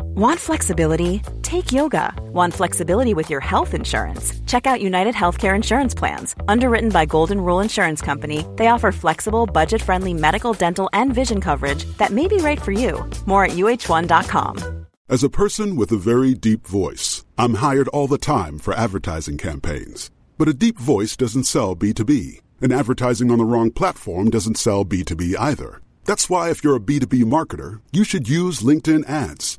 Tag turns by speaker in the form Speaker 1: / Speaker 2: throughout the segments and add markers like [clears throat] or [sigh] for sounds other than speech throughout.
Speaker 1: Want flexibility? Take yoga. Want flexibility with your health insurance? Check out United Healthcare Insurance Plans. Underwritten by Golden Rule Insurance Company, they offer flexible, budget friendly medical, dental, and vision coverage that may be right for you. More at uh1.com.
Speaker 2: As a person with a very deep voice, I'm hired all the time for advertising campaigns. But a deep voice doesn't sell B2B, and advertising on the wrong platform doesn't sell B2B either. That's why, if you're a B2B marketer, you should use LinkedIn ads.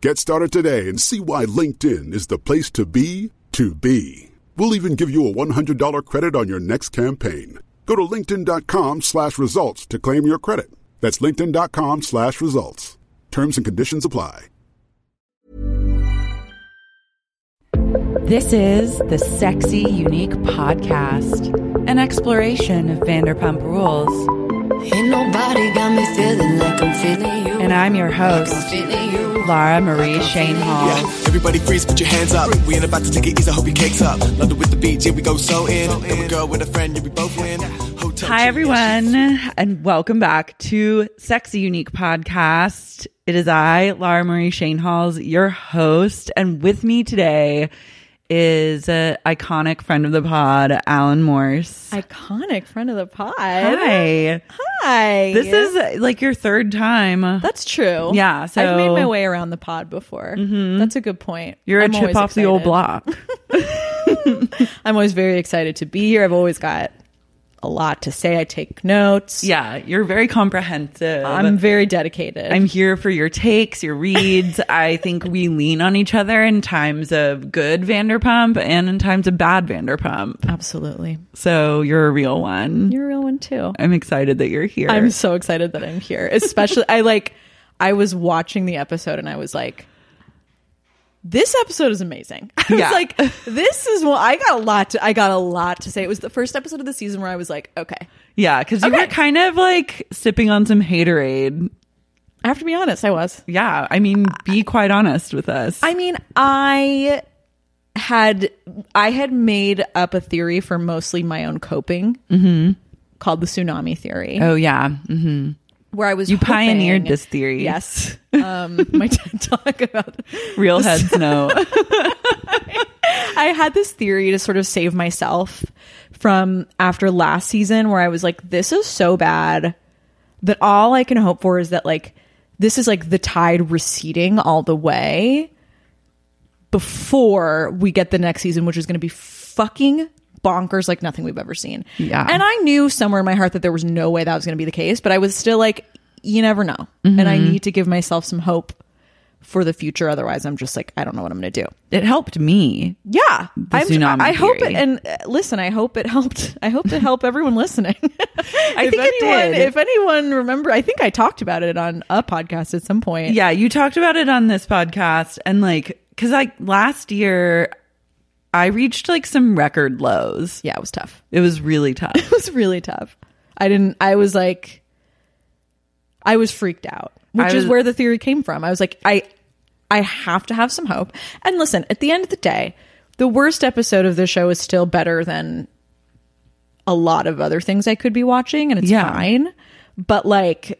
Speaker 2: Get started today and see why LinkedIn is the place to be to be. We'll even give you a $100 credit on your next campaign. Go to linkedin.com slash results to claim your credit. That's linkedin.com slash results. Terms and conditions apply.
Speaker 3: This is the Sexy Unique Podcast, an exploration of Vanderpump Rules,
Speaker 4: Ain't nobody got me feeling like I'm feeling you.
Speaker 3: and I'm your host, Lara Marie Shane
Speaker 5: Yeah,
Speaker 3: Hall.
Speaker 5: everybody freeze, put your hands up. We ain't about to take it easy, hope your cake's up. London with the beach, here we go so in. Then we go with a friend, yeah, we both win. Hotel
Speaker 3: Hi,
Speaker 5: chick,
Speaker 3: everyone, and welcome back to Sexy Unique Podcast. It is I, Lara Marie Shane Halls, your host, and with me today is an iconic friend of the pod, Alan Morse.
Speaker 6: Iconic friend of the pod.
Speaker 3: Hi.
Speaker 6: Hi.
Speaker 3: This is like your third time.
Speaker 6: that's true.
Speaker 3: Yeah, so- Mm-hmm.
Speaker 6: I've made my way around the pod before. That's a good point.
Speaker 3: You're a
Speaker 6: I'm
Speaker 3: chip
Speaker 6: always
Speaker 3: off the old
Speaker 6: excited.
Speaker 3: block.
Speaker 6: I'm always very excited to be here. I've always got a lot to say. I take notes.
Speaker 3: Yeah, you're very comprehensive.
Speaker 6: I'm very dedicated.
Speaker 3: I'm here for your takes, your
Speaker 6: [laughs]
Speaker 3: reads. I think we lean on each other in times of good Vanderpump and in times of bad Vanderpump.
Speaker 6: absolutely.
Speaker 3: So you're a real one.
Speaker 6: You're a real one too.
Speaker 3: I'm excited that you're here.
Speaker 6: I'm so excited that I'm here. Especially I like I was watching the episode and I was like this episode is amazing. [laughs] I
Speaker 3: Yeah.
Speaker 6: was like this is what I got a lot to I got a lot to say. It was the first episode of the season where I was like, okay,
Speaker 3: yeah, because you
Speaker 6: Okay.
Speaker 3: were kind of like sipping on some haterade.
Speaker 6: I have to be honest, I was.
Speaker 3: Yeah, I mean, be quite honest with us.
Speaker 6: I mean, I had I had made up a theory for mostly my own coping called the tsunami theory.
Speaker 3: oh yeah, Mhm.
Speaker 6: Where I was
Speaker 3: you pioneered
Speaker 6: hoping-
Speaker 3: this theory.
Speaker 6: Yes. Um my [laughs] TED talk about
Speaker 3: real
Speaker 6: [laughs]
Speaker 3: heads know.
Speaker 6: I had this theory to sort of save myself from after last season where I was like, this is so bad that all I can hope for is that like this is like the tide receding all the way before we get the next season, which is going to be fucking bonkers like nothing we've ever seen.
Speaker 3: Yeah.
Speaker 6: And I knew somewhere in my heart that there was no way that was going to be the case, but I was still like, you never know. And I need to give myself some hope for the future. Otherwise, I'm just like, I don't know what I'm going to do.
Speaker 3: it helped me.
Speaker 6: Yeah, I'm-
Speaker 3: tsunami
Speaker 6: I, I hope it.
Speaker 3: theory.
Speaker 6: And uh, listen, I hope it [laughs] helped. I hope it helped everyone listening. [laughs] I
Speaker 3: think it did.
Speaker 6: If anyone remember, I think I talked about it on a podcast at some point.
Speaker 3: Yeah, you talked about it on this podcast and like cuz like last year I reached like some record lows.
Speaker 6: yeah, it was tough.
Speaker 3: It was really tough. [laughs]
Speaker 6: It [laughs] was really tough. I didn't. I was like, I was freaked out, which
Speaker 3: I
Speaker 6: is
Speaker 3: was-
Speaker 6: where the theory came from. I was like, I, I have to have some hope. And listen, at the end of the day, the worst episode of the show is still better than a lot of other things I could be watching, and it's
Speaker 3: Yeah.
Speaker 6: fine. But like,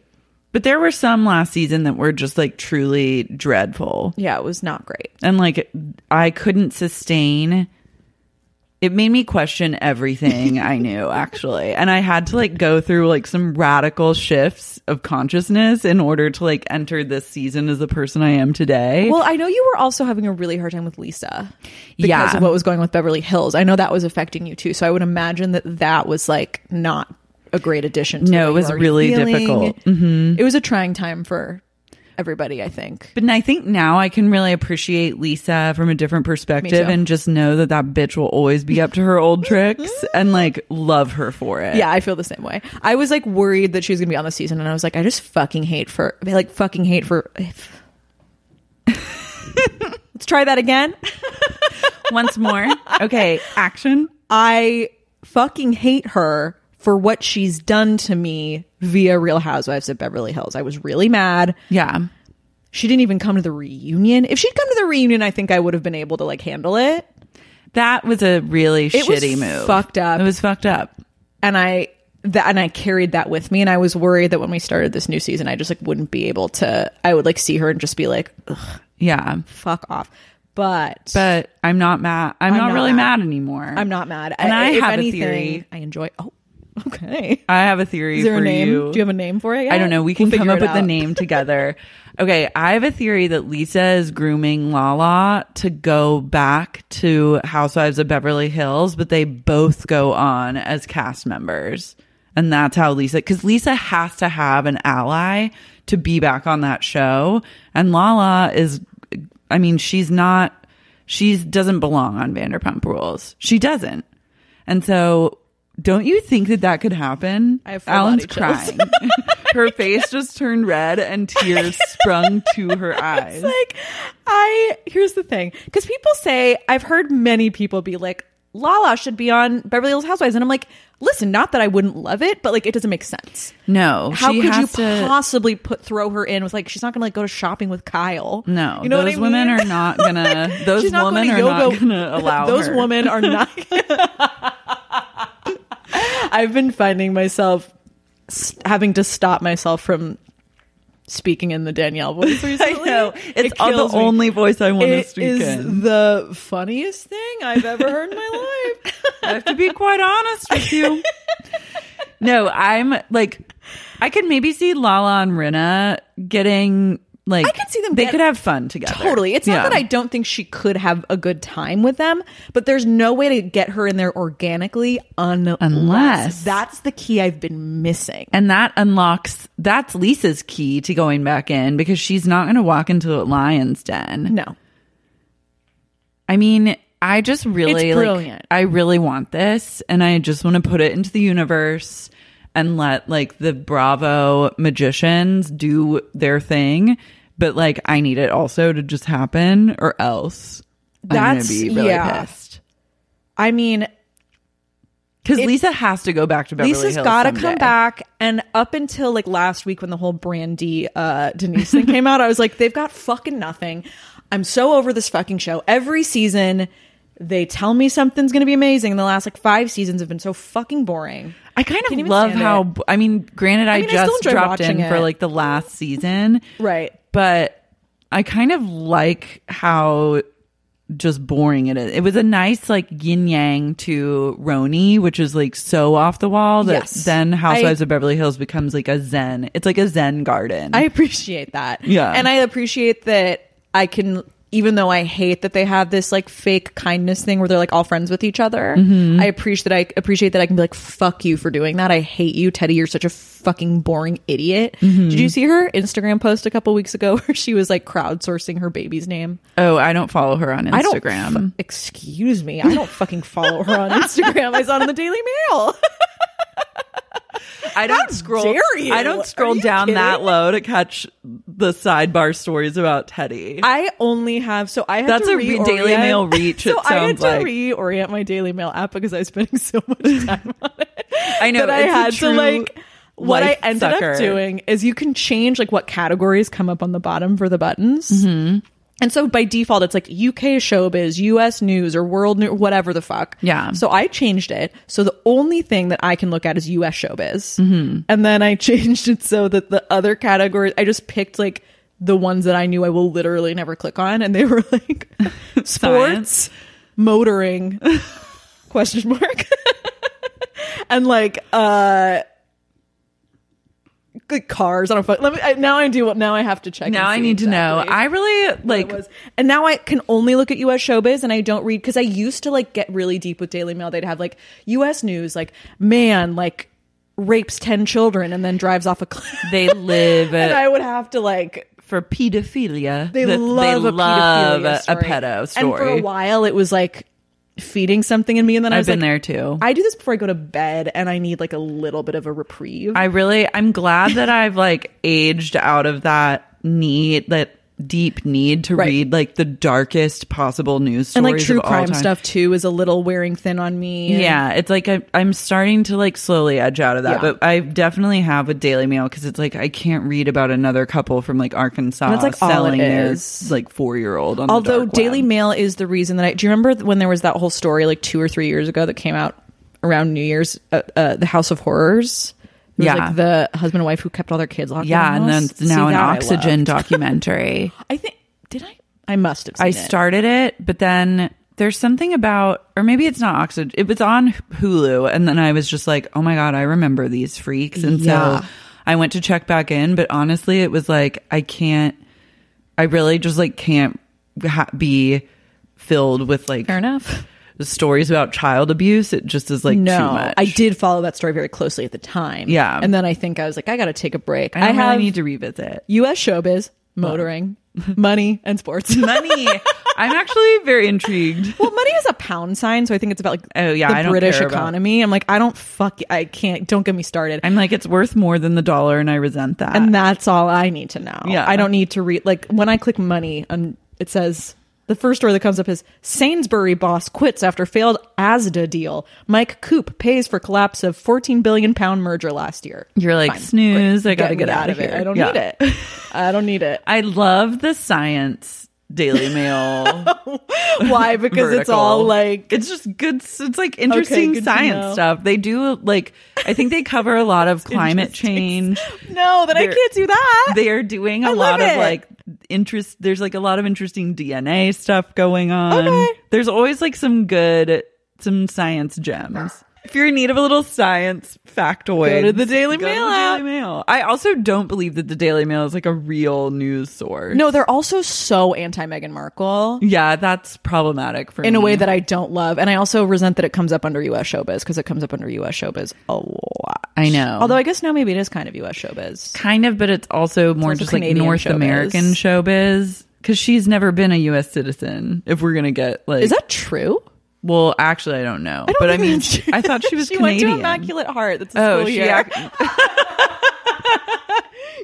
Speaker 3: but there were some last season that were just like truly dreadful.
Speaker 6: yeah, it was not great.
Speaker 3: And like I couldn't sustain it made me question everything I
Speaker 6: [laughs]
Speaker 3: knew actually. And I had to like go through like some radical shifts of consciousness in order to like enter this season as the person I am today.
Speaker 6: Well, I know you were also having a really hard time with Lisa because
Speaker 3: Yeah.
Speaker 6: of what was going on with Beverly Hills. I know that was affecting you too. So I would imagine that that was like not a great addition. to
Speaker 3: No,
Speaker 6: what
Speaker 3: it
Speaker 6: you
Speaker 3: was
Speaker 6: were already
Speaker 3: really
Speaker 6: feeling.
Speaker 3: difficult. Mm-hmm.
Speaker 6: It was a trying time for everybody. I think.
Speaker 3: But I think now I can really appreciate Lisa from a different perspective and just know that that bitch will always be up to her
Speaker 6: [laughs]
Speaker 3: old tricks and like love her for it.
Speaker 6: Yeah, I feel the same way. I was like worried that she was gonna be on the [laughs] season, and I was like, I just fucking hate for like fucking hate for. try that again.
Speaker 3: [laughs]
Speaker 6: [laughs]
Speaker 3: Once more. Okay, action.
Speaker 6: I fucking hate her for what she's done to me via Real Housewives of Beverly Hills. I was really mad.
Speaker 3: Yeah.
Speaker 6: She didn't even come to the reunion. If she'd come to the reunion, I think I would have been able to like handle it.
Speaker 3: That was a really
Speaker 6: It was
Speaker 3: shitty move.
Speaker 6: fucked up.
Speaker 3: It was fucked up.
Speaker 6: And I that and I carried that with me and I was worried that when we started this new season, I just like wouldn't be able to I would like see her and just be like, "Ugh,
Speaker 3: Yeah.
Speaker 6: fuck off. But,
Speaker 3: But I'm not mad. I'm,
Speaker 6: I'm
Speaker 3: not,
Speaker 6: not
Speaker 3: really
Speaker 6: mad.
Speaker 3: mad. anymore.
Speaker 6: I'm not mad.
Speaker 3: And I,
Speaker 6: if
Speaker 3: have
Speaker 6: anything,
Speaker 3: a theory.
Speaker 6: I enjoy oh [laughs] okay.
Speaker 3: I have a theory
Speaker 6: Is there
Speaker 3: for
Speaker 6: a name?
Speaker 3: you.
Speaker 6: Do you have a name for it? Yet?
Speaker 3: I don't know. We
Speaker 6: "Eh, We'll
Speaker 3: can come
Speaker 6: figure
Speaker 3: up
Speaker 6: it
Speaker 3: with the
Speaker 6: out. [laughs]
Speaker 3: name together. okay, I have a theory that Lisa is grooming Lala to go back to Housewives of Beverly Hills, but they both go on as cast members. And that's how Lisa, because Lisa has to have an ally to be back on that show. And Lala is, I mean, she's not, she doesn't belong on Vanderpump Rules. She doesn't. And so, don't you think that that could happen?
Speaker 6: I have full
Speaker 3: Alan's
Speaker 6: body chills.
Speaker 3: crying. [laughs] her face just turned red and tears sprung to her eyes.
Speaker 6: like I here's the thing because people say I've heard many people be like Lala should be on Beverly Hills Housewives, and I'm like, listen, not that I wouldn't love it, but like it doesn't make sense.
Speaker 3: no,
Speaker 6: How
Speaker 3: she
Speaker 6: could you
Speaker 3: has to-
Speaker 6: possibly put throw her in with like she's not gonna like go to shopping with Kyle?
Speaker 3: No,
Speaker 6: you know
Speaker 3: those
Speaker 6: what I mean?
Speaker 3: women are not
Speaker 6: [laughs]
Speaker 3: gonna. Those
Speaker 6: She's not
Speaker 3: women are
Speaker 6: going to
Speaker 3: not
Speaker 6: yoga- [laughs]
Speaker 3: gonna allow.
Speaker 6: Those
Speaker 3: her.
Speaker 6: women
Speaker 3: [laughs]
Speaker 6: are not. [laughs] I've been finding myself s- having to stop myself from speaking in the Danielle voice
Speaker 3: [laughs] I
Speaker 6: recently.
Speaker 3: know it's
Speaker 6: It
Speaker 3: all the
Speaker 6: kills me.
Speaker 3: only voice I want to
Speaker 6: It
Speaker 3: speak in.
Speaker 6: [laughs] is the funniest thing I've ever heard in my [laughs] life.
Speaker 3: I have to be quite honest with you. [laughs] No, I'm like, I could maybe see Lala and Rinna getting like.
Speaker 6: I could see them
Speaker 3: They
Speaker 6: get-
Speaker 3: could have fun together.
Speaker 6: Totally. It's
Speaker 3: Yeah.
Speaker 6: not that I don't think she could have a good time with them, but there's no way to get her in there organically unless,
Speaker 3: Unless.
Speaker 6: that's the key I've been missing.
Speaker 3: And that unlocks. That's Lisa's key to going back in because she's not going to walk into a lion's den.
Speaker 6: No.
Speaker 3: I mean, I just really
Speaker 6: It's
Speaker 3: like,
Speaker 6: brilliant.
Speaker 3: I really want this, and I just want to put it into the universe and let like the Bravo magicians do their thing. But like, I need it also to just happen, or else
Speaker 6: That's-
Speaker 3: I'm gonna be really
Speaker 6: yeah.
Speaker 3: pissed
Speaker 6: I mean,
Speaker 3: because
Speaker 6: It-
Speaker 3: Lisa has to go back to Beverly
Speaker 6: Lisa's
Speaker 3: Hills
Speaker 6: got to
Speaker 3: someday.
Speaker 6: come back. And up until like last week when the whole Brandy uh, Denise thing came out, I was like, they've got fucking nothing. I'm so over this fucking show. Every season, they tell me something's going to be amazing. And the last like five seasons have been so fucking boring.
Speaker 3: I kind
Speaker 6: Can't
Speaker 3: of
Speaker 6: even
Speaker 3: love
Speaker 6: stand
Speaker 3: how.
Speaker 6: it.
Speaker 3: I mean, granted, I,
Speaker 6: mean, I still
Speaker 3: just
Speaker 6: enjoy
Speaker 3: dropped in
Speaker 6: watching
Speaker 3: for
Speaker 6: it.
Speaker 3: like the last season,
Speaker 6: Right.
Speaker 3: but I kind of like how just boring it is. It was a nice like yin yang to Roni, which is like so off the wall that
Speaker 6: Yes.
Speaker 3: then Housewives
Speaker 6: I-
Speaker 3: of Beverly Hills becomes like a zen. It's like a zen garden.
Speaker 6: I appreciate that.
Speaker 3: Yeah.
Speaker 6: And I appreciate that I can, even though I hate that they have this like fake kindness thing where they're like all friends with each other,
Speaker 3: Mm-hmm.
Speaker 6: I appreciate that. I appreciate that I can be like, fuck you for doing that. I hate you, Teddy. You're such a fucking boring idiot.
Speaker 3: Mm-hmm.
Speaker 6: Did you see her Instagram post a couple weeks ago [laughs] where she was like crowdsourcing her baby's name?
Speaker 3: oh, I don't follow her on
Speaker 6: I don't.
Speaker 3: Instagram.
Speaker 6: fu- excuse me. I don't fucking follow her on [laughs] Instagram. I saw it on the Daily Mail. [laughs]
Speaker 3: I don't scroll.
Speaker 6: dare you?
Speaker 3: I don't
Speaker 6: Are
Speaker 3: scroll
Speaker 6: you
Speaker 3: down
Speaker 6: kidding?
Speaker 3: that low to catch the sidebar stories about Teddy.
Speaker 6: I only have so I had
Speaker 3: That's
Speaker 6: to
Speaker 3: a re- Daily
Speaker 6: reorient-
Speaker 3: Mail reach, it
Speaker 6: [laughs] so I had
Speaker 3: sounds
Speaker 6: to
Speaker 3: like.
Speaker 6: reorient my Daily Mail app because I was spending [laughs] so much time on it.
Speaker 3: I know,
Speaker 6: that I
Speaker 3: it's a
Speaker 6: had to
Speaker 3: true
Speaker 6: like. What I
Speaker 3: life
Speaker 6: ended
Speaker 3: sucker.
Speaker 6: up doing is you can change like what categories come up on the bottom for the buttons.
Speaker 3: Mm-hmm.
Speaker 6: And so by default, it's like UK showbiz, US news, or world news, whatever the fuck.
Speaker 3: Yeah.
Speaker 6: So I changed it. So the only thing that I can look at is US showbiz.
Speaker 3: Mm-hmm.
Speaker 6: And then I [laughs] changed it so that the other categories, I just picked like the ones that I knew I will literally never click on. And they were like [laughs]
Speaker 3: [laughs] Science.
Speaker 6: sports,
Speaker 3: [laughs]
Speaker 6: motoring, question mark. [laughs] and like, uh, like cars. I don't fuck. Let me I, now. I do what now. I have to check. and
Speaker 3: now I
Speaker 6: see
Speaker 3: need to know.
Speaker 6: exactly
Speaker 3: I really like.
Speaker 6: it was. And now I can only look at U.S. showbiz, and I don't read because I used to like get really deep with Daily Mail. They'd have like U.S. news, like man, like rapes ten children and then drives off a cliff. [laughs]
Speaker 3: They live
Speaker 6: and I would have to like.
Speaker 3: for pedophilia.
Speaker 6: They
Speaker 3: That-
Speaker 6: love,
Speaker 3: they
Speaker 6: a,
Speaker 3: love
Speaker 6: pedophilia
Speaker 3: a
Speaker 6: story.
Speaker 3: pedo
Speaker 6: And for
Speaker 3: story.
Speaker 6: a while, it was like feeding something in me, and then I
Speaker 3: I've
Speaker 6: was
Speaker 3: been
Speaker 6: like,
Speaker 3: there too.
Speaker 6: I do this before I go to bed, and I need like a little bit of a reprieve.
Speaker 3: I really, I'm glad that I've like aged out of that need that deep need to
Speaker 6: Right.
Speaker 3: read like the darkest possible news stories
Speaker 6: and like true
Speaker 3: of all
Speaker 6: crime
Speaker 3: time.
Speaker 6: stuff too is a little wearing thin on me. And-
Speaker 3: Yeah, it's like I, I'm starting to like slowly edge out of that,
Speaker 6: Yeah.
Speaker 3: but I definitely have with Daily Mail because it's like I can't read about another couple from like Arkansas
Speaker 6: That's, like, all it
Speaker 3: selling their
Speaker 6: is.
Speaker 3: like four year old. on the
Speaker 6: Although
Speaker 3: dark
Speaker 6: Daily
Speaker 3: web.
Speaker 6: Mail is the reason that I do you remember when there was that whole story like two or three years ago that came out around New Year's, uh, uh, the House of Horrors. It was,
Speaker 3: Yeah.
Speaker 6: like the husband and wife who kept all their kids locked.
Speaker 3: yeah,
Speaker 6: in the
Speaker 3: and then
Speaker 6: house.
Speaker 3: it's now
Speaker 6: See,
Speaker 3: an
Speaker 6: that I
Speaker 3: Oxygen
Speaker 6: loved. [laughs]
Speaker 3: documentary.
Speaker 6: I think did I? I must have. Seen
Speaker 3: I
Speaker 6: it.
Speaker 3: started it, but then there's something about, or maybe it's not Oxygen. It was on Hulu, and then I was just like, oh my god, I remember these freaks, and
Speaker 6: Yeah.
Speaker 3: so I went to check back in. But honestly, it was like I can't. I really just like can't ha- be filled with like
Speaker 6: Fair enough.
Speaker 3: stories about child abuse. It just is like
Speaker 6: no,
Speaker 3: too much.
Speaker 6: I did follow that story very closely at the time.
Speaker 3: Yeah.
Speaker 6: and then I think I was like, I got to take a break.
Speaker 3: I, don't
Speaker 6: I
Speaker 3: really
Speaker 6: have
Speaker 3: need to revisit.
Speaker 6: U.S. showbiz, motoring, [laughs] money, and sports.
Speaker 3: [laughs]
Speaker 6: [laughs]
Speaker 3: Money. I'm actually very intrigued.
Speaker 6: Well, money is a pound sign, so I think it's about like
Speaker 3: Oh, yeah,
Speaker 6: the
Speaker 3: I don't
Speaker 6: British
Speaker 3: care about-
Speaker 6: economy. I'm like, I don't fuck, I can't. Don't get me started.
Speaker 3: I'm like, it's worth more than the dollar, and I resent that.
Speaker 6: and that's all I need to know.
Speaker 3: Yeah.
Speaker 6: I don't need to read. Like when I click money, and it says the first story that comes up is Sainsbury boss quits after failed ASDA deal. Mike Coop pays for collapse of 14 billion pound merger last year.
Speaker 3: You're like,
Speaker 6: Fine.
Speaker 3: snooze, I gotta
Speaker 6: me
Speaker 3: get out of
Speaker 6: it.
Speaker 3: here.
Speaker 6: I don't
Speaker 3: Yeah.
Speaker 6: need it. I don't need it.
Speaker 3: [laughs] I love the science Daily
Speaker 6: [laughs]
Speaker 3: Mail.
Speaker 6: Why? Because it's
Speaker 3: vertical.
Speaker 6: all like
Speaker 3: it's just good. It's like interesting
Speaker 6: good to know.
Speaker 3: science stuff. They do like I think they cover a lot of climate
Speaker 6: [laughs]
Speaker 3: change.
Speaker 6: no, that I
Speaker 3: They're-
Speaker 6: can't do that.
Speaker 3: They are doing a
Speaker 6: I
Speaker 3: lot
Speaker 6: love it.
Speaker 3: of like interest. There's like a lot of interesting DNA stuff going on.
Speaker 6: Okay.
Speaker 3: There's always like some good, some science gems. If you're in need of a little science factoid,
Speaker 6: Go to the Daily Mail app.
Speaker 3: Mail. I also don't believe that the Daily Mail is like a real news source.
Speaker 6: No, they're also so anti Meghan Markle
Speaker 3: Yeah, that's problematic for
Speaker 6: in
Speaker 3: me.
Speaker 6: a way that I don't love. And I also resent that it comes up under US showbiz because it comes up under US showbiz a lot.
Speaker 3: I know.
Speaker 6: Although I guess now maybe it is kind of US showbiz.
Speaker 3: kind of, but it's also more
Speaker 6: also
Speaker 3: just like
Speaker 6: Canadian
Speaker 3: North
Speaker 6: showbiz.
Speaker 3: American showbiz because she's never been a U.S. citizen. If we're gonna get like,
Speaker 6: Is that true?
Speaker 3: well? Actually, I don't know, but I mean, I thought she was
Speaker 6: [laughs] she
Speaker 3: Canadian.
Speaker 6: went to Immaculate Heart. That's a
Speaker 3: oh,
Speaker 6: school
Speaker 3: she
Speaker 6: here.
Speaker 3: act-
Speaker 6: [laughs]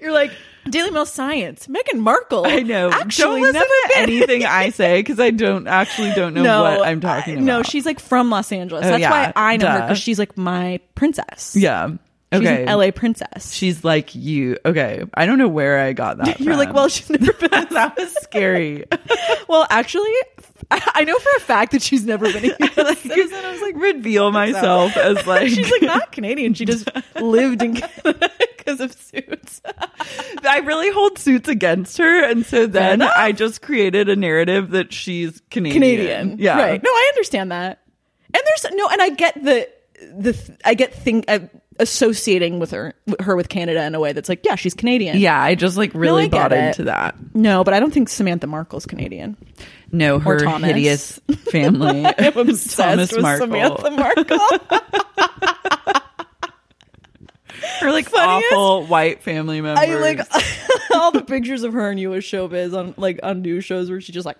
Speaker 6: You're like Daily Mail Science, Meghan Markle.
Speaker 3: I know.
Speaker 6: [laughs] Actually,
Speaker 3: don't listen
Speaker 6: never
Speaker 3: to
Speaker 6: been.
Speaker 3: anything I say because I don't actually don't know
Speaker 6: No,
Speaker 3: what I'm talking
Speaker 6: I-
Speaker 3: about.
Speaker 6: No, she's like from Los Angeles.
Speaker 3: Oh,
Speaker 6: That's
Speaker 3: yeah.
Speaker 6: why I know her
Speaker 3: Duh.
Speaker 6: because she's like my princess.
Speaker 3: yeah.
Speaker 6: she's
Speaker 3: Okay,
Speaker 6: an LA princess.
Speaker 3: She's like you. Okay, I don't know where I got that.
Speaker 6: [laughs] You're like,
Speaker 3: from.
Speaker 6: well, she's never
Speaker 3: [laughs]
Speaker 6: been. that was
Speaker 3: scary.
Speaker 6: Well, actually, [laughs] I I know for a fact that she's never
Speaker 3: [laughs]
Speaker 6: been. A US citizen. I was like,
Speaker 3: reveal myself
Speaker 6: [laughs]
Speaker 3: as like
Speaker 6: she's like not Canadian. She just lived in Canada [laughs] because of suits.
Speaker 3: [laughs]
Speaker 6: [laughs]
Speaker 3: I really hold suits against her, and so then
Speaker 6: enough.
Speaker 3: I just created a narrative that she's Canadian.
Speaker 6: Canadian,
Speaker 3: yeah.
Speaker 6: Right. No, I understand that. And there's no, and I get the the th- I get think uh, associating with her her with Canada in a way that's like, yeah, she's Canadian.
Speaker 3: Yeah, I just like really
Speaker 6: I
Speaker 3: bought
Speaker 6: get it.
Speaker 3: into that.
Speaker 6: No, but I don't think Samantha Markle's Canadian.
Speaker 3: [laughs] No, her
Speaker 6: Thomas.
Speaker 3: hideous family.
Speaker 6: [laughs]
Speaker 3: [laughs]
Speaker 6: I'm obsessed
Speaker 3: Thomas
Speaker 6: with
Speaker 3: Markle.
Speaker 6: Samantha Markle.
Speaker 3: [laughs] her like
Speaker 6: Funniest-
Speaker 3: awful white family members.
Speaker 6: I like [laughs] all the pictures of her in U.S. showbiz on like on news shows where she's just like,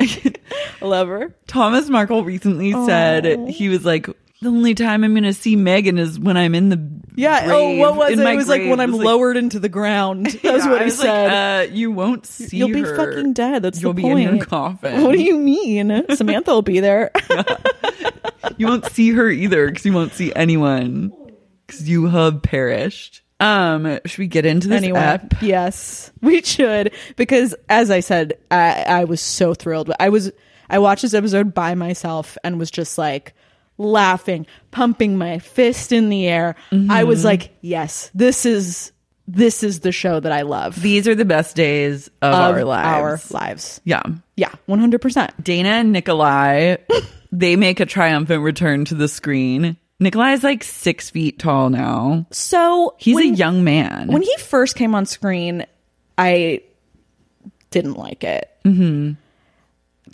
Speaker 6: I [laughs] love her.
Speaker 3: Thomas Markle recently said he was like. The only time I'm gonna see Megan is when I'm in the
Speaker 6: Yeah. oh,
Speaker 3: grave,
Speaker 6: what was
Speaker 3: in
Speaker 6: it?
Speaker 3: my
Speaker 6: It was like
Speaker 3: grave."
Speaker 6: when
Speaker 3: It
Speaker 6: I'm
Speaker 3: was, like, [laughs]
Speaker 6: lowered into the ground. That's
Speaker 3: yeah,
Speaker 6: what
Speaker 3: I
Speaker 6: he
Speaker 3: was like, uh,
Speaker 6: said.
Speaker 3: you won't see.
Speaker 6: You'll be
Speaker 3: her.
Speaker 6: fucking dead. That's
Speaker 3: You'll
Speaker 6: the
Speaker 3: be
Speaker 6: point.
Speaker 3: in your coffin.
Speaker 6: [laughs] What do you mean? Samantha will be there.
Speaker 3: you won't see her either because you won't see anyone because you have perished. Um, should we get into this
Speaker 6: anyway,
Speaker 3: ep?
Speaker 6: yes, we should because as I said, I, I was so thrilled. I was I watched this episode by myself and was just like laughing, pumping my fist in the air. I
Speaker 3: Mm-hmm.
Speaker 6: was like, yes, this is this is the show that I love
Speaker 3: These are the best days of,
Speaker 6: of
Speaker 3: our lives.
Speaker 6: Our lives.
Speaker 3: yeah,
Speaker 6: Yeah, one hundred percent.
Speaker 3: Dana and Nikolai, [laughs] they make a triumphant return to the screen. Nikolai is like six feet tall now.
Speaker 6: So
Speaker 3: He's a
Speaker 6: when-
Speaker 3: young man.
Speaker 6: when he first came on screen, I didn't like it. Mm-hmm.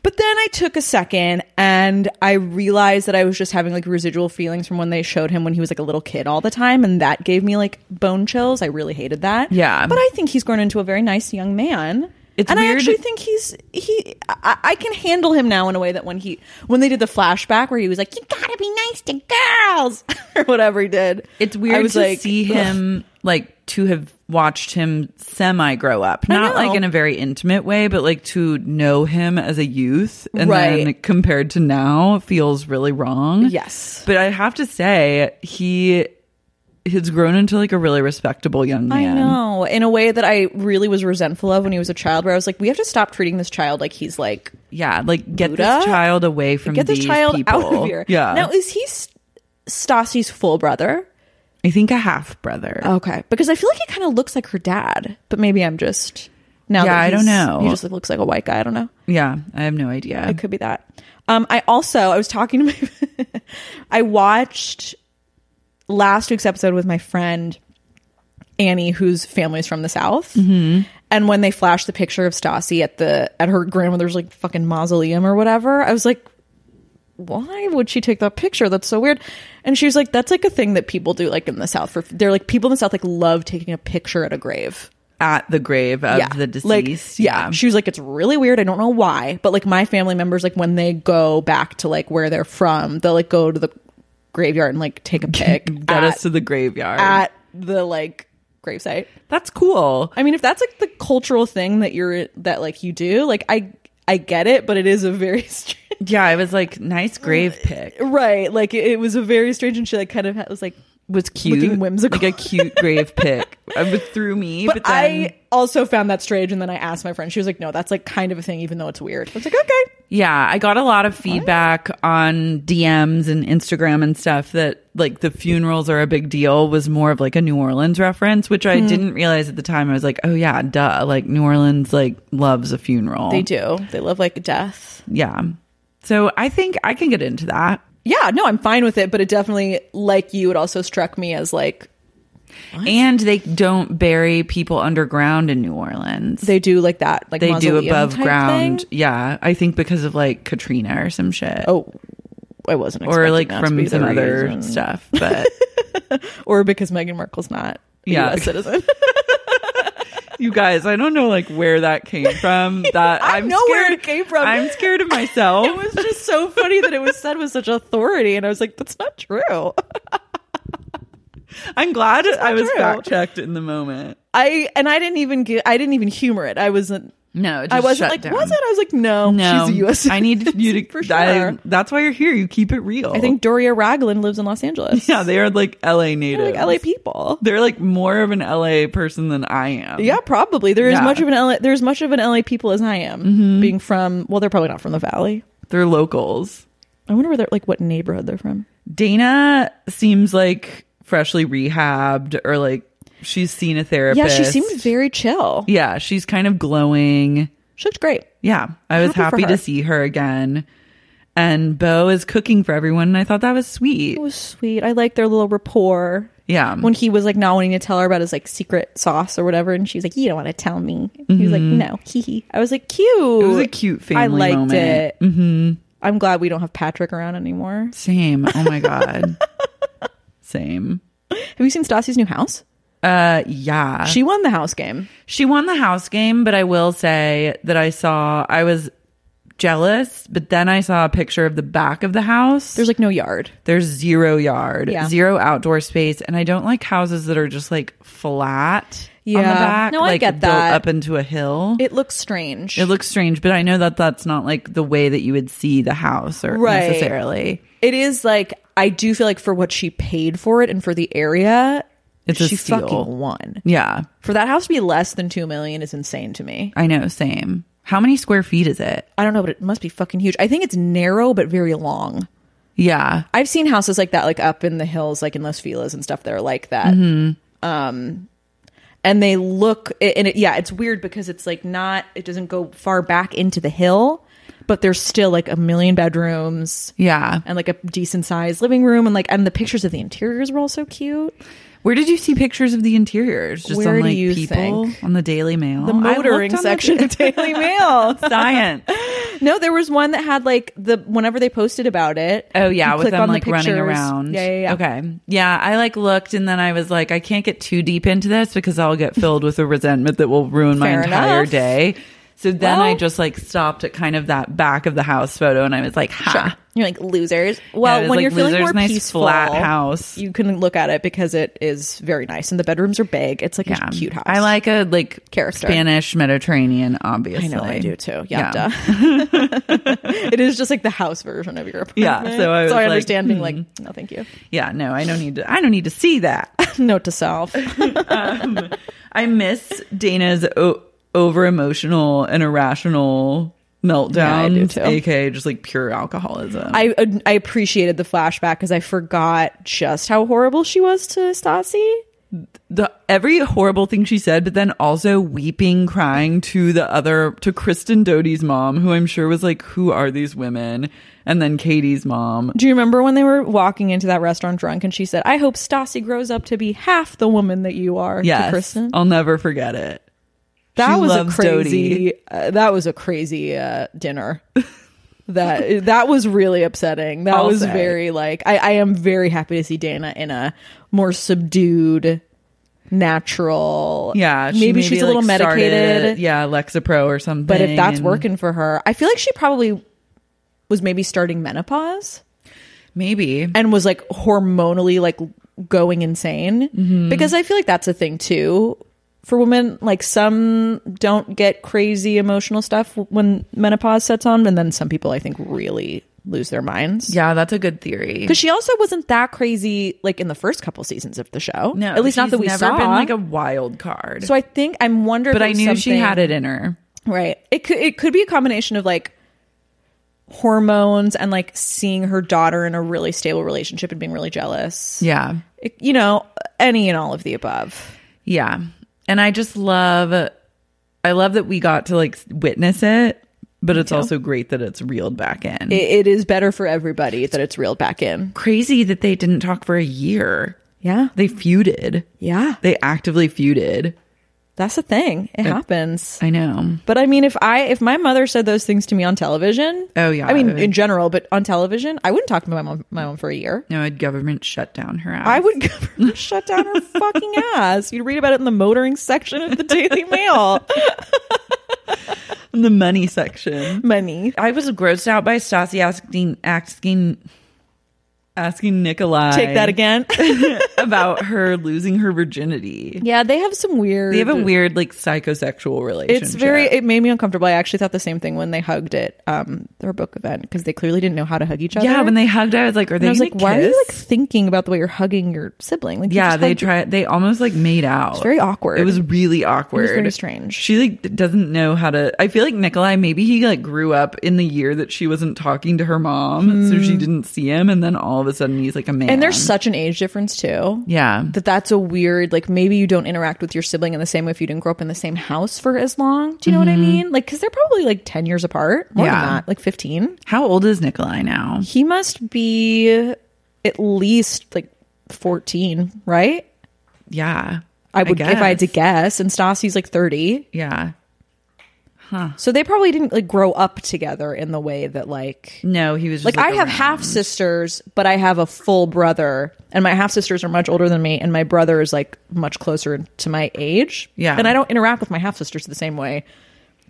Speaker 6: But then I took a second and I realized that I was just having like residual feelings from when they showed him when he was like a little kid all the time. And that gave me like bone chills. I really hated that.
Speaker 3: Yeah.
Speaker 6: But I think he's grown into a very nice young man.
Speaker 3: It's
Speaker 6: and I
Speaker 3: weird-
Speaker 6: actually think he's he. I, I can handle him now in a way that when he when they did the flashback where he was like, "You gotta be nice to girls" [laughs] or whatever he did.
Speaker 3: it's
Speaker 6: I
Speaker 3: weird
Speaker 6: was
Speaker 3: to
Speaker 6: like,
Speaker 3: see
Speaker 6: "Ugh."
Speaker 3: him like to have watched him semi grow up, not
Speaker 6: know.
Speaker 3: like in a very intimate way, but like to know him as a youth and then
Speaker 6: Right.
Speaker 3: compared to now feels really wrong.
Speaker 6: Yes.
Speaker 3: But I have to say, he has grown into like a really respectable young
Speaker 6: I
Speaker 3: man.
Speaker 6: know. In a way that I really was resentful of when he was a child, where I was like, we have to stop treating this child like he's like,
Speaker 3: Yeah, like get
Speaker 6: Buddha?
Speaker 3: this child away from
Speaker 6: get this
Speaker 3: these
Speaker 6: child
Speaker 3: people.
Speaker 6: out of here.
Speaker 3: Yeah.
Speaker 6: Now, is he S- Stassi's full brother?
Speaker 3: I think a half brother.
Speaker 6: Okay. Because I feel like he kind of looks like her dad, but maybe I'm just. Now
Speaker 3: Yeah,
Speaker 6: that
Speaker 3: I don't
Speaker 6: he's-
Speaker 3: know.
Speaker 6: He just like, looks like a white guy. I don't know.
Speaker 3: Yeah, I have no idea.
Speaker 6: It could be that. Um, I also I was talking to my [laughs] I watched last week's episode with my friend Annie, whose family's from the South. And when they flashed the picture of Stassi at the at her grandmother's like fucking mausoleum or whatever, I was like, why would she take that picture? That's so weird. And she was like, that's like a thing that people do like in the South. For they're like people in the South like love taking a picture at a grave
Speaker 3: At the grave of the
Speaker 6: like,
Speaker 3: deceased.
Speaker 6: yeah. She was like, it's really weird. I don't know why, but like my family members, like when they go back to like where they're from, they'll like go to the graveyard and like take a pic
Speaker 3: [laughs] Got
Speaker 6: at,
Speaker 3: us to the graveyard.
Speaker 6: at the like gravesite.
Speaker 3: That's cool.
Speaker 6: I mean, if that's like the cultural thing that you're that like you do, like I I get it, but it is a very [laughs] strange,
Speaker 3: Yeah, I was like, nice grave
Speaker 6: Uh,
Speaker 3: pick.
Speaker 6: right. Like it, it was a very strange, and she like kind of had, was like.
Speaker 3: Was cute,
Speaker 6: Looking whimsical.
Speaker 3: like a cute grave pick. It threw me,
Speaker 6: [laughs] But,
Speaker 3: but, then,
Speaker 6: I also found that strange, and then I asked my friend. She was like, "No, that's like kind of a thing, even though it's weird." I was like, "Okay,
Speaker 3: yeah, I got a lot of feedback on DMs and Instagram and stuff that like the funerals are a big deal was more of like a New Orleans reference, which
Speaker 6: Hmm.
Speaker 3: I didn't realize at the time. I was like, oh yeah, duh, like New Orleans like loves a funeral.
Speaker 6: they do. They love like death."
Speaker 3: yeah. So I think I can get into that.
Speaker 6: yeah, no, I'm fine with it, but it definitely, like you, it also struck me as like
Speaker 3: And they don't bury people underground in New Orleans.
Speaker 6: they do like that, like
Speaker 3: they do
Speaker 6: mausoleum
Speaker 3: above
Speaker 6: type
Speaker 3: ground.
Speaker 6: thing.
Speaker 3: Yeah, I think because of like Katrina or some shit.
Speaker 6: Oh, I wasn't,
Speaker 3: or
Speaker 6: expecting
Speaker 3: like
Speaker 6: that to
Speaker 3: from
Speaker 6: be
Speaker 3: some
Speaker 6: the
Speaker 3: other
Speaker 6: reason.
Speaker 3: stuff. But
Speaker 6: or because Meghan Markle's not a
Speaker 3: Yeah. [laughs]
Speaker 6: U.S. citizen.
Speaker 3: you guys, I don't know like where that came
Speaker 6: [laughs]
Speaker 3: from. That
Speaker 6: I
Speaker 3: I'm
Speaker 6: know where
Speaker 3: scared-
Speaker 6: it came from.
Speaker 3: I'm scared of myself.
Speaker 6: [laughs] it was just so funny that it was said with such authority, and I was like, that's not true. [laughs]
Speaker 3: I'm glad I was
Speaker 6: true.
Speaker 3: fact checked in the moment.
Speaker 6: I and I didn't even get, I didn't even humor it. I wasn't.
Speaker 3: No, it
Speaker 6: I
Speaker 3: just
Speaker 6: wasn't
Speaker 3: shut
Speaker 6: like
Speaker 3: down.
Speaker 6: was it? I was like, no,
Speaker 3: No,
Speaker 6: she's a U.S.
Speaker 3: I need you to.
Speaker 6: [laughs] for sure.
Speaker 3: I- that's why you're here. You keep it real.
Speaker 6: I think Doria Raglan lives in Los
Speaker 3: [laughs]
Speaker 6: Angeles.
Speaker 3: Yeah, they are like LA natives.
Speaker 6: They're like LA people.
Speaker 3: They're like more of an LA person than I am.
Speaker 6: Yeah, probably. There is
Speaker 3: Yeah. Mm-hmm.
Speaker 6: much of an LA, there's much of an LA people as I am, being from. Well, they're probably not from the Valley.
Speaker 3: They're locals.
Speaker 6: I wonder where they're like what neighborhood they're from.
Speaker 3: Dana seems like freshly rehabbed or like she's seen a therapist.
Speaker 6: Yeah, she seemed very chill.
Speaker 3: Yeah, she's kind of glowing.
Speaker 6: She looked great.
Speaker 3: Yeah, I was
Speaker 6: Happy for
Speaker 3: happy,
Speaker 6: her.
Speaker 3: to see her again. And Bo is cooking for everyone, and I thought that was sweet.
Speaker 6: It was sweet. I liked their little rapport.
Speaker 3: yeah.
Speaker 6: When he was like not wanting to tell her about his like secret sauce or whatever, and she was like, "You don't want to tell me." He was like, "No, [laughs] hee hee." I was like, "Cute." It
Speaker 3: Mm-hmm. was a cute
Speaker 6: I
Speaker 3: family
Speaker 6: liked
Speaker 3: moment.
Speaker 6: it. Mm-hmm. I'm glad we don't have Patrick around anymore.
Speaker 3: Same. Oh my
Speaker 6: [laughs]
Speaker 3: god. Same.
Speaker 6: Have you seen Stassi's new house?
Speaker 3: Uh yeah.
Speaker 6: She won the house game.
Speaker 3: She won the house game, but I will say that I saw I was jealous, but then I saw a picture of the back of the house.
Speaker 6: There's like no yard.
Speaker 3: There's zero yard,
Speaker 6: Yeah.
Speaker 3: zero outdoor space, and I don't like houses that are just like flat on the
Speaker 6: Yeah.
Speaker 3: back,
Speaker 6: No, I
Speaker 3: like
Speaker 6: get
Speaker 3: built
Speaker 6: that.
Speaker 3: up into a hill. It,
Speaker 6: It looks strange.
Speaker 3: looks strange, but I know that that's not like the way that you would see the house or
Speaker 6: Right.
Speaker 3: necessarily.
Speaker 6: it is like I do feel like for what she paid for it and for the area,
Speaker 3: It's a
Speaker 6: she
Speaker 3: steal.
Speaker 6: fucking won.
Speaker 3: Yeah,
Speaker 6: For that house to be less than two million is insane to me.
Speaker 3: I know. Same. How many square feet is it?
Speaker 6: I don't know, but it must be fucking huge. I think it's narrow but very long.
Speaker 3: Yeah,
Speaker 6: I've seen houses like that, like up in the hills, like in Los Feliz and stuff that are like that. Um,
Speaker 3: Mm-hmm.
Speaker 6: and they look, and it, yeah, it's weird because it's like not, it doesn't go far back into the hill, but there's still like a million bedrooms.
Speaker 3: yeah.
Speaker 6: and like a decent sized living room and like and the pictures of the interiors were also cute.
Speaker 3: Where did you see pictures of the interiors? Just
Speaker 6: Where
Speaker 3: on
Speaker 6: do
Speaker 3: like
Speaker 6: you
Speaker 3: people
Speaker 6: think?
Speaker 3: on the Daily Mail,
Speaker 6: The
Speaker 3: I looked
Speaker 6: motoring
Speaker 3: on the- [laughs]
Speaker 6: section of Daily Mail.
Speaker 3: science.
Speaker 6: no, there was one that had like the whenever they posted about it.
Speaker 3: Oh yeah,
Speaker 6: you
Speaker 3: with
Speaker 6: click on
Speaker 3: them
Speaker 6: the
Speaker 3: like running
Speaker 6: pictures.
Speaker 3: around.
Speaker 6: Yeah, yeah, yeah.
Speaker 3: Okay. Yeah, I like looked and then I was like, I can't get too deep into this because I'll get filled with a resentment that will ruin my
Speaker 6: Fair
Speaker 3: entire
Speaker 6: enough.
Speaker 3: day. So then I
Speaker 6: Well-
Speaker 3: just like stopped at kind of that back of the house photo and I was like, ha.
Speaker 6: You're like losers.
Speaker 3: Ah. it
Speaker 6: Well,
Speaker 3: is
Speaker 6: when
Speaker 3: like
Speaker 6: you're feeling
Speaker 3: losers,
Speaker 6: more
Speaker 3: nice
Speaker 6: peaceful,
Speaker 3: flat house.
Speaker 6: you can look at it because it is very nice, and the bedrooms are big. It's like
Speaker 3: Yeah.
Speaker 6: a cute house.
Speaker 3: I like a like
Speaker 6: Character.
Speaker 3: Spanish Mediterranean, obviously.
Speaker 6: I know I do too. Yeah,
Speaker 3: Yeah.
Speaker 6: duh. [laughs] it is just like the house version of your
Speaker 3: Yeah,
Speaker 6: apartment.
Speaker 3: so I was like, mm-hmm.
Speaker 6: understand being like, no, thank you.
Speaker 3: Yeah, no, I don't need to I don't need to see
Speaker 6: [laughs]
Speaker 3: that.
Speaker 6: Note to self. [laughs]
Speaker 3: I miss Dana's o- over emotional and irrational meltdowns,
Speaker 6: Yeah, I do too.
Speaker 3: aka just like pure alcoholism.
Speaker 6: I I appreciated the flashback because I forgot just how horrible she was to Stassi.
Speaker 3: the every horrible thing she said, but then also weeping, crying to the other to Kristen Doty's mom, who I'm sure was like, "Who are these women?" And then Katie's mom.
Speaker 6: Do you remember when they were walking into that restaurant drunk and she said, "I hope Stassi grows up to be half the woman that you are"? to
Speaker 3: Yes,
Speaker 6: Kristen.
Speaker 3: I'll never forget it.
Speaker 6: that
Speaker 3: She
Speaker 6: was a
Speaker 3: loves
Speaker 6: crazy uh, that was a crazy uh, dinner [laughs] that that was really upsetting that
Speaker 3: I'll
Speaker 6: was
Speaker 3: say.
Speaker 6: very like I, I am very happy to see dana in a more subdued natural
Speaker 3: Yeah, she
Speaker 6: maybe, she's a
Speaker 3: like,
Speaker 6: little
Speaker 3: started-
Speaker 6: medicated
Speaker 3: yeah, Lexapro or something.
Speaker 6: but if that's
Speaker 3: and
Speaker 6: working for her i feel like she probably was maybe starting menopause
Speaker 3: maybe
Speaker 6: and was like hormonally like going insane
Speaker 3: Mm-hmm.
Speaker 6: because I feel like that's a thing too for women. Like some don't get crazy emotional stuff when menopause sets on, and then some people I think really lose their minds.
Speaker 3: yeah, that's a good theory.
Speaker 6: Because she also wasn't that crazy like in the first couple seasons of the show. at least not
Speaker 3: she's
Speaker 6: that we
Speaker 3: never
Speaker 6: saw.
Speaker 3: Been like a wild card.
Speaker 6: so I think I'm wondering.
Speaker 3: but I knew she had it in her.
Speaker 6: Right. It could it could be a combination of like hormones and like seeing her daughter in a really stable relationship and being really jealous.
Speaker 3: Yeah,
Speaker 6: It- you know, any and all of the above.
Speaker 3: Yeah. And I just love I love that we got to like witness it, but it's also great that it's reeled back in.
Speaker 6: It, it is better for everybody that it's reeled back in.
Speaker 3: Crazy that they didn't talk for a year.
Speaker 6: Yeah.
Speaker 3: They feuded.
Speaker 6: Yeah.
Speaker 3: They actively feuded.
Speaker 6: That's the thing. It happens.
Speaker 3: I know.
Speaker 6: But I mean, if I if my mother said those things to me on television,
Speaker 3: Oh, yeah,
Speaker 6: I mean
Speaker 3: I would-
Speaker 6: in general, but on television, I wouldn't talk to my mom my mom for a year.
Speaker 3: No, I'd government shut down her ass.
Speaker 6: I would shut down
Speaker 3: [laughs]
Speaker 6: her fucking ass. You'd read about it in the motoring section of the Daily Mail.
Speaker 3: in the money section.
Speaker 6: Money.
Speaker 3: I was grossed out by Stassi asking asking asking Nikolai
Speaker 6: Take that again.
Speaker 3: [laughs] about her losing her virginity.
Speaker 6: yeah, they have some weird.
Speaker 3: They have a weird like psychosexual relationship.
Speaker 6: It's very. It made me uncomfortable. I actually thought the same thing when they hugged at um, their book event because they clearly didn't know how to hug each other.
Speaker 3: Yeah, when they hugged, I was like, "Are
Speaker 6: And
Speaker 3: they?"
Speaker 6: I was
Speaker 3: gonna
Speaker 6: like, why are you like
Speaker 3: kiss?"
Speaker 6: thinking about the way you're hugging your sibling? Like, you
Speaker 3: yeah,
Speaker 6: just
Speaker 3: they
Speaker 6: hugged-
Speaker 3: tried. They almost like made out.
Speaker 6: It's very awkward.
Speaker 3: It was really awkward.
Speaker 6: very strange.
Speaker 3: She like d- doesn't know how to. I feel like Nikolai. Maybe he like grew up in the year that she wasn't talking to her mom, so she didn't see him, and then all of a sudden he's like a man.
Speaker 6: Hmm. And there's such an age difference too.
Speaker 3: yeah,
Speaker 6: That that's a weird like maybe you don't interact with your sibling in the same way if you didn't grow up in the same house for as long. Do you know what I mean? Like because they're probably like ten years apart, more
Speaker 3: Mm-hmm. Yeah.
Speaker 6: than that, like fifteen.
Speaker 3: how old is Nikolai now?
Speaker 6: He must be at least like fourteen, right?
Speaker 3: Yeah,
Speaker 6: I would if I had to
Speaker 3: guess.
Speaker 6: guess. And Stassi's like 30.
Speaker 3: Yeah,
Speaker 6: So they probably didn't like grow up together in the way that like
Speaker 3: no, he was just,
Speaker 6: like,
Speaker 3: like,
Speaker 6: I have
Speaker 3: around.
Speaker 6: half sisters, but I have a full brother, and my half sisters are much older than me, and my brother is like much closer to my age.
Speaker 3: Yeah.
Speaker 6: and I don't interact with my half sisters the same way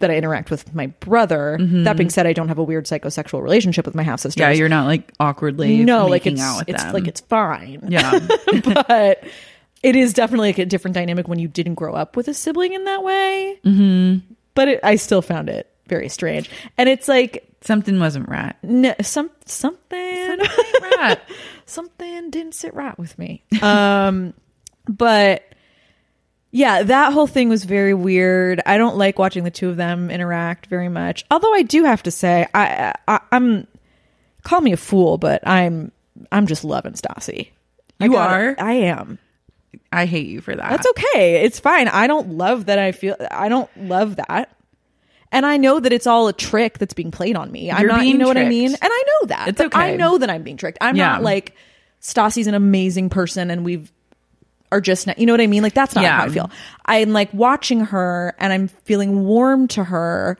Speaker 6: that I interact with my brother. That being said, I don't have a weird psychosexual relationship with my half sisters.
Speaker 3: Mm-hmm. Yeah, you're not like awkwardly
Speaker 6: no like
Speaker 3: making
Speaker 6: it's
Speaker 3: out with
Speaker 6: it's
Speaker 3: them.
Speaker 6: like it's fine.
Speaker 3: yeah.
Speaker 6: [laughs] but it is definitely like a different dynamic when you didn't grow up with a sibling in that way. Mm-hmm. But it, I still found it very strange, and it's like
Speaker 3: Something wasn't
Speaker 6: [laughs]
Speaker 3: right.
Speaker 6: n- some something
Speaker 3: right.
Speaker 6: something didn't sit right
Speaker 3: [laughs]
Speaker 6: with me. Um, but yeah, that whole thing was very weird. I don't like watching the two of them interact very much. Although I do have to say, I, I I'm call me a fool, but I'm I'm just loving Stassi. I
Speaker 3: You
Speaker 6: gotta-
Speaker 3: are?
Speaker 6: I am.
Speaker 3: I hate you for that.
Speaker 6: That's okay. It's fine. I don't love that I feel I don't love that. And I know that it's all a trick that's being played on me. I'm
Speaker 3: You're
Speaker 6: not you
Speaker 3: being
Speaker 6: know what I
Speaker 3: tricked.
Speaker 6: mean? And I know that.
Speaker 3: It's
Speaker 6: But I
Speaker 3: okay.
Speaker 6: know that I'm being tricked. I'm
Speaker 3: Yeah.
Speaker 6: not like Stassi's an amazing person and we've are just not, you know what I mean? Like that's not
Speaker 3: Yeah.
Speaker 6: how I feel. I'm like watching her and I'm feeling warm to her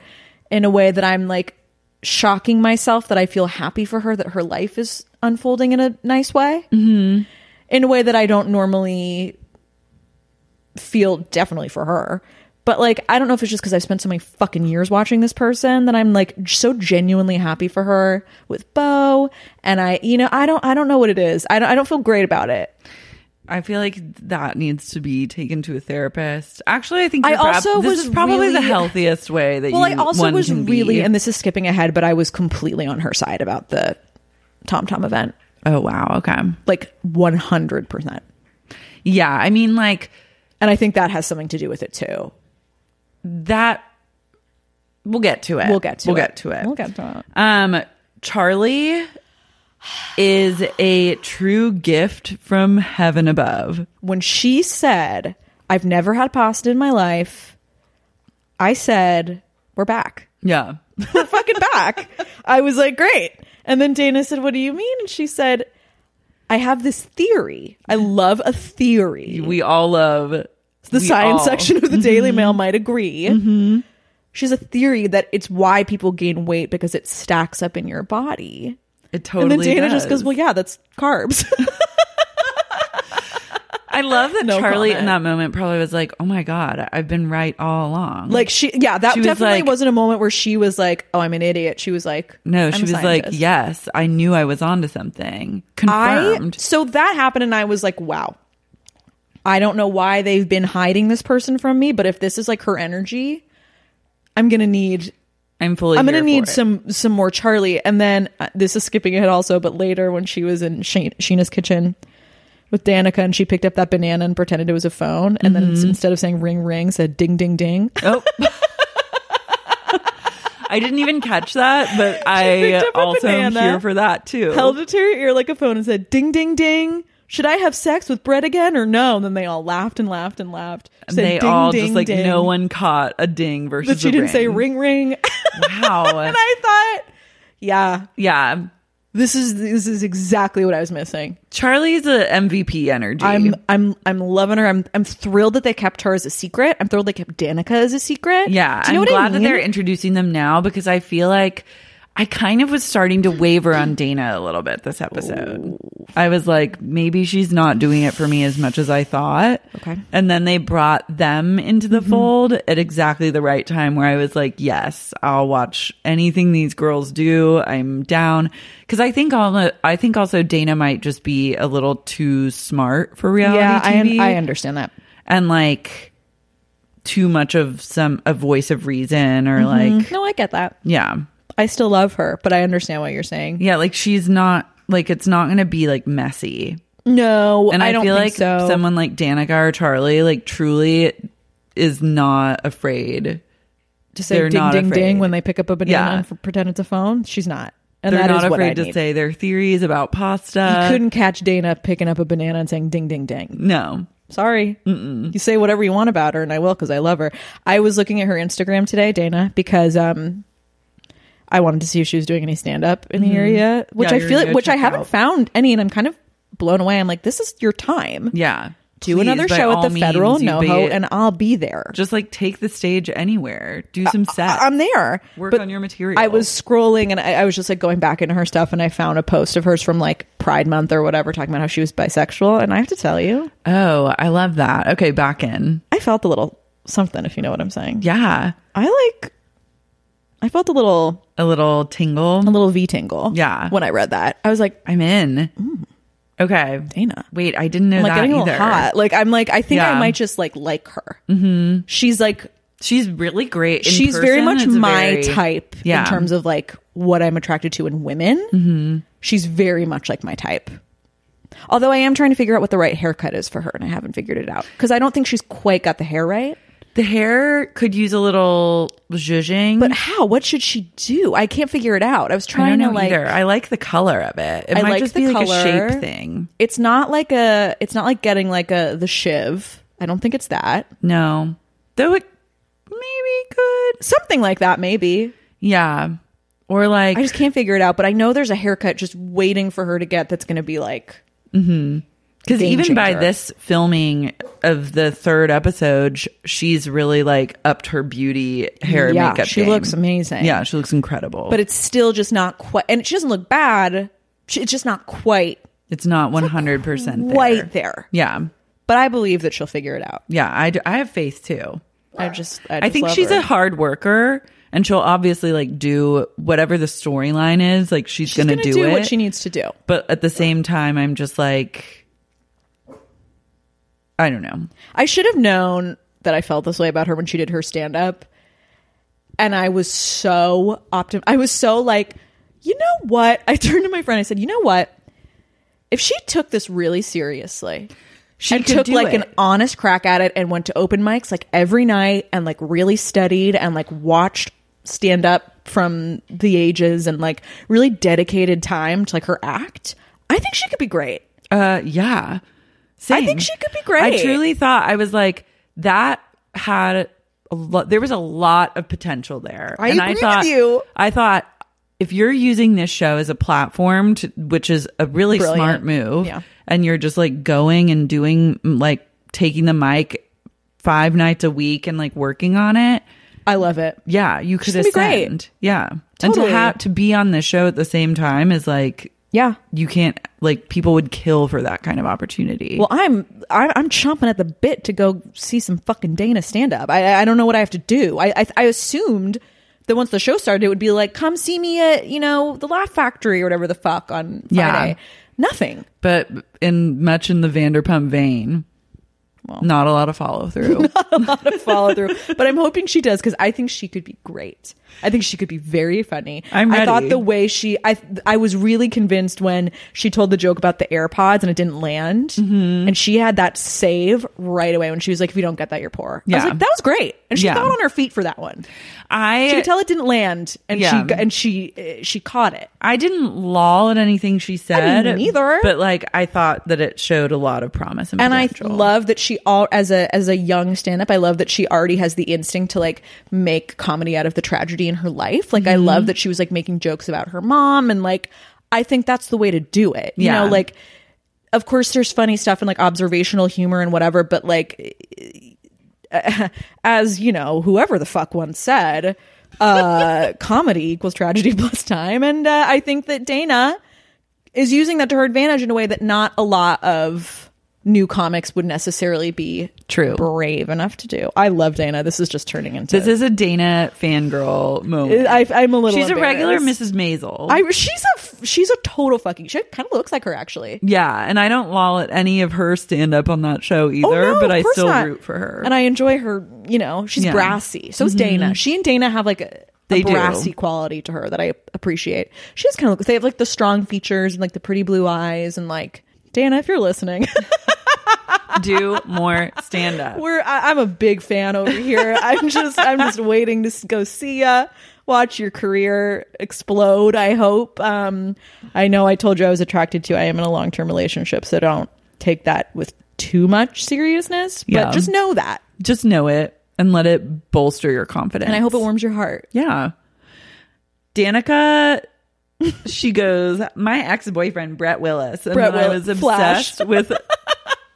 Speaker 6: in a way that I'm like shocking myself that I feel happy for her that her life is unfolding in a nice way. Mm-hmm. In a way that I don't normally feel definitely for her, But like, I don't know if it's just because I've spent so many fucking years watching this person that I'm like j- so genuinely happy for her with Bo. And I, you know, I don't, I don't know what it is. I don't, I don't feel great about it.
Speaker 3: I feel like that needs to be taken to a therapist. Actually, I think
Speaker 6: I
Speaker 3: you're prob-
Speaker 6: also
Speaker 3: this
Speaker 6: was
Speaker 3: is probably the
Speaker 6: really-
Speaker 3: healthiest way that
Speaker 6: Well,
Speaker 3: you
Speaker 6: I also
Speaker 3: one
Speaker 6: was
Speaker 3: can
Speaker 6: really,
Speaker 3: be.
Speaker 6: and this is skipping ahead, but I was completely on her side about the Tom Tom event,
Speaker 3: oh wow, okay,
Speaker 6: like 100 percent.
Speaker 3: yeah. I mean, like
Speaker 6: And I think that has something to do with it too.
Speaker 3: that. We'll get to it.
Speaker 6: We'll get to
Speaker 3: we'll
Speaker 6: it.
Speaker 3: get to it.
Speaker 6: We'll get to it.
Speaker 3: Um, Charlie is a true gift from heaven above.
Speaker 6: When she said, "I've never had pasta in my life," I said, "We're back. [laughs]
Speaker 3: Yeah.
Speaker 6: We're fucking back." I was like, "Great." And then Dana said, "What do you mean?" And she said, "I have this theory. I love a theory."
Speaker 3: We all love
Speaker 6: the
Speaker 3: we all-
Speaker 6: science
Speaker 3: Mm-hmm.
Speaker 6: section of the Daily Mail might agree. She has a theory that it's why people gain weight because it stacks up in your body.
Speaker 3: It totally
Speaker 6: and then Dana just
Speaker 3: does.
Speaker 6: goes, Well, yeah, that's
Speaker 3: [laughs]
Speaker 6: carbs.
Speaker 3: I love that
Speaker 6: No
Speaker 3: Charlie in
Speaker 6: comment.
Speaker 3: that moment probably was like, "Oh my god, I've been right all along."
Speaker 6: like, she, yeah, that
Speaker 3: She was
Speaker 6: definitely
Speaker 3: like-
Speaker 6: was not a moment where she was like, Oh, I'm an idiot. She was like,
Speaker 3: no,
Speaker 6: "I'm
Speaker 3: she
Speaker 6: a
Speaker 3: was like,
Speaker 6: scientist."
Speaker 3: "Yes, I knew I was onto something."
Speaker 6: I,
Speaker 3: Confirmed.
Speaker 6: so that happened, and I was like, Wow. I don't know why they've been hiding this person from me, but if this is like her energy, I'm going to need
Speaker 3: I, am fully.
Speaker 6: I'm gonna
Speaker 3: here for
Speaker 6: need
Speaker 3: it.
Speaker 6: some some more Charlie, and then uh, this is skipping ahead also. But later, when she was in Shane, Sheena's kitchen with Danica, and she picked up that banana and pretended it was a phone, and then
Speaker 3: Mm-hmm.
Speaker 6: s- instead of saying ring ring, said ding ding ding. [laughs]
Speaker 3: Oh. I didn't even catch that, but I
Speaker 6: picked up a
Speaker 3: also am
Speaker 6: banana,
Speaker 3: here for that too.
Speaker 6: Held it to her ear like a phone and said ding ding ding. Should I have sex with Brett again or no? And then they all laughed and laughed and laughed. Said,
Speaker 3: they
Speaker 6: "Ding,
Speaker 3: all just
Speaker 6: ding,
Speaker 3: like
Speaker 6: ding,"
Speaker 3: no one caught a ding versus
Speaker 6: That she
Speaker 3: a
Speaker 6: didn't say ring ring, [laughs] and [laughs]
Speaker 3: Wow.
Speaker 6: I thought, yeah,
Speaker 3: yeah.
Speaker 6: this is this is exactly what I was missing.
Speaker 3: Charlie's a MVP energy.
Speaker 6: I'm I'm I'm loving her. I'm I'm thrilled that they kept her as a secret. I'm thrilled they kept Danica as a secret.
Speaker 3: yeah,
Speaker 6: Do you
Speaker 3: I'm
Speaker 6: know what I
Speaker 3: glad that they're
Speaker 6: mean?
Speaker 3: introducing them now because I feel like I kind of was starting to waver on Dana a little bit this episode.
Speaker 6: Oh.
Speaker 3: I was like, maybe she's not doing it for me as much as I thought.
Speaker 6: Okay. Mm-hmm.
Speaker 3: And then they brought them into the fold at exactly the right time where I was like, yes, I'll watch anything these girls do. I'm down. Cause I think all, I think also Dana might just be a little too smart for reality
Speaker 6: yeah. I un-
Speaker 3: TV
Speaker 6: I understand that.
Speaker 3: and like too much of some a voice of reason or like
Speaker 6: No, I get that.
Speaker 3: yeah
Speaker 6: I still love her, but I understand what you're saying.
Speaker 3: yeah like she's not like it's not gonna be like messy
Speaker 6: No,
Speaker 3: and
Speaker 6: I,
Speaker 3: i,
Speaker 6: don't
Speaker 3: feel
Speaker 6: think
Speaker 3: like
Speaker 6: so.
Speaker 3: someone like danica or charlie like truly is not afraid
Speaker 6: to say
Speaker 3: they're
Speaker 6: ding
Speaker 3: not
Speaker 6: ding
Speaker 3: afraid.
Speaker 6: ding when they pick up a banana
Speaker 3: Yeah.
Speaker 6: and f- pretend it's a phone. She's not, and
Speaker 3: they're
Speaker 6: that is
Speaker 3: not
Speaker 6: what I
Speaker 3: afraid to
Speaker 6: need.
Speaker 3: say uh, their theories about
Speaker 6: You
Speaker 3: pasta
Speaker 6: couldn't catch Dana picking up a banana and saying ding ding ding.
Speaker 3: no
Speaker 6: Sorry. You say whatever you want about her, and I will because I love her. I was looking at her Instagram today, Dana, because um, I wanted to see if she was doing any stand up in the area, which
Speaker 3: Mm-hmm. Yeah,
Speaker 6: I
Speaker 3: you're
Speaker 6: feel,
Speaker 3: gonna go
Speaker 6: which I
Speaker 3: check
Speaker 6: haven't
Speaker 3: out.
Speaker 6: found any, and I'm kind of blown away. I'm like, this is your time.
Speaker 3: yeah
Speaker 6: Do
Speaker 3: Please,
Speaker 6: another
Speaker 3: by
Speaker 6: show at
Speaker 3: all
Speaker 6: the
Speaker 3: means,
Speaker 6: Federal
Speaker 3: you
Speaker 6: NoHo,
Speaker 3: ba-
Speaker 6: and I'll be there.
Speaker 3: just like take the stage anywhere do some sets
Speaker 6: I'm there.
Speaker 3: work
Speaker 6: But
Speaker 3: on your material
Speaker 6: I was scrolling and I, I was just like going back into her stuff, and I found a post of hers from like Pride Month or whatever, talking about how she was bisexual. And I have to tell you,
Speaker 3: oh i love that okay back in
Speaker 6: I felt a little something, if you know what I'm saying.
Speaker 3: yeah
Speaker 6: I like. I felt a little
Speaker 3: a little tingle
Speaker 6: a little V tingle.
Speaker 3: Yeah.
Speaker 6: when I read that, I was like,
Speaker 3: I'm in. Okay.
Speaker 6: Mm. Dana.
Speaker 3: Wait, I didn't know
Speaker 6: I'm like
Speaker 3: that
Speaker 6: getting a
Speaker 3: either.
Speaker 6: little hot. Like I'm like I think
Speaker 3: Yeah.
Speaker 6: I might just like like her. Mm-hmm. She's like
Speaker 3: She's really great. in
Speaker 6: she's very
Speaker 3: person.
Speaker 6: much
Speaker 3: It's
Speaker 6: my
Speaker 3: very-
Speaker 6: type
Speaker 3: Yeah. Mm-hmm.
Speaker 6: in terms of like what I'm attracted to in women. She's very much like my type. Although I am trying to figure out what the right haircut is for her, and I haven't figured it out because I don't think she's quite got the hair right.
Speaker 3: The hair could use a little zhuzhing.
Speaker 6: But how? What should she do? I can't figure it out. I was
Speaker 3: Mm. I
Speaker 6: trying
Speaker 3: don't know
Speaker 6: to like
Speaker 3: either. I like the color of it. It
Speaker 6: I
Speaker 3: might
Speaker 6: like
Speaker 3: just
Speaker 6: the
Speaker 3: be like
Speaker 6: color.
Speaker 3: a shape thing.
Speaker 6: it's not like a it's not like getting like a the shiv i don't think it's that
Speaker 3: No. Though it maybe could.
Speaker 6: something like that maybe
Speaker 3: Yeah. Or like
Speaker 6: i just can't figure it out but i know there's a haircut just waiting for her to get that's going to be like
Speaker 3: Because
Speaker 6: game
Speaker 3: even by
Speaker 6: changer.
Speaker 3: this filming of the third episode, sh- she's really like upped her beauty hair and
Speaker 6: Yeah,
Speaker 3: makeup.
Speaker 6: she
Speaker 3: game.
Speaker 6: looks amazing.
Speaker 3: Yeah, she looks incredible.
Speaker 6: but it's still just not quite and she doesn't look bad she, it's just not quite
Speaker 3: it's not one hundred percent
Speaker 6: quite there
Speaker 3: Yeah,
Speaker 6: but i believe that she'll figure it out
Speaker 3: yeah. I, d- I have faith too.
Speaker 6: I just, I,
Speaker 3: I
Speaker 6: just
Speaker 3: think
Speaker 6: love
Speaker 3: she's
Speaker 6: her.
Speaker 3: a hard worker and she'll obviously like do whatever the storyline is. Like she's,
Speaker 6: She's
Speaker 3: gonna,
Speaker 6: gonna
Speaker 3: do, it.
Speaker 6: what she needs to do.
Speaker 3: but at the same time, I'm just like, I don't know.
Speaker 6: I should have known that I felt this way about her when she did her stand up. And I was so optim I was so like, you know what? [laughs] I turned to my friend. I said, you know what? If she took this really seriously
Speaker 3: She
Speaker 6: and
Speaker 3: could
Speaker 6: took
Speaker 3: do
Speaker 6: like
Speaker 3: it.
Speaker 6: an honest crack at it and went to open mics like every night and like really studied and like watched stand up from the ages and like really dedicated time to like her act, I think she could be great.
Speaker 3: Uh, yeah.
Speaker 6: I think
Speaker 3: Same.
Speaker 6: she could be great.
Speaker 3: I truly thought I was like that had a lot. There was a lot of potential there,
Speaker 6: I agree
Speaker 3: I
Speaker 6: with
Speaker 3: thought
Speaker 6: you.
Speaker 3: I thought if you're using this show as a platform, to, which is a really
Speaker 6: Brilliant.
Speaker 3: smart move,
Speaker 6: Yeah.
Speaker 3: and you're just like going and doing like taking the mic five nights a week and like working on it.
Speaker 6: I love it.
Speaker 3: Yeah, you could
Speaker 6: She's gonna be great.
Speaker 3: ascend. Yeah, and
Speaker 6: Totally.
Speaker 3: to have to be on this show at the same time is like
Speaker 6: Yeah.
Speaker 3: you can't like people would kill for that kind of opportunity.
Speaker 6: Well, I'm I- I'm chomping at the bit to go see some fucking Dana stand up. I I don't know what I have to do. I, I I assumed that once the show started, it would be like, come see me at you know the Laugh Factory or whatever the fuck on
Speaker 3: Yeah.
Speaker 6: Friday. Nothing.
Speaker 3: but in much in the Vanderpump vein, not a lot of follow
Speaker 6: [laughs]
Speaker 3: through.
Speaker 6: Follow through, but I'm hoping she does because I think she could be great. I think she could be very funny.
Speaker 3: I'm
Speaker 6: I thought
Speaker 3: ready.
Speaker 6: the way she I I was really convinced when she told the joke about the AirPods and it didn't land,
Speaker 3: Mm-hmm.
Speaker 6: and she had that save right away when she was like, "If you don't get that, you're poor." I was
Speaker 3: Yeah.
Speaker 6: like, "That was great," and she
Speaker 3: Yeah.
Speaker 6: got on her feet for that one.
Speaker 3: I
Speaker 6: she could tell it didn't land, and
Speaker 3: Yeah.
Speaker 6: she and she uh, she caught it.
Speaker 3: I didn't loll at anything she said.
Speaker 6: didn't either.
Speaker 3: But like I thought that it showed a lot of promise and,
Speaker 6: And I
Speaker 3: potential.
Speaker 6: love that she all as a as a young stand up. I love that she already has the instinct to like make comedy out of the tragedy in her life. Like I
Speaker 3: Mm-hmm.
Speaker 6: love that she was like making jokes about her mom, and like I think that's the way to do it. You
Speaker 3: Yeah.
Speaker 6: know, like of course there's funny stuff and like observational humor and whatever, but like as you know, whoever the fuck once said, uh, [laughs] comedy equals tragedy plus time. And uh, I think that Dana is using that to her advantage in a way that not a lot of new comics would necessarily be
Speaker 3: True.
Speaker 6: brave enough to do. I love Dana. This is just turning into.
Speaker 3: This is a Dana fangirl moment.
Speaker 6: I, I'm a little.
Speaker 3: She's a regular
Speaker 6: embarrassed.
Speaker 3: Mrs. Maisel.
Speaker 6: I she's a she's a total fucking. She kind of looks like her actually.
Speaker 3: yeah, and I don't loll at any of her stand up on that show either,
Speaker 6: Oh, no,
Speaker 3: but
Speaker 6: of
Speaker 3: I
Speaker 6: course
Speaker 3: still
Speaker 6: not.
Speaker 3: root for her.
Speaker 6: And I enjoy her, you know, she's
Speaker 3: Yeah. Mm-hmm.
Speaker 6: brassy. So is Dana. She and Dana have like a, a
Speaker 3: They do.
Speaker 6: brassy quality to her that I appreciate. She has kind of look, they have like the strong features and like the pretty blue eyes and like Dana, if you're listening, [laughs]
Speaker 3: do more stand up.
Speaker 6: we're I, I'm a big fan over here. [laughs] I'm just I'm just waiting to s- go see ya, watch your career explode. I hope. Um, I know I told you I was attracted to. I am in a long term relationship, so don't take that with too much seriousness. But
Speaker 3: Yeah.
Speaker 6: just know that,
Speaker 3: Just know it and let it bolster your confidence.
Speaker 6: and I hope it warms your heart.
Speaker 3: Yeah. Danica, [laughs] she goes, My ex boyfriend, Brett Willis. And
Speaker 6: Brett
Speaker 3: then I
Speaker 6: Willis,
Speaker 3: was obsessed
Speaker 6: [laughs]
Speaker 3: with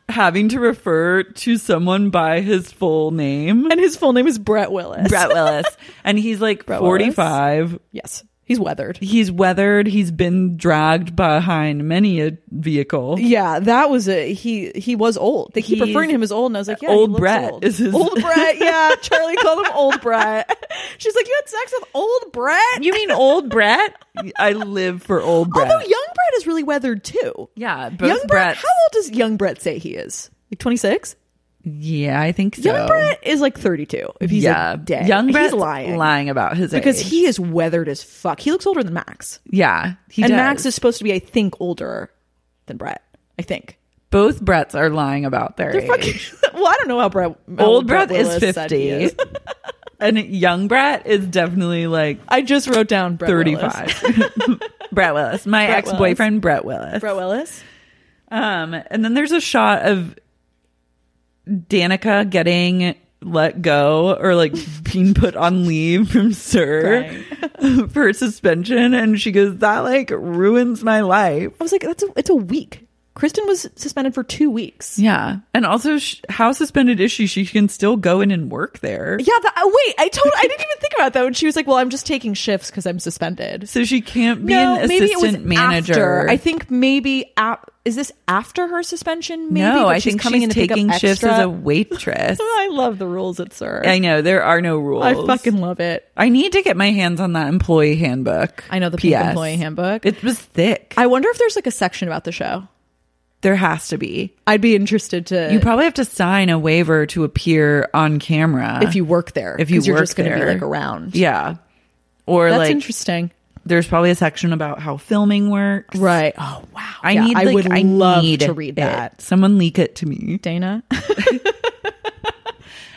Speaker 3: having to refer to someone by his full name.
Speaker 6: And his full name is Brett Willis.
Speaker 3: Brett Willis. [laughs] And he's like
Speaker 6: Brett Willis.
Speaker 3: 45.
Speaker 6: [laughs] Yes. He's weathered.
Speaker 3: He's weathered. He's been dragged behind many a vehicle.
Speaker 6: Yeah, that was a he he was old. They keep
Speaker 3: He's-
Speaker 6: referring to him as old and I was like, Yeah,
Speaker 3: Old
Speaker 6: he looks
Speaker 3: Brett
Speaker 6: old.
Speaker 3: is his-
Speaker 6: old
Speaker 3: [laughs]
Speaker 6: Brett, yeah. Charlie called him old Brett. She's like, You had sex with old Brett?
Speaker 3: You mean old Brett? [laughs] I live for old Brett.
Speaker 6: Although young Brett is really weathered too.
Speaker 3: Yeah, both
Speaker 6: young Brett
Speaker 3: Bretts.
Speaker 6: how old does young Brett say he is? Like twenty six?
Speaker 3: yeah, I think so.
Speaker 6: Young Brett is like thirty two if he's
Speaker 3: yeah,
Speaker 6: a dead.
Speaker 3: young Brett's
Speaker 6: he's lying.
Speaker 3: lying about his
Speaker 6: Because
Speaker 3: age.
Speaker 6: he is weathered as fuck. He looks older than Max.
Speaker 3: yeah, he
Speaker 6: and
Speaker 3: does.
Speaker 6: Max is supposed to be, I think, older than Brett. I think.
Speaker 3: both Bretts are lying about their age.
Speaker 6: [laughs] well, I don't know how Brett.
Speaker 3: [laughs]
Speaker 6: how
Speaker 3: Old Brett, is
Speaker 6: Willis said
Speaker 3: 50.
Speaker 6: he is. [laughs]
Speaker 3: [laughs] and young Brett is definitely like
Speaker 6: I just wrote down Brett
Speaker 3: 35.
Speaker 6: Willis.
Speaker 3: [laughs] Brett Willis, my
Speaker 6: Brett Willis.
Speaker 3: ex-boyfriend Brett Willis.
Speaker 6: [laughs] Brett Willis.
Speaker 3: Um and then there's a shot of Danica getting let go or like [laughs] being put on leave from Sir [laughs] for suspension and she goes that like ruins my life.
Speaker 6: I was like, that's a, it's a week. Kristen was suspended for two weeks.
Speaker 3: Yeah. And also, sh- how suspended is she? She can still go in and work there.
Speaker 6: Yeah, the, uh, wait, I told I didn't even think about that when she was like, "Well, I'm just taking shifts because I'm suspended."
Speaker 3: So she can't be an assistant manager.
Speaker 6: After. I think maybe ap- is this after her suspension? Maybe
Speaker 3: no,
Speaker 6: but
Speaker 3: I think she's
Speaker 6: to pick up
Speaker 3: taking shifts
Speaker 6: extra?
Speaker 3: as a [laughs] waitress.
Speaker 6: [laughs] I love the rules at Sir.
Speaker 3: I know there are no rules.
Speaker 6: I fucking love it.
Speaker 3: I need to get my hands on that employee handbook.
Speaker 6: I know the pink employee handbook.
Speaker 3: It was thick.
Speaker 6: I wonder if there's like a section about the show.
Speaker 3: there has to be.
Speaker 6: I'd be interested to
Speaker 3: You probably have to sign a waiver to appear on camera
Speaker 6: if you work there.
Speaker 3: if you
Speaker 6: 'cause you're
Speaker 3: work
Speaker 6: just gonna
Speaker 3: there.
Speaker 6: be like around.
Speaker 3: Yeah, or
Speaker 6: that's
Speaker 3: like
Speaker 6: interesting,
Speaker 3: there's probably a section about how filming works.
Speaker 6: right? Oh wow,
Speaker 3: I
Speaker 6: Yeah,
Speaker 3: need.
Speaker 6: I
Speaker 3: like,
Speaker 6: would
Speaker 3: I
Speaker 6: love
Speaker 3: need
Speaker 6: to read
Speaker 3: it.
Speaker 6: that.
Speaker 3: Someone leak it to me. [laughs]
Speaker 6: Dana,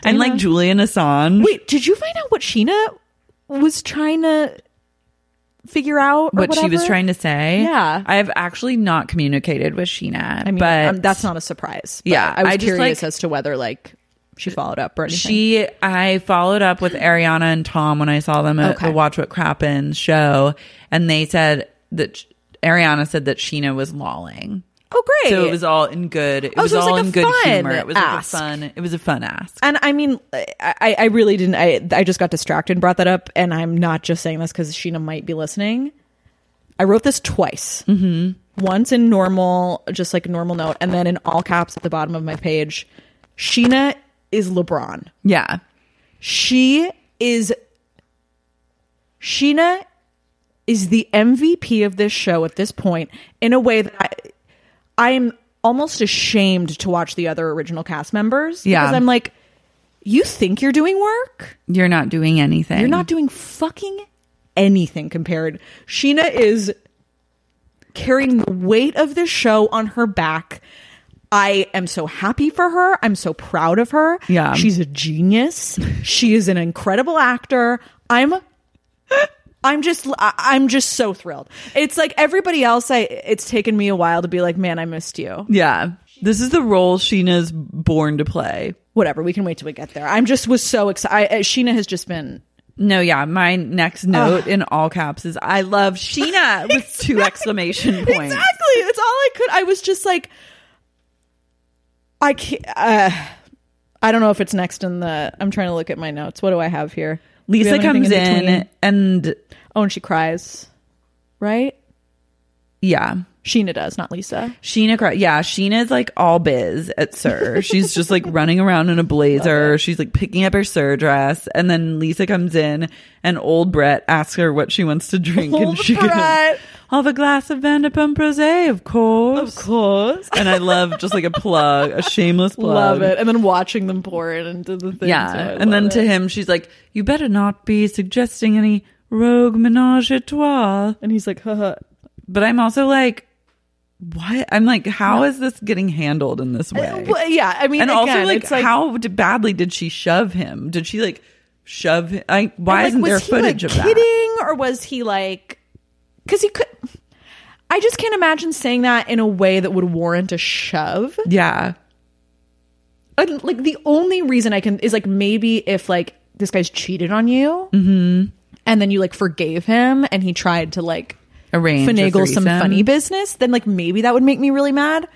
Speaker 3: And like Julian Assange.
Speaker 6: wait, did you find out what Sheena was trying to figure out? Or
Speaker 3: what she was
Speaker 6: whatever?
Speaker 3: trying to say.
Speaker 6: Yeah.
Speaker 3: I have actually not communicated with Sheena.
Speaker 6: I mean,
Speaker 3: but
Speaker 6: um, that's not a surprise. but
Speaker 3: Yeah,
Speaker 6: I was
Speaker 3: I just,
Speaker 6: curious
Speaker 3: like-
Speaker 6: as to whether like she followed up or anything.
Speaker 3: she. I followed up with Ariana and Tom when I saw them at
Speaker 6: Okay.
Speaker 3: the Watch What Crappens show, and they said that Sh- Ariana said that Sheena was lolling.
Speaker 6: oh great,
Speaker 3: So it was all in good. It
Speaker 6: Oh,
Speaker 3: was
Speaker 6: so it was
Speaker 3: all
Speaker 6: like a
Speaker 3: in good
Speaker 6: fun
Speaker 3: humor. It was
Speaker 6: ask.
Speaker 3: like a fun. It was a fun ask.
Speaker 6: and I mean, I- I, I really didn't. I, I just got distracted and brought that up. And I'm not just saying this because Sheena might be listening. I wrote this twice. Mm-hmm. Once in normal, just like a normal note, and then in all caps at the bottom of my page. Sheena is LeBron.
Speaker 3: Yeah.
Speaker 6: She is. Sheena is the MVP of this show at this point in a way that I, I'm almost ashamed to watch the other original cast members.
Speaker 3: Yeah.
Speaker 6: Because I'm like, you think you're doing work?
Speaker 3: You're not doing anything.
Speaker 6: You're not doing fucking anything compared. Sheena is carrying the weight of this show on her back. I am so happy for her. I'm so proud of her.
Speaker 3: Yeah.
Speaker 6: She's a genius. she is an incredible actor. I'm I'm just I- I'm just so thrilled. It's like everybody else I it's taken me a while to be like, "Man, I missed you."
Speaker 3: Yeah. This is the role Sheena's born to play.
Speaker 6: Whatever, we can wait till we get there. I'm just was so excited. Sheena has just been
Speaker 3: No, yeah. My next note in all caps is I love [laughs] Sheena with two exclamation points.
Speaker 6: Exactly. It's all I could. I was just like, I can't. Uh, I don't know if it's next in the. I'm trying to look at my notes. What do I have here? Do we
Speaker 3: Lisa
Speaker 6: have anything
Speaker 3: comes in,
Speaker 6: between?
Speaker 3: and
Speaker 6: Oh, and she cries. Right?
Speaker 3: yeah.
Speaker 6: Sheena does, not Lisa.
Speaker 3: Sheena, cry- yeah, Sheena's like all biz at
Speaker 6: [laughs]
Speaker 3: Sir. She's just like running around in a blazer. She's like picking up her Sir dress, and then Lisa comes in, and old Brett asks her what she wants to drink,
Speaker 6: Old
Speaker 3: and she goes,
Speaker 6: Brett.
Speaker 3: "I'll have a glass of Vanderpump Rosé, of course, of course." And I love just like a plug, a shameless plug.
Speaker 6: Love it. And then watching them pour it into the thing.
Speaker 3: Yeah.
Speaker 6: so I
Speaker 3: and then
Speaker 6: love
Speaker 3: to
Speaker 6: it.
Speaker 3: him, she's like, You better not be suggesting any rogue menage a trois.
Speaker 6: And he's like, huh.
Speaker 3: But I'm also like, What? I'm like, how is this getting handled in this way?
Speaker 6: Uh, Well, yeah. I mean,
Speaker 3: and also,
Speaker 6: again,
Speaker 3: like,
Speaker 6: it's like
Speaker 3: how d- badly did she shove him? Did she, like, shove him? I, why
Speaker 6: Like,
Speaker 3: isn't
Speaker 6: was
Speaker 3: there
Speaker 6: he,
Speaker 3: footage
Speaker 6: like,
Speaker 3: of
Speaker 6: kidding,
Speaker 3: that?
Speaker 6: or was he like? Because he could. I just can't imagine saying that in a way that would warrant a shove.
Speaker 3: Yeah.
Speaker 6: And, like the only reason I can is like maybe if like this guy's cheated on you,
Speaker 3: Mm-hmm.
Speaker 6: and then you like forgave him, and he tried to like
Speaker 3: Arrange. a
Speaker 6: finagle some
Speaker 3: threesome.
Speaker 6: funny business, then like maybe that would make me really mad.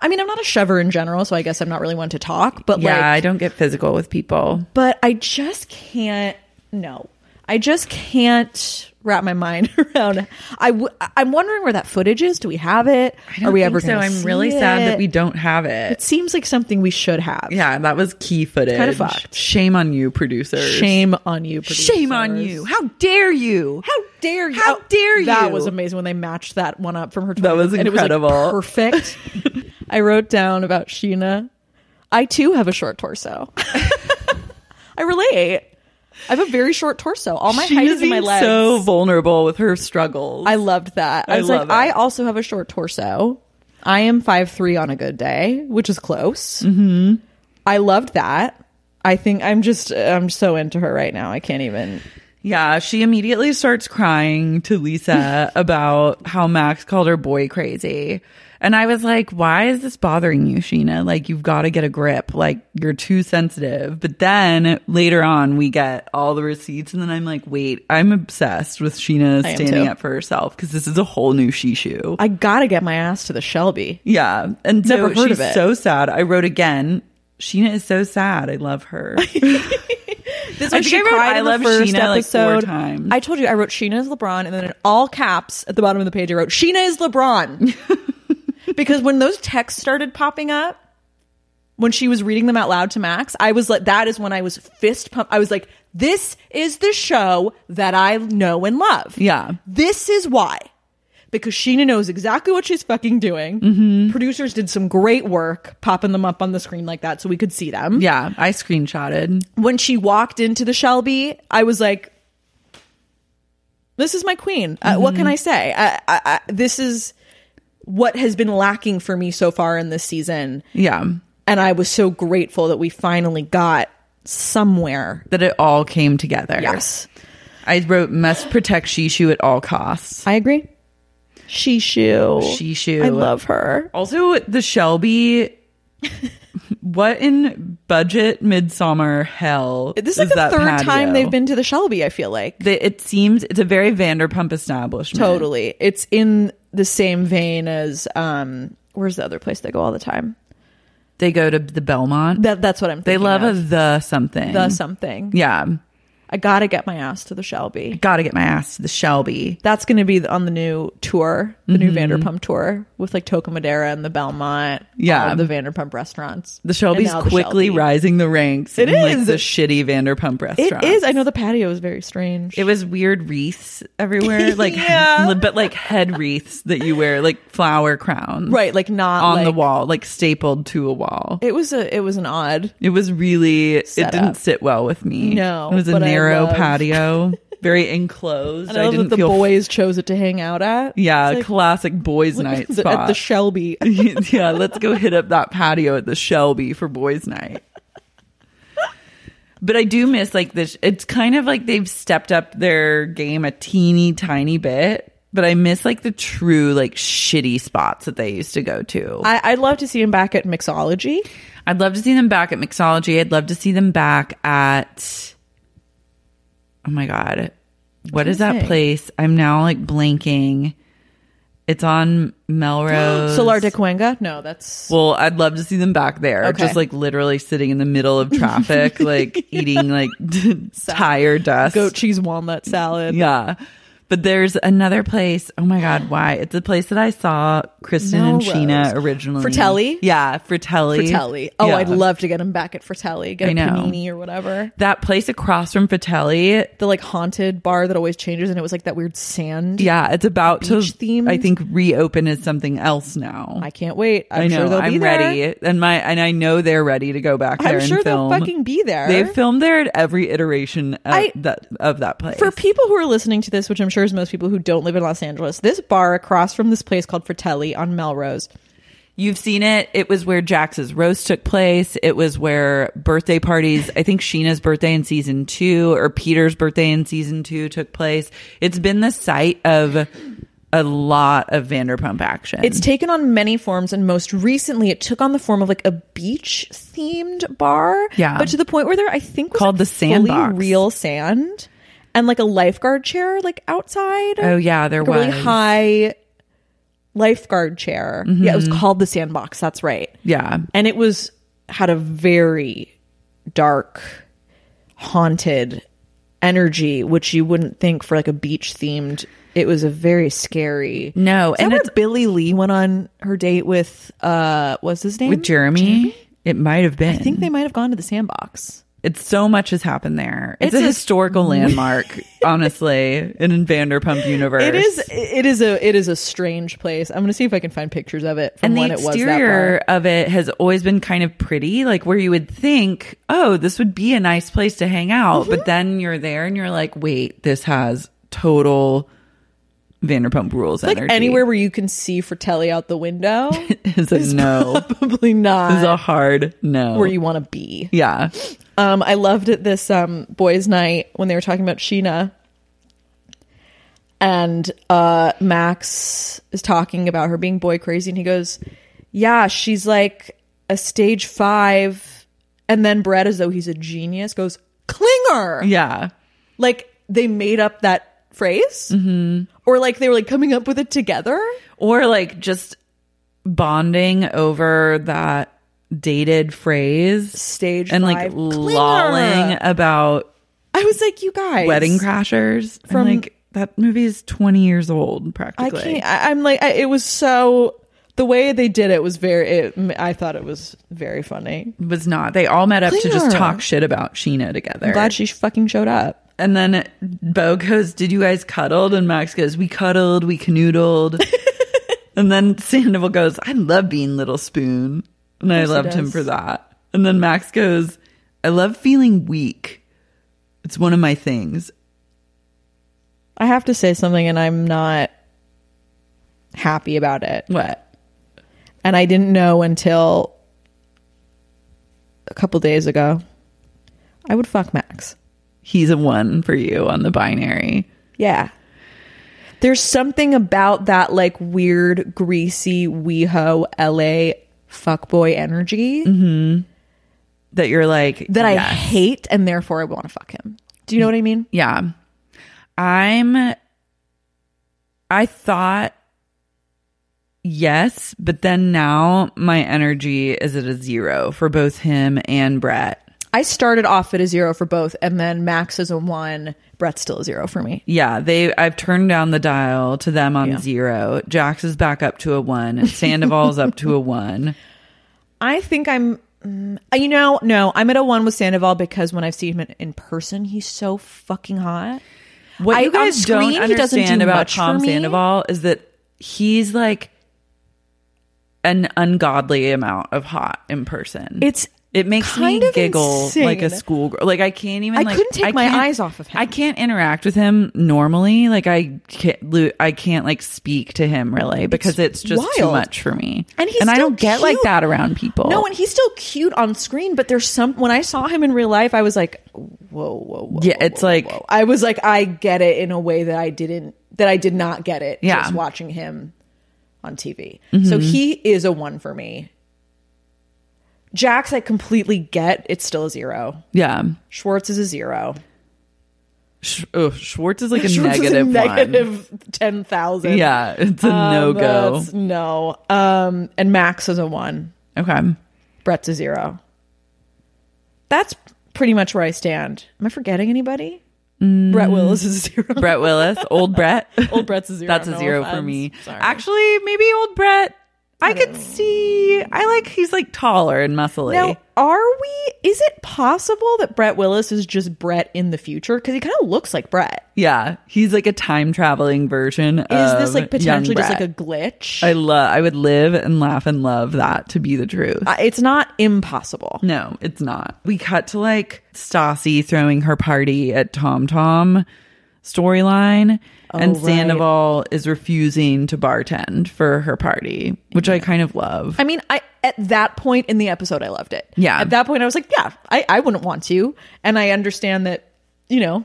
Speaker 6: I mean, I'm not a shover in general, so I guess I'm not really one to talk. But
Speaker 3: Yeah,
Speaker 6: like,
Speaker 3: I don't get physical with people.
Speaker 6: but I just can't. No, I just can't wrap my mind [laughs] around. I w- I'm wondering where that footage is. Do we have it?
Speaker 3: I don't
Speaker 6: Are we
Speaker 3: think
Speaker 6: ever?
Speaker 3: so?
Speaker 6: gonna
Speaker 3: I'm
Speaker 6: see
Speaker 3: really sad that we
Speaker 6: it?
Speaker 3: don't have it.
Speaker 6: It seems like something we should have.
Speaker 3: Yeah, that was key footage.
Speaker 6: kinda fucked.
Speaker 3: Shame on you, producers.
Speaker 6: Shame on you. Producers.
Speaker 3: Shame on you. How dare you?
Speaker 6: How dare you?
Speaker 3: How
Speaker 6: Oh,
Speaker 3: dare you?
Speaker 6: That was amazing when they matched that one up from her.
Speaker 3: That was
Speaker 6: 20th, and It
Speaker 3: incredible.
Speaker 6: was like perfect. [laughs] I wrote down about Sheena. I too have a short torso. [laughs] I relate. I have a very short torso. All my
Speaker 3: She
Speaker 6: height
Speaker 3: is
Speaker 6: is in my
Speaker 3: being
Speaker 6: legs.
Speaker 3: so vulnerable with her struggles.
Speaker 6: I loved that. I,
Speaker 3: I
Speaker 6: was
Speaker 3: love
Speaker 6: like,
Speaker 3: it.
Speaker 6: I also have a short torso. I am five three on a good day, which is close. Mm-hmm. I loved that. I think I'm just I'm so into her right now. I can't even.
Speaker 3: Yeah, she immediately starts crying to
Speaker 6: [laughs]
Speaker 3: Lisa about how Max called her boy crazy. And I was like, why is this bothering you, Sheena? Like, you've got to get a grip. Like, you're too sensitive. But then later on, we get all the receipts. And then I'm like, wait, I'm obsessed with Sheena
Speaker 6: am
Speaker 3: standing
Speaker 6: too.
Speaker 3: up for herself because this is a whole new she shoe.
Speaker 6: I gotta get my ass to the Shelby.
Speaker 3: Yeah. And
Speaker 6: Never
Speaker 3: so
Speaker 6: heard
Speaker 3: she's
Speaker 6: of it.
Speaker 3: so sad. I wrote again. Sheena is so sad. I love
Speaker 6: [laughs]
Speaker 3: her.
Speaker 6: This
Speaker 3: I
Speaker 6: one she
Speaker 3: think I wrote
Speaker 6: cried
Speaker 3: I
Speaker 6: in the
Speaker 3: love
Speaker 6: first
Speaker 3: Sheena, like,
Speaker 6: episode.
Speaker 3: four times.
Speaker 6: I told you I wrote Sheena is LeBron, and then in all caps at the bottom of the page I wrote Sheena is
Speaker 3: [laughs]
Speaker 6: LeBron. because when those texts started popping up, when she was reading them out loud to Max, I was like, that is when I was fist pump. I was like, this is the show that I know and love.
Speaker 3: Yeah.
Speaker 6: This is why. Because Sheena knows exactly what she's fucking doing.
Speaker 3: Mm-hmm.
Speaker 6: Producers did some great work popping them up on the screen like that so we could see them
Speaker 3: yeah. I screenshotted.
Speaker 6: when she walked into the Shelby, I was like, "This is my queen. Uh, What
Speaker 3: Mm-hmm.
Speaker 6: can I say? I, I, I, this is what has been lacking for me so far in this season,
Speaker 3: Yeah.
Speaker 6: and I was so grateful that we finally got somewhere."
Speaker 3: That it all came together. I wrote must protect Shishu at all costs.
Speaker 6: I agree. Shishu,
Speaker 3: Shishu.
Speaker 6: I love her.
Speaker 3: Also, the Shelby. [laughs] what in budget midsummer hell?
Speaker 6: This is like
Speaker 3: that
Speaker 6: the third
Speaker 3: patio?
Speaker 6: time they've been to the Shelby. I feel like
Speaker 3: They- It seems it's a very Vanderpump establishment.
Speaker 6: Totally. It's in the same vein as um where's the other place they go all the time?
Speaker 3: They go to the Belmont.
Speaker 6: That that's what I'm
Speaker 3: they
Speaker 6: thinking
Speaker 3: love
Speaker 6: of.
Speaker 3: a the something.
Speaker 6: the something.
Speaker 3: Mm-hmm. Yeah.
Speaker 6: I got to get my ass to the Shelby.
Speaker 3: Gotta get my ass to the Shelby.
Speaker 6: That's going to be on the new tour, the new
Speaker 3: Mm-hmm.
Speaker 6: Vanderpump tour with like Toca Madera and the Belmont.
Speaker 3: Yeah.
Speaker 6: all of the Vanderpump restaurants.
Speaker 3: The Shelby's
Speaker 6: And now the
Speaker 3: quickly
Speaker 6: Shelby.
Speaker 3: rising the ranks.
Speaker 6: It
Speaker 3: in, like,
Speaker 6: is.
Speaker 3: the shitty Vanderpump restaurant.
Speaker 6: It is. I know the patio is very strange.
Speaker 3: It was weird wreaths
Speaker 6: [laughs]
Speaker 3: everywhere, like
Speaker 6: Yeah.
Speaker 3: [laughs] but like head wreaths that you wear, like flower crowns,
Speaker 6: right, like not
Speaker 3: on the
Speaker 6: like-
Speaker 3: wall, like stapled to a wall. It,
Speaker 6: It was a. It was an odd.
Speaker 3: was really, it
Speaker 6: Set
Speaker 3: didn't
Speaker 6: up.
Speaker 3: sit well with me.
Speaker 6: No,
Speaker 3: it was a
Speaker 6: but I
Speaker 3: narrow
Speaker 6: love- [laughs]
Speaker 3: patio, very enclosed.
Speaker 6: I,
Speaker 3: I,
Speaker 6: love
Speaker 3: didn't
Speaker 6: that the
Speaker 3: feel
Speaker 6: boys chose it to hang
Speaker 3: [laughs]
Speaker 6: out at.
Speaker 3: yeah,
Speaker 6: It's like,
Speaker 3: classic boys' night
Speaker 6: the-
Speaker 3: spot.
Speaker 6: [laughs] at
Speaker 3: [laughs]
Speaker 6: the Shelby.
Speaker 3: yeah, let's go hit up that patio at the Shelby for boys' night. But I do miss like this. It's kind of like they've stepped up their game a teeny tiny bit. But I miss like the true like shitty spots that they used to go to. I,
Speaker 6: I, I'd love to see him back at Mixology.
Speaker 3: would love to see them back at Mixology. I'd love to see them back at. Oh my god, what is that
Speaker 6: thing.
Speaker 3: place? I'm now like blanking. It's on Melrose.
Speaker 6: [gasps] Solar de Cuenca? No, that's
Speaker 3: Well, I'd love to see them back there,
Speaker 6: Okay.
Speaker 3: just like literally sitting in the middle of
Speaker 6: [laughs]
Speaker 3: traffic, like eating like [laughs] tire dust.
Speaker 6: goat cheese walnut salad.
Speaker 3: yeah. But there's another place. Oh my God, why? It's a place that I saw Kristen
Speaker 6: Melrose.
Speaker 3: and Sheena originally.
Speaker 6: Fratelli?
Speaker 3: Yeah, Fratelli.
Speaker 6: Fratelli. Oh,
Speaker 3: Yeah.
Speaker 6: I'd love to get him back at Fratelli. Get
Speaker 3: I
Speaker 6: a
Speaker 3: know.
Speaker 6: panini or whatever.
Speaker 3: that place across from Fratelli.
Speaker 6: The like haunted bar that always changes, and it was like that weird sand.
Speaker 3: Yeah, it's about
Speaker 6: Beach
Speaker 3: to,
Speaker 6: themed?
Speaker 3: I think, reopen as something else now.
Speaker 6: I can't wait. I'm
Speaker 3: I know.
Speaker 6: sure they'll
Speaker 3: I'm
Speaker 6: be there.
Speaker 3: ready, and my and I know they're ready to go back there
Speaker 6: I'm sure
Speaker 3: and film.
Speaker 6: they'll fucking be there.
Speaker 3: They've filmed there at every iteration of
Speaker 6: I-
Speaker 3: that of that place.
Speaker 6: for people who are listening to this, which I'm sure is most people who don't live in Los Angeles, this bar across from this place called Fratelli on Melrose.
Speaker 3: You've seen it. It was where Jax's roast took place. It was where birthday parties, I think Sheena's birthday in season two or Peter's birthday in season two took place. It's been the site of a lot of Vanderpump action.
Speaker 6: It's taken on many forms, and most recently, it took on the form of like a beach themed bar.
Speaker 3: Yeah.
Speaker 6: but to the point where there, I think, was
Speaker 3: Called
Speaker 6: like,
Speaker 3: the
Speaker 6: fully
Speaker 3: Sandbox.
Speaker 6: real sand, and like a lifeguard chair, like outside.
Speaker 3: Oh, yeah, there
Speaker 6: Like, a really
Speaker 3: was.
Speaker 6: high lifeguard chair.
Speaker 3: Mm-hmm.
Speaker 6: Yeah, it was called the Sandbox. That's right,
Speaker 3: yeah.
Speaker 6: and it was had a very dark, haunted energy, which you wouldn't think for like a beach themed. It was a very scary.
Speaker 3: No,
Speaker 6: Is that
Speaker 3: and
Speaker 6: where
Speaker 3: it's-
Speaker 6: Billy Lee went on her date with uh what's his name?
Speaker 3: With Jeremy, it might have been.
Speaker 6: I think they might have gone to the sandbox.
Speaker 3: it's so much has happened there. It's,
Speaker 6: It's
Speaker 3: a
Speaker 6: a-
Speaker 3: [laughs] historical landmark, honestly, in Vanderpump universe.
Speaker 6: It is it is a it is a strange place. I'm gonna see if I can find pictures of it from
Speaker 3: and
Speaker 6: when
Speaker 3: the
Speaker 6: it was that
Speaker 3: exterior
Speaker 6: bar.
Speaker 3: of it has always been kind of pretty, like where you would think, oh, this would be a nice place Mm-hmm. to hang out. But then you're there and you're like, wait, this has total Vanderpump Rules
Speaker 6: Like
Speaker 3: energy. [laughs]
Speaker 6: anywhere where you can see Fratelli out the window,
Speaker 3: is a
Speaker 6: [laughs]
Speaker 3: no.
Speaker 6: probably
Speaker 3: Is a
Speaker 6: not
Speaker 3: hard no.
Speaker 6: where you want to be.
Speaker 3: yeah.
Speaker 6: Um, I loved at this um, boys' night when they were talking about Sheena, and uh, Max is talking about her being boy crazy, and he goes, "Yeah, she's like a stage five. And then Brett, as though he's a genius, goes, "Clinger."
Speaker 3: Yeah.
Speaker 6: Like they made up that phrase, mm-hmm. or like they were like coming up with it together.
Speaker 3: Or like just bonding over that dated phrase
Speaker 6: Stage
Speaker 3: and like
Speaker 6: five,
Speaker 3: lolling
Speaker 6: clinger.
Speaker 3: about
Speaker 6: I was like, "You guys,
Speaker 3: Wedding Crashers.
Speaker 6: From-
Speaker 3: From like that movie is 20 years old
Speaker 6: I
Speaker 3: practically.
Speaker 6: can't. I, I'm like, I, it was so. The way they did it was very. It, I thought it was very funny.
Speaker 3: was not. They all met up to
Speaker 6: Clear.
Speaker 3: just talk shit about Sheena together.
Speaker 6: I'm glad she fucking showed up.
Speaker 3: and then Bo goes, "Did you guys cuddled?" And Max goes, "We cuddled, we
Speaker 6: [laughs]
Speaker 3: canoodled." and then Sandoval goes, "I love being little spoon," and I loved him
Speaker 6: does.
Speaker 3: for that. And then Max goes, "I love feeling weak. It's one of my things."
Speaker 6: I have to say something, and I'm not happy about it.
Speaker 3: What?
Speaker 6: And I didn't know until a couple days ago. I would fuck Max.
Speaker 3: He's a one for you on the binary.
Speaker 6: Yeah. There's something about that like weird, greasy, weeho, LA fuckboy energy
Speaker 3: That you're like
Speaker 6: that I
Speaker 3: yes.
Speaker 6: hate, and therefore I want to fuck him. Do you know what I mean?
Speaker 3: Yeah. I'm I thought yes, but then now my energy is at a zero for both him and Brett.
Speaker 6: I started off at a zero for both, and then Max is a one. Brett's still a zero for me.
Speaker 3: Yeah, they I've turned down the dial to them on
Speaker 6: Yeah.
Speaker 3: zero. Jax is back up to a one. and Sandoval's up to a one.
Speaker 6: I think I'm, mm, you know, no, I'm at a one with Sandoval because when I've seen him in, in person, he's so fucking hot.
Speaker 3: What
Speaker 6: I-
Speaker 3: you guys
Speaker 6: on screen,
Speaker 3: don't
Speaker 6: he doesn't
Speaker 3: understand
Speaker 6: do
Speaker 3: about
Speaker 6: much for
Speaker 3: Tom
Speaker 6: me.
Speaker 3: Sandoval is that he's like an ungodly amount of hot in person.
Speaker 6: It's
Speaker 3: It makes
Speaker 6: kind
Speaker 3: me
Speaker 6: of
Speaker 3: giggle like a
Speaker 6: insane.
Speaker 3: schoolgirl. Like I can't even.
Speaker 6: I
Speaker 3: like,
Speaker 6: couldn't take my
Speaker 3: can't-
Speaker 6: eyes off of him.
Speaker 3: I can't interact with him normally. Like I can't. lo- I can't like speak to him really because it's, just too
Speaker 6: wild.
Speaker 3: much for me.
Speaker 6: And he's
Speaker 3: and I
Speaker 6: still
Speaker 3: don't get like
Speaker 6: cute.
Speaker 3: that around people.
Speaker 6: No, and he's still cute on screen, but there's some. When I saw him in real life, I was like, whoa, whoa, whoa.
Speaker 3: Yeah,
Speaker 6: whoa,
Speaker 3: it's
Speaker 6: whoa,
Speaker 3: like-
Speaker 6: whoa. I was like, I get it in a way that I didn't, that I did not get it
Speaker 3: Yeah. Mm-hmm.
Speaker 6: just watching him on TV. So he is a one for me. Jax, I completely get. It's still a zero.
Speaker 3: yeah.
Speaker 6: Schwartz is a zero.
Speaker 3: Sh- oh, Schwartz is like a
Speaker 6: [laughs] Schwartz
Speaker 3: negative
Speaker 6: is a
Speaker 3: one.
Speaker 6: negative Uh, ten thousand. Um,
Speaker 3: Yeah, it's a no go.
Speaker 6: No. Um, and Max is a one.
Speaker 3: Okay.
Speaker 6: Brett's a zero. That's pretty much where I stand. Am I forgetting anybody? Brett Willis is a zero.
Speaker 3: Brett Willis, old Brett.
Speaker 6: [laughs] Old Brett's a zero.
Speaker 3: That's a
Speaker 6: No
Speaker 3: zero for
Speaker 6: offense.
Speaker 3: me.
Speaker 6: Sorry.
Speaker 3: Actually, maybe old Brett. I, could see. I like he's like taller and muscly.
Speaker 6: Now, are we? Is it possible that Brett Willis is just Brett in the future? Because he kind of looks like Brett.
Speaker 3: Yeah, he's like a time traveling version.
Speaker 6: Is this like potentially just like a glitch?
Speaker 3: Uh, I love. I would live and laugh and love that to be the truth.
Speaker 6: Uh, it's not impossible.
Speaker 3: no, it's not. We cut to like Stassi throwing her party at Tom Tom storyline, and
Speaker 6: Oh, right.
Speaker 3: Sandoval is refusing to bartend for her party, which I kind of love.
Speaker 6: I mean, I at that point in the episode, I loved it.
Speaker 3: Yeah.
Speaker 6: At that point, I was like, yeah, I, I wouldn't want to, and I understand that, you know,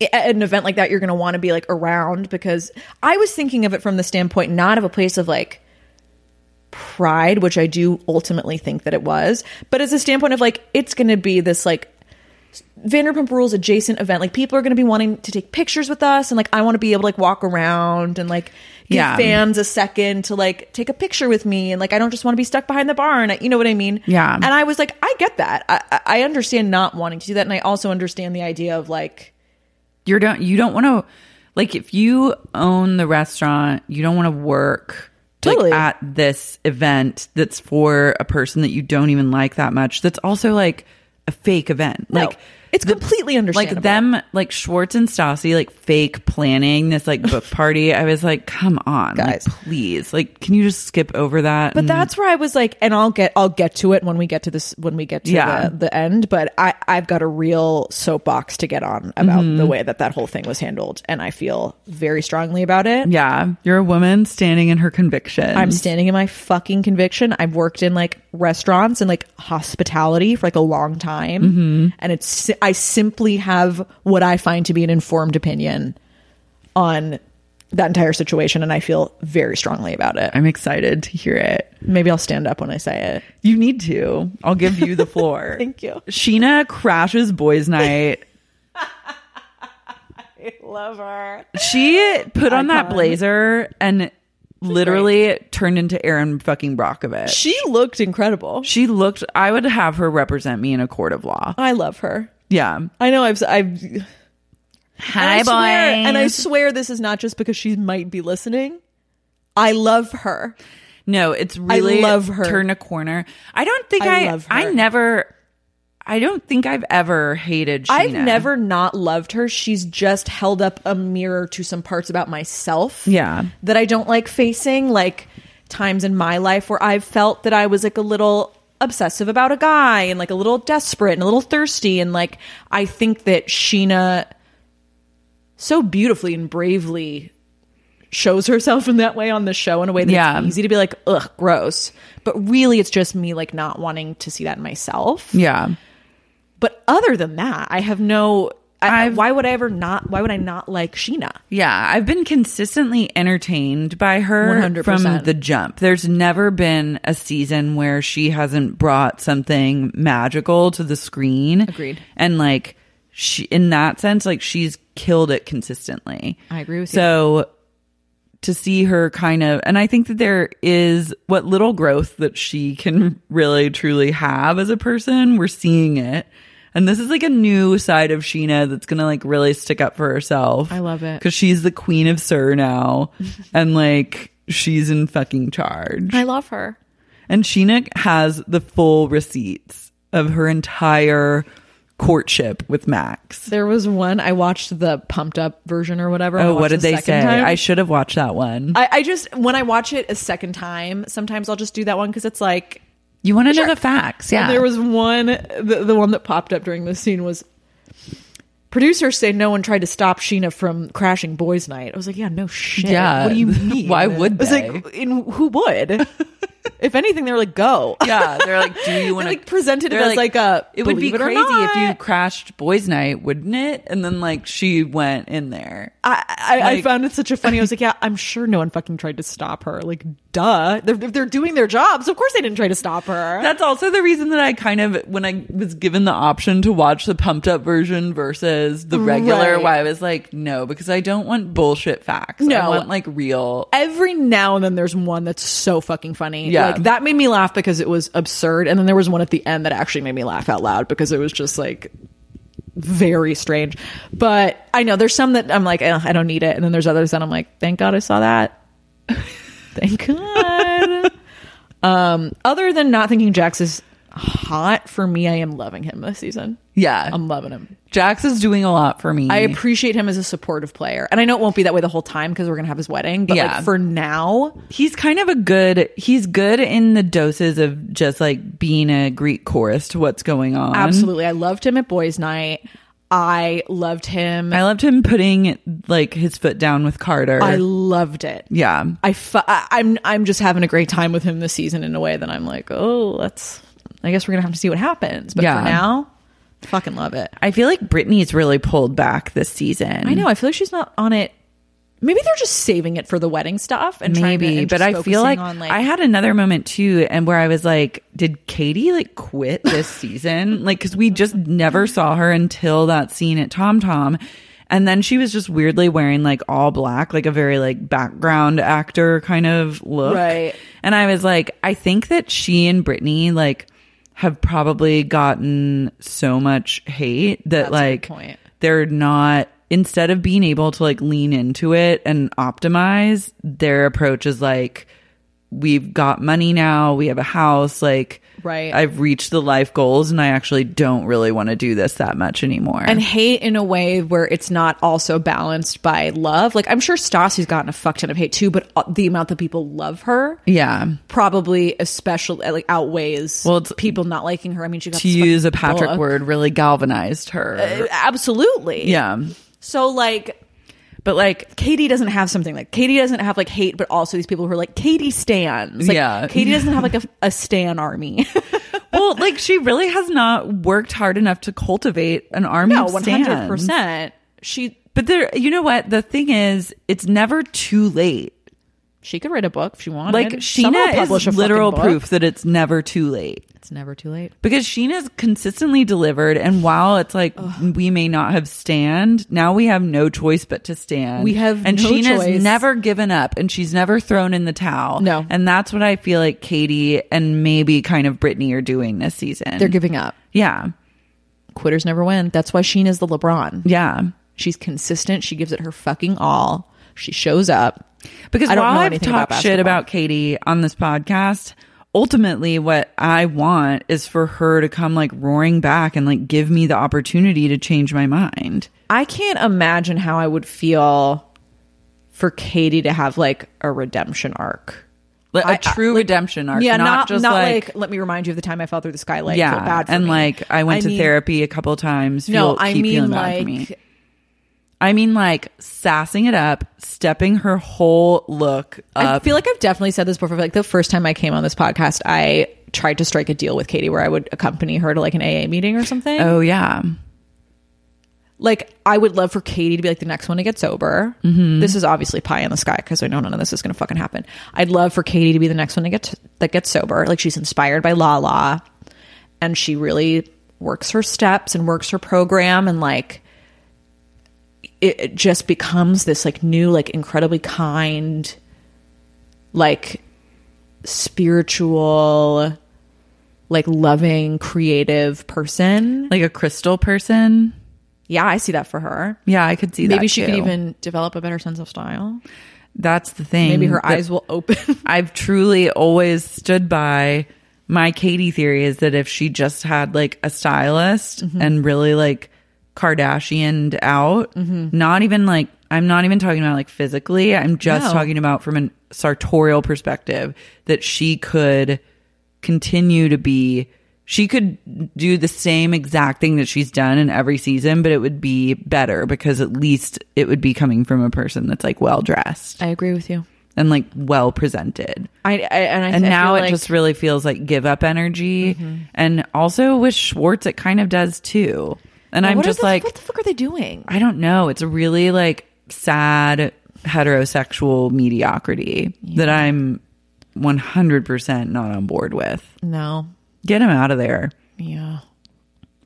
Speaker 6: i- at an event like that, you're going to want to be like around because I was thinking of it from the standpoint not of a place of like pride, which I do ultimately think that it was, but as a standpoint of like it's going to be this like. Vanderpump Rules adjacent event, like people are going to be wanting to take pictures with us, and like I want to be able to like walk around and like give
Speaker 3: Yeah.
Speaker 6: fans a second to like take a picture with me, and like I don't just want to be stuck behind the barn. You know what I mean?
Speaker 3: Yeah.
Speaker 6: And I was like, I get that. I, I I understand not wanting to do that, and I also understand the idea of like
Speaker 3: you don't you don't want to like if you own the restaurant you don't want to work like,
Speaker 6: Totally.
Speaker 3: at this event that's for a person that you don't even like that much that's also like a fake event
Speaker 6: No.
Speaker 3: like
Speaker 6: It's completely
Speaker 3: like
Speaker 6: understandable.
Speaker 3: them like Schwartz and Stassi like fake planning this like
Speaker 6: [laughs]
Speaker 3: book party. I was like, come on,
Speaker 6: Guys.
Speaker 3: like, please, like, can you just skip over that?
Speaker 6: But that's where I was like, and I'll get I'll get to it when we get to this when we get to
Speaker 3: Yeah.
Speaker 6: the, the end. But I I've got a real soapbox to get on about
Speaker 3: Mm-hmm.
Speaker 6: the way that that whole thing was handled, and I feel very strongly about it.
Speaker 3: yeah, you're a woman standing in her conviction.
Speaker 6: I'm standing in my fucking conviction. I've worked in like restaurants and like hospitality for like a long time,
Speaker 3: Mm-hmm.
Speaker 6: and it's I simply have what I find to be an informed opinion on that entire situation, and I feel very strongly about it.
Speaker 3: I'm excited to hear it.
Speaker 6: Maybe I'll stand up when I say it.
Speaker 3: You need to. I'll give you the floor.
Speaker 6: [laughs] Thank you.
Speaker 3: Sheena crashes boys'
Speaker 6: [laughs]
Speaker 3: night.
Speaker 6: Love her.
Speaker 3: She put on that blazer and literally turned into Aaron fucking Brockovich.
Speaker 6: She looked incredible.
Speaker 3: She looked. I would have her represent me in a court of law.
Speaker 6: I love her.
Speaker 3: Yeah.
Speaker 6: I know I've I've and
Speaker 3: Hi,
Speaker 6: I swear, and I swear this is not just because she might be listening. I love her.
Speaker 3: No, it's really
Speaker 6: love her.
Speaker 3: turn a corner. I don't think I
Speaker 6: I
Speaker 3: I,
Speaker 6: love her.
Speaker 3: never I don't think I've ever hated Sheena.
Speaker 6: I've never not loved her. She's just held up a mirror to some parts about myself
Speaker 3: Yeah.
Speaker 6: that I don't like facing, like times in my life where I've felt that I was like a little obsessive about a guy and like a little desperate and a little thirsty and like I think that Sheena so beautifully and bravely shows herself in that way on the show in a way that's
Speaker 3: Yeah.
Speaker 6: easy to be like ugh gross but really it's just me like not wanting to see that in myself
Speaker 3: Yeah.
Speaker 6: but other than that, I have no. I,
Speaker 3: I've-
Speaker 6: why would I ever not? Why would I not like Sheena?
Speaker 3: Yeah, I've been consistently entertained by her
Speaker 6: 100%.
Speaker 3: from the jump. There's never been a season where she hasn't brought something magical to the screen.
Speaker 6: Agreed.
Speaker 3: And like she in that sense like she's killed it consistently.
Speaker 6: I agree with you.
Speaker 3: so, to see her kind of and I think that there is what little growth that she can really truly have as a person, we're seeing it. And this is like a new side of Sheena that's gonna like really stick up for herself.
Speaker 6: I love it.
Speaker 3: Cause she's the queen of Sir
Speaker 6: [laughs]
Speaker 3: now. and like she's in fucking charge.
Speaker 6: love her.
Speaker 3: and Sheena has the full receipts of her entire courtship with Max.
Speaker 6: There was one I watched the pumped up version or whatever.
Speaker 3: Oh,
Speaker 6: I watched
Speaker 3: what did
Speaker 6: the
Speaker 3: they say?
Speaker 6: second time.
Speaker 3: I should have watched that one.
Speaker 6: I, I just when I watch it a second time, sometimes I'll just do that one because it's like
Speaker 3: you want to know the facts, yeah.
Speaker 6: there was one the, the one that popped up during this scene was producers say no one tried to stop Sheena from crashing boys' night. I was like, yeah, no shit.
Speaker 3: Yeah.
Speaker 6: what do you mean? [laughs]
Speaker 3: Why would
Speaker 6: I was
Speaker 3: they?
Speaker 6: like, in, who would? [laughs] if anything, they were like, go.
Speaker 3: [laughs]
Speaker 6: [laughs]
Speaker 3: Yeah, they're like, do you want to
Speaker 6: like, presented it as, like, a
Speaker 3: It would be
Speaker 6: believe it or
Speaker 3: crazy if you
Speaker 6: not.
Speaker 3: crashed boys' night, wouldn't it? And then like she went in there.
Speaker 6: I, I, I
Speaker 3: Like-
Speaker 6: found it such a funny. I was like, yeah, I'm sure no one fucking tried to stop her. Like, duh. They're, if they're doing their jobs, of course they didn't try to stop her.
Speaker 3: That's also the reason that I kind of, when I was given the option to watch the pumped up version versus the regular,
Speaker 6: Right.
Speaker 3: why I was like, no, because I don't want bullshit facts. I
Speaker 6: No.
Speaker 3: want like real.
Speaker 6: Every now and then there's one that's so fucking funny.
Speaker 3: Yeah.
Speaker 6: Like, that made me laugh because it was absurd. And then there was one at the end that actually made me laugh out loud because it was just like very strange. But I know there's some that I'm like, eh, I don't need it. And then there's others that I'm like, thank God I saw that. [laughs] thank God. [laughs] um, other than not thinking Jax is hot, for me, I am loving him this season.
Speaker 3: Yeah.
Speaker 6: I'm loving him.
Speaker 3: Jax is doing a lot for me.
Speaker 6: Um, I appreciate him as a supportive player. And I know it won't be that way the whole time because we're going to have his wedding. But
Speaker 3: Yeah.
Speaker 6: like for now,
Speaker 3: he's kind of a good, he's good in the doses of just like being a Greek chorus to what's going on.
Speaker 6: Absolutely. I loved him at Boys Night. I loved him.
Speaker 3: I loved him putting like his foot down with Carter.
Speaker 6: I loved it.
Speaker 3: yeah.
Speaker 6: I fu- I, I'm I'm just having a great time with him this season in a way that I'm like, oh, let's. I guess we're gonna have to see what happens. But
Speaker 3: Yeah.
Speaker 6: for now, fucking love it.
Speaker 3: I feel like Britney's really pulled back this season.
Speaker 6: I know. I feel like she's not on it. Maybe they're just saving it for the wedding stuff and trying to-
Speaker 3: Maybe,
Speaker 6: and
Speaker 3: but
Speaker 6: just
Speaker 3: I feel
Speaker 6: focusing
Speaker 3: like,
Speaker 6: on,
Speaker 3: I had another moment too, and where I was like, "Did Katie like quit
Speaker 6: [laughs]
Speaker 3: this season?" like, because we just never saw her until that scene at Tom Tom, and then she was just weirdly wearing like all black, like a very like background actor kind of look,
Speaker 6: Right.
Speaker 3: And I was like, I think that she and Brittany like have probably gotten so much hate that
Speaker 6: That's a good
Speaker 3: like
Speaker 6: point.
Speaker 3: they're not instead of being able to like lean into it and optimize their approach is like we've got money now, we have a house, like
Speaker 6: Right.
Speaker 3: I've reached the life goals and I actually don't really want to do this that much anymore.
Speaker 6: and hate in a way where it's not also balanced by love. Like I'm sure Stassi's gotten a fuck ton of hate too, but uh, the amount that people love her
Speaker 3: yeah.
Speaker 6: probably especially uh, like outweighs
Speaker 3: Well, it's-
Speaker 6: people not liking her. I mean, she got
Speaker 3: To
Speaker 6: this
Speaker 3: use a
Speaker 6: fucking
Speaker 3: Patrick
Speaker 6: book.
Speaker 3: word really galvanized
Speaker 6: Uh,
Speaker 3: her.
Speaker 6: Absolutely.
Speaker 3: yeah.
Speaker 6: So like
Speaker 3: But like
Speaker 6: Katie doesn't have something like Katie doesn't have like hate, but also these people who are like Katie stands. Like,
Speaker 3: Yeah.
Speaker 6: Katie
Speaker 3: [laughs]
Speaker 6: doesn't have like a, a stan army. [laughs]
Speaker 3: well, like she really has not worked hard enough to cultivate an army
Speaker 6: no,
Speaker 3: of
Speaker 6: one
Speaker 3: stands.
Speaker 6: hundred percent. She
Speaker 3: But there you know what? The thing is, it's never too late.
Speaker 6: she could write a book if she wanted.
Speaker 3: Like
Speaker 6: Someone will
Speaker 3: Sheena
Speaker 6: publish a
Speaker 3: is
Speaker 6: fucking
Speaker 3: literal
Speaker 6: book.
Speaker 3: proof that it's never too late.
Speaker 6: It's never too late.
Speaker 3: because Sheena's consistently delivered. And while it's like we may not have stand, now we have no choice but to stand.
Speaker 6: We have
Speaker 3: and
Speaker 6: no
Speaker 3: Sheena's
Speaker 6: choice.
Speaker 3: never given up, and she's never thrown in the towel.
Speaker 6: No.
Speaker 3: and that's what I feel like Katie and maybe kind of Brittany are doing this season.
Speaker 6: They're giving up.
Speaker 3: yeah,
Speaker 6: Quitters never win. That's why Sheena's the LeBron.
Speaker 3: yeah.
Speaker 6: She's consistent. She gives it her fucking all. She shows up.
Speaker 3: Because
Speaker 6: I don't
Speaker 3: while
Speaker 6: know
Speaker 3: I've
Speaker 6: anything about
Speaker 3: talked shit
Speaker 6: basketball.
Speaker 3: about Katie on this podcast. Ultimately, what I want is for her to come like roaring back and like give me the opportunity to change my mind.
Speaker 6: I can't imagine how I would feel for Katie to have like a redemption arc.
Speaker 3: Like,
Speaker 6: I- I-
Speaker 3: a true redemption arc,
Speaker 6: yeah,
Speaker 3: not, just like,
Speaker 6: let me remind you of the time I fell through the skylight.
Speaker 3: yeah,
Speaker 6: feel bad for
Speaker 3: and
Speaker 6: me.
Speaker 3: like I went to
Speaker 6: mean-
Speaker 3: therapy a couple times.
Speaker 6: No,
Speaker 3: Feel-
Speaker 6: I
Speaker 3: keep
Speaker 6: mean
Speaker 3: feeling bad for
Speaker 6: like
Speaker 3: me. I mean like sassing it up, stepping her whole look
Speaker 6: I
Speaker 3: up.
Speaker 6: feel like I've definitely said this before. but, Like the first time I came on this podcast, I tried to strike a deal with Katie where I would accompany her to like an AA meeting or something.
Speaker 3: oh yeah,
Speaker 6: like I would love for Katie to be like the next one to get sober. Mm-hmm. This is obviously pie in the sky because I know none of this is going to fucking happen. I'd love for Katie to be the next one to get that gets sober. Like she's inspired by Lala, and she really works her steps and works her program, and like it, it just becomes this like new, like incredibly kind, like spiritual, like loving, creative person.
Speaker 3: like a crystal person.
Speaker 6: Yeah, I see that for her.
Speaker 3: Yeah, I could see that.
Speaker 6: Maybe she could
Speaker 3: too.
Speaker 6: even develop a better sense of style.
Speaker 3: That's the thing.
Speaker 6: Maybe her
Speaker 3: that
Speaker 6: eyes will open. [laughs]
Speaker 3: [laughs] I've truly always stood by my Katie theory is that if she just had like a stylist and really like Kardashianed out, not even like I'm not even talking about like physically. I'm just
Speaker 6: No.
Speaker 3: talking about from an sartorial perspective that she could continue to be she could do the same exact thing that she's done in every season, but it would be better because at least it would be coming from a person that's like well dressed
Speaker 6: I agree with you.
Speaker 3: and like well presented
Speaker 6: I, I and I
Speaker 3: and
Speaker 6: I
Speaker 3: now
Speaker 6: feel
Speaker 3: it
Speaker 6: like- Mm-hmm.
Speaker 3: just really feels like give up energy and also with schwartz it kind of does too and i'm
Speaker 6: What are
Speaker 3: just
Speaker 6: the-
Speaker 3: like
Speaker 6: what the fuck are they doing?
Speaker 3: i don't know it's a really like sad heterosexual mediocrity that i'm 100% not on board with
Speaker 6: No,
Speaker 3: get him out of there
Speaker 6: yeah,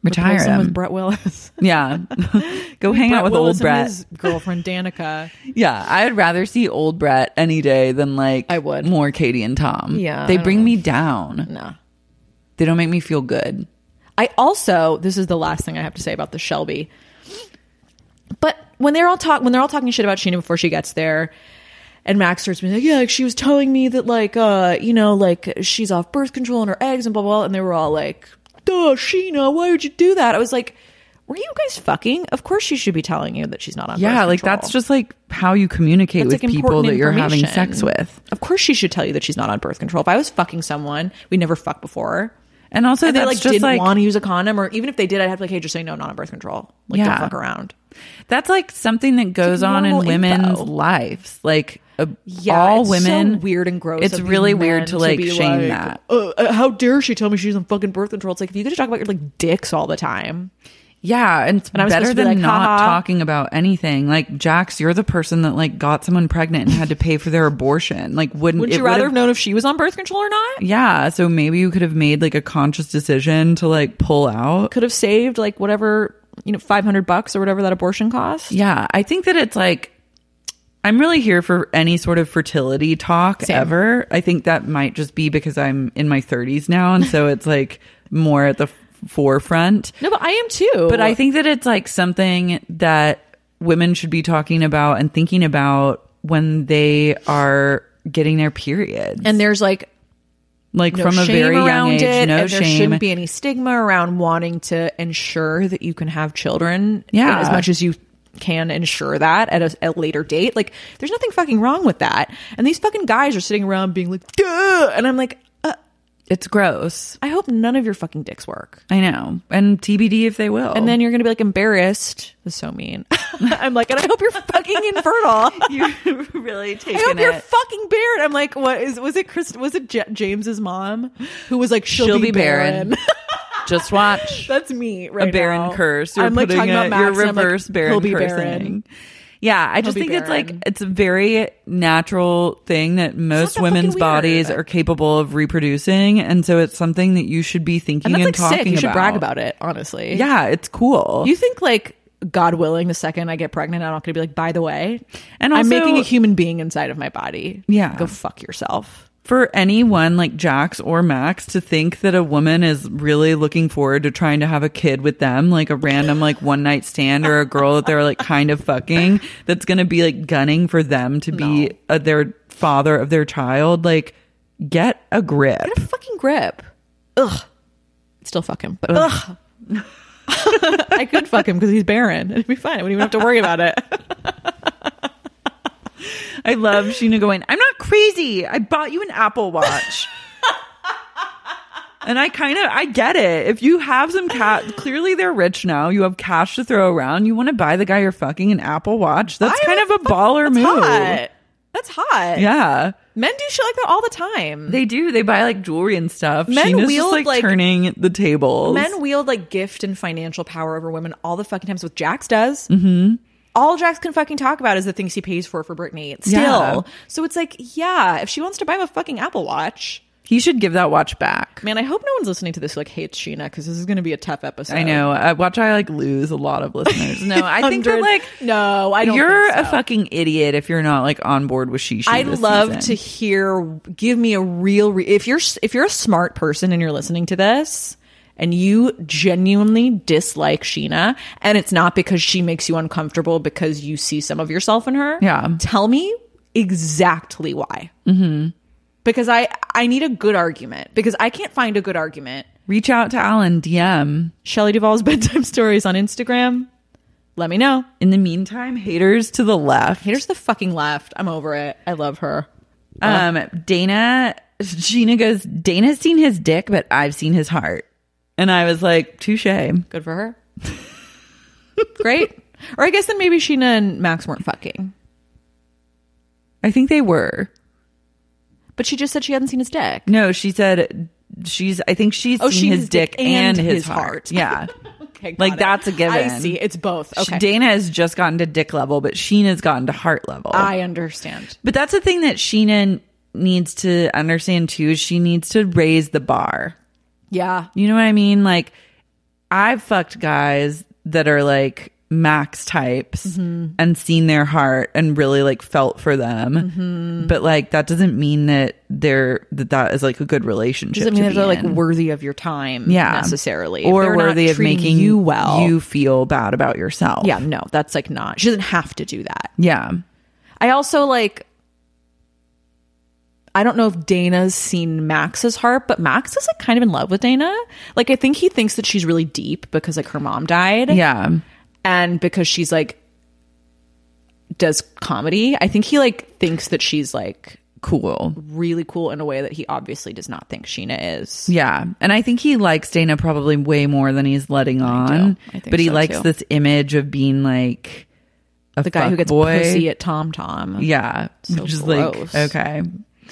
Speaker 3: retire
Speaker 6: Replace him with
Speaker 3: him
Speaker 6: Brett Willis.
Speaker 3: yeah [laughs] go hang out with old
Speaker 6: Willis and
Speaker 3: brett
Speaker 6: his girlfriend Danica.
Speaker 3: yeah i'd rather see old brett any day than like
Speaker 6: I would.
Speaker 3: more katie and tom
Speaker 6: Yeah, I
Speaker 3: they
Speaker 6: don't
Speaker 3: bring me down
Speaker 6: [laughs] no,
Speaker 3: they don't make me feel good
Speaker 6: I also this is the last thing I have to say about the Shelby. But when they're all talk when they're all talking shit about Sheena before she gets there, and Max starts being like, yeah, like she was telling me that like uh you know like she's off birth control and her eggs and blah blah, blah and they were all like, duh, Sheena, why would you do that? I was like, were you guys fucking? Of course she should be telling you that she's not on.
Speaker 3: Yeah,
Speaker 6: birth
Speaker 3: like
Speaker 6: control.
Speaker 3: that's just like how you communicate
Speaker 6: That's,
Speaker 3: with people
Speaker 6: important
Speaker 3: that you're having
Speaker 6: information.
Speaker 3: sex with.
Speaker 6: Of course, she should tell you that she's not on birth control. If I was fucking someone, we never fucked before.
Speaker 3: And also
Speaker 6: If they
Speaker 3: that's
Speaker 6: like
Speaker 3: just
Speaker 6: didn't
Speaker 3: like
Speaker 6: want to use a condom, or even if they did, I'd have to like, hey, just so you know, I'm not on birth control. Like,
Speaker 3: Yeah.
Speaker 6: don't fuck around.
Speaker 3: that's like something that goes on in
Speaker 6: e- normal
Speaker 3: women's
Speaker 6: info.
Speaker 3: lives. Like a,
Speaker 6: Yeah,
Speaker 3: all
Speaker 6: it's so
Speaker 3: women
Speaker 6: weird and gross.
Speaker 3: It's
Speaker 6: of these
Speaker 3: really
Speaker 6: men
Speaker 3: weird to like
Speaker 6: be
Speaker 3: shame
Speaker 6: like,
Speaker 3: that.
Speaker 6: "Uh, uh, how dare she tell me she's on fucking birth control? It's like if you could just talk about your like dicks all the [laughs] time.
Speaker 3: Yeah, and it's
Speaker 6: I'm supposed
Speaker 3: better
Speaker 6: to be
Speaker 3: than
Speaker 6: like,
Speaker 3: not
Speaker 6: "Haha."
Speaker 3: talking about anything. Like Jax, you're the person that like got someone pregnant and had to pay for their abortion. Like wouldn't
Speaker 6: Wouldn't
Speaker 3: it
Speaker 6: you rather
Speaker 3: would've-
Speaker 6: have known if she was on birth control or not?
Speaker 3: Yeah, so maybe you could have made like a conscious decision to like pull out.
Speaker 6: Could have saved like whatever you know, five hundred bucks or whatever that abortion cost.
Speaker 3: Yeah, I think that it's like I'm really here for any sort of fertility talk ever. I think that might just be because I'm in my 30s now and so it's like more at the f- forefront.
Speaker 6: No, but I am too.
Speaker 3: But I think that it's like something that women should be talking about and thinking about when they are getting their periods.
Speaker 6: and there's like
Speaker 3: like
Speaker 6: no
Speaker 3: from a
Speaker 6: shame
Speaker 3: very young
Speaker 6: around
Speaker 3: age,
Speaker 6: it,
Speaker 3: no
Speaker 6: and there
Speaker 3: shame.
Speaker 6: shouldn't be any stigma around wanting to ensure that you can have children.
Speaker 3: Yeah.
Speaker 6: as much as you can ensure that at a, a later date. Like, there's nothing fucking wrong with that. And these fucking guys are sitting around being like, "Duh," and I'm like, uh,
Speaker 3: it's gross.
Speaker 6: I hope none of your fucking dicks work.
Speaker 3: I know. And TBD if they will.
Speaker 6: And then you're gonna be like embarrassed. That's so mean. [laughs] I'm like, and I hope you're fucking infertile.
Speaker 3: [laughs] you really taking
Speaker 6: [laughs] I hope you're fucking barren. I'm like, what is? Was it Chris? Was it J- James's mom who was like, she'll,
Speaker 3: She'll
Speaker 6: be,
Speaker 3: be barren.
Speaker 6: barren. [laughs]
Speaker 3: Just watch.
Speaker 6: That's me right
Speaker 3: a barren
Speaker 6: now.
Speaker 3: curse. You're
Speaker 6: I'm like
Speaker 3: putting
Speaker 6: talking
Speaker 3: a-
Speaker 6: about Max
Speaker 3: your
Speaker 6: and I'm like,
Speaker 3: reverse barren
Speaker 6: he'll be
Speaker 3: cursing.
Speaker 6: barren.
Speaker 3: Yeah, I just
Speaker 6: be
Speaker 3: think it's like
Speaker 6: barren.
Speaker 3: it's a very natural thing that most
Speaker 6: that
Speaker 3: women's
Speaker 6: fucking
Speaker 3: bodies
Speaker 6: weird.
Speaker 3: are capable of reproducing, and so it's something that you should be thinking
Speaker 6: And
Speaker 3: and,
Speaker 6: that's like
Speaker 3: talking
Speaker 6: sick.
Speaker 3: about.
Speaker 6: You should brag about it, honestly.
Speaker 3: Yeah, it's cool.
Speaker 6: You think like God willing, the second I get pregnant, I'm not going to be like, by the way,
Speaker 3: And
Speaker 6: I'm
Speaker 3: also-
Speaker 6: making a human being inside of my body.
Speaker 3: Yeah.
Speaker 6: go fuck yourself.
Speaker 3: for anyone like Jax or Max to think that a woman is really looking forward to trying to have a kid with them, like a random like one night stand or a girl that they're like kind of fucking that's gonna be like gunning for them to be uh, their father of their child, like get a grip.
Speaker 6: Get a fucking grip. Ugh, still fuck him, but ugh. [laughs] I could fuck him because he's barren. It'd be fine. I wouldn't even have to worry about [laughs] it.
Speaker 3: I love Sheena going, I'm not crazy. I bought you an Apple Watch. and I kind of I get it. If you have some cat clearly they're rich now. You have cash to throw around. You want to buy the guy you're fucking an Apple Watch. That's
Speaker 6: I
Speaker 3: kind of
Speaker 6: would
Speaker 3: a
Speaker 6: fuck-
Speaker 3: baller
Speaker 6: that's
Speaker 3: move.
Speaker 6: Hot. That's hot.
Speaker 3: Yeah.
Speaker 6: Men do shit like that all the time.
Speaker 3: They do. They buy like jewelry and stuff.
Speaker 6: Men
Speaker 3: Sheena's
Speaker 6: wield,
Speaker 3: just like,
Speaker 6: like-
Speaker 3: turning the tables.
Speaker 6: Men wield like gift and financial power over women all the fucking times. What Jax does. Mm-hmm. All Jax can fucking talk about is the things he pays for for Britney. Still,
Speaker 3: Yeah.
Speaker 6: so it's like, yeah, if she wants to buy him a fucking Apple Watch,
Speaker 3: he should give that watch back.
Speaker 6: man, I hope no one's listening to this who like hates Sheena because this is going to be a tough episode.
Speaker 3: I know. Uh, watch I like lose a lot of
Speaker 6: [laughs]
Speaker 3: listeners. No, I think that
Speaker 6: Hundreds.
Speaker 3: like
Speaker 6: no, I don't.
Speaker 3: you're
Speaker 6: think so.
Speaker 3: a fucking idiot if you're not like on board with she.
Speaker 6: I'd love to hear. Give me a real. Re- if you're s- if you're a smart person and you're listening to this, and you genuinely dislike Sheena, and it's not because she makes you uncomfortable because you see some of yourself in her.
Speaker 3: Yeah.
Speaker 6: tell me exactly why. Mm-hmm. Because I I need a good argument because I can't find a good argument.
Speaker 3: reach out to Alan DM.
Speaker 6: Shelley Duvall's [laughs] bedtime stories on Instagram. Let me know.
Speaker 3: In the meantime, haters to the left.
Speaker 6: Here's the fucking left. I'm over it. I love her.
Speaker 3: Um, Dana, Gina goes. Dana's seen his dick, but I've seen his heart. And I was like, touche.
Speaker 6: Good for her. Great. Or I guess then maybe Sheena and Max weren't fucking.
Speaker 3: I think they were.
Speaker 6: But she just said she hadn't seen his dick.
Speaker 3: No, she said she's. I think she's
Speaker 6: Oh,
Speaker 3: seen
Speaker 6: seen
Speaker 3: his,
Speaker 6: his
Speaker 3: dick, and, his, heart.
Speaker 6: heart.
Speaker 3: Yeah,
Speaker 6: Okay, got
Speaker 3: Like,
Speaker 6: it.
Speaker 3: that's a given.
Speaker 6: I see. It's both. [laughs] Okay.
Speaker 3: Dana has just gotten to dick level, but Sheena's gotten to heart level.
Speaker 6: I understand.
Speaker 3: but that's the thing that Sheena needs to understand too. Is she needs to raise the bar.
Speaker 6: Yeah.
Speaker 3: You know what I mean? Like, I've fucked guys that are like max types
Speaker 6: Mm-hmm.
Speaker 3: and seen their heart and really like felt for them.
Speaker 6: Mm-hmm.
Speaker 3: But like, that doesn't mean that they're that that is like a good relationship.
Speaker 6: Doesn't mean
Speaker 3: to
Speaker 6: that they're
Speaker 3: be
Speaker 6: like
Speaker 3: in.
Speaker 6: worthy of your time
Speaker 3: yeah.
Speaker 6: necessarily. If
Speaker 3: or
Speaker 6: they're not
Speaker 3: worthy of
Speaker 6: treating
Speaker 3: making
Speaker 6: you well.
Speaker 3: you feel bad about yourself.
Speaker 6: yeah, no, that's like not. She doesn't have to do that.
Speaker 3: yeah.
Speaker 6: I also like I don't know if Dana's seen Max's heart, but Max is like kind of in love with Dana. Like I think he thinks that she's really deep because like her mom died.
Speaker 3: Yeah.
Speaker 6: and because she's like does comedy i think he like thinks that she's like
Speaker 3: Cool.
Speaker 6: really cool in a way that he obviously does not think sheena is
Speaker 3: Yeah. And I think he likes Dana probably way more than he's letting on.
Speaker 6: I think
Speaker 3: but he
Speaker 6: so,
Speaker 3: likes
Speaker 6: too.
Speaker 3: this image of being like a
Speaker 6: the guy who gets
Speaker 3: boy.
Speaker 6: pussy at tom tom
Speaker 3: yeah. Just
Speaker 6: gross.
Speaker 3: like, okay.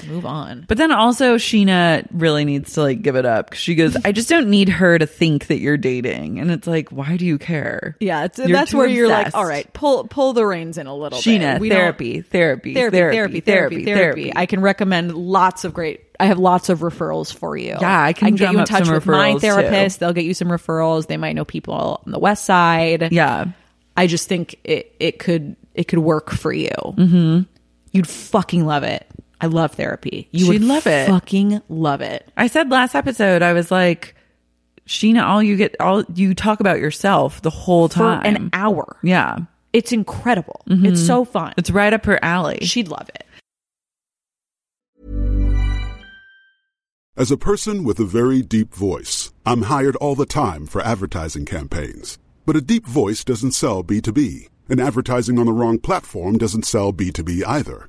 Speaker 6: move on
Speaker 3: But then also Sheena really needs to like give it up 'cause she goes, I just don't need her to think that you're dating. And it's like, why do you care?
Speaker 6: yeah it's,
Speaker 3: You're
Speaker 6: that's
Speaker 3: too
Speaker 6: where you're like
Speaker 3: obsessed.
Speaker 6: all right pull pull the reins in a little
Speaker 3: Sheena,
Speaker 6: bit We don't-
Speaker 3: therapy, therapy,
Speaker 6: therapy therapy therapy therapy i can recommend lots of great i have lots of referrals for you
Speaker 3: Yeah, I can
Speaker 6: get
Speaker 3: drum
Speaker 6: you in
Speaker 3: up some
Speaker 6: touch with my
Speaker 3: referrals, too.
Speaker 6: therapist they'll get you some referrals they might know people on the west side
Speaker 3: Yeah.
Speaker 6: I just think it it could it could work for you. Mm-hmm. You'd fucking love it. I love therapy. You
Speaker 3: She'd
Speaker 6: would
Speaker 3: love it.
Speaker 6: Fucking love it.
Speaker 3: I said last episode, I was like, Sheena, all you get, all you talk about yourself the whole
Speaker 6: For
Speaker 3: time. Mm-hmm.
Speaker 6: an hour.
Speaker 3: yeah.
Speaker 6: It's incredible. It's so fun.
Speaker 3: It's right up her alley.
Speaker 6: She'd love it.
Speaker 2: As a person with a very deep voice, I'm hired all the time for advertising campaigns. But a deep voice doesn't sell B2B, and advertising on the wrong platform doesn't sell B2B either.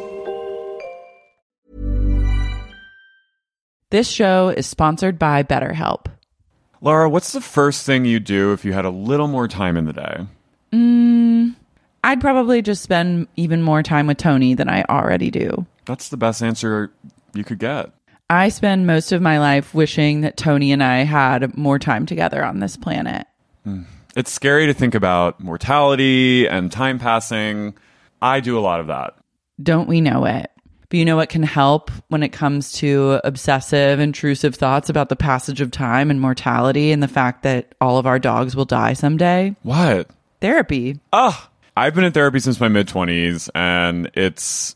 Speaker 3: This show is sponsored by BetterHelp.
Speaker 7: Laura, what's the first thing you do if you had a little more time in the day?
Speaker 3: I'd probably just spend even more time with Tony than I already do.
Speaker 7: That's the best answer you could get.
Speaker 3: I spend most of my life wishing that Tony and I had more time together on this planet.
Speaker 7: It's scary to think about mortality and time passing. I do a lot of that.
Speaker 3: Don't we know it? But you know what can help when it comes to obsessive, intrusive thoughts about the passage of time and mortality and the fact that all of our dogs will die someday?
Speaker 7: What?
Speaker 3: Therapy.
Speaker 7: Ah, I've been in therapy since my mid 20s, and it's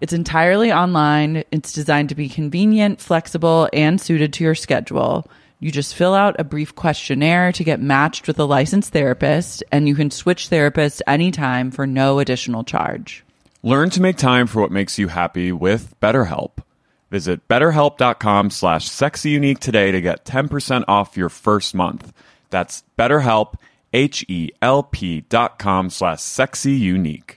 Speaker 3: It's entirely online, it's designed to be convenient, flexible, and suited to your schedule. You just fill out a brief questionnaire to get matched with a licensed therapist, and you can switch therapists anytime for no additional charge.
Speaker 7: Learn to make time for what makes you happy with BetterHelp. Visit betterhelp.com slash sexyunique today to get 10% off your first month. That's betterhelp, H-E-L-P dot com slash sexyunique.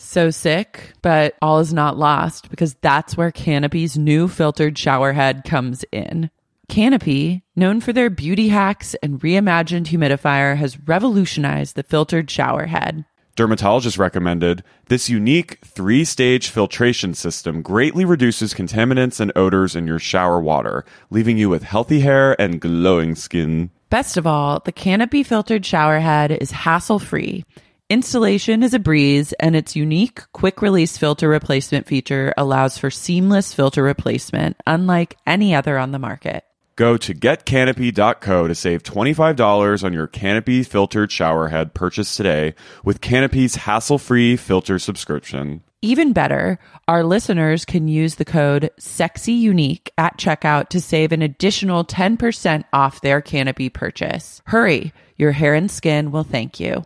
Speaker 3: So sick, but all is not lost because that's where Canopy's new filtered showerhead comes in. Canopy, known for their beauty hacks and reimagined humidifier, has revolutionized the filtered showerhead.
Speaker 7: Dermatologist recommended this unique three stage filtration system greatly reduces contaminants and odors in your shower water, leaving you with healthy hair and glowing skin.
Speaker 3: Best of all, the Canopy filtered showerhead is hassle free. Installation is a breeze, and its unique quick release filter replacement feature allows for seamless filter replacement, unlike any other on the market.
Speaker 7: Go to getcanopy.co to save $25 on your Canopy filtered showerhead purchase today with Canopy's hassle free filter subscription.
Speaker 3: Even better, our listeners can use the code SEXYUNIQUE at checkout to save an additional 10% off their canopy purchase. Hurry, Your hair and skin will thank you.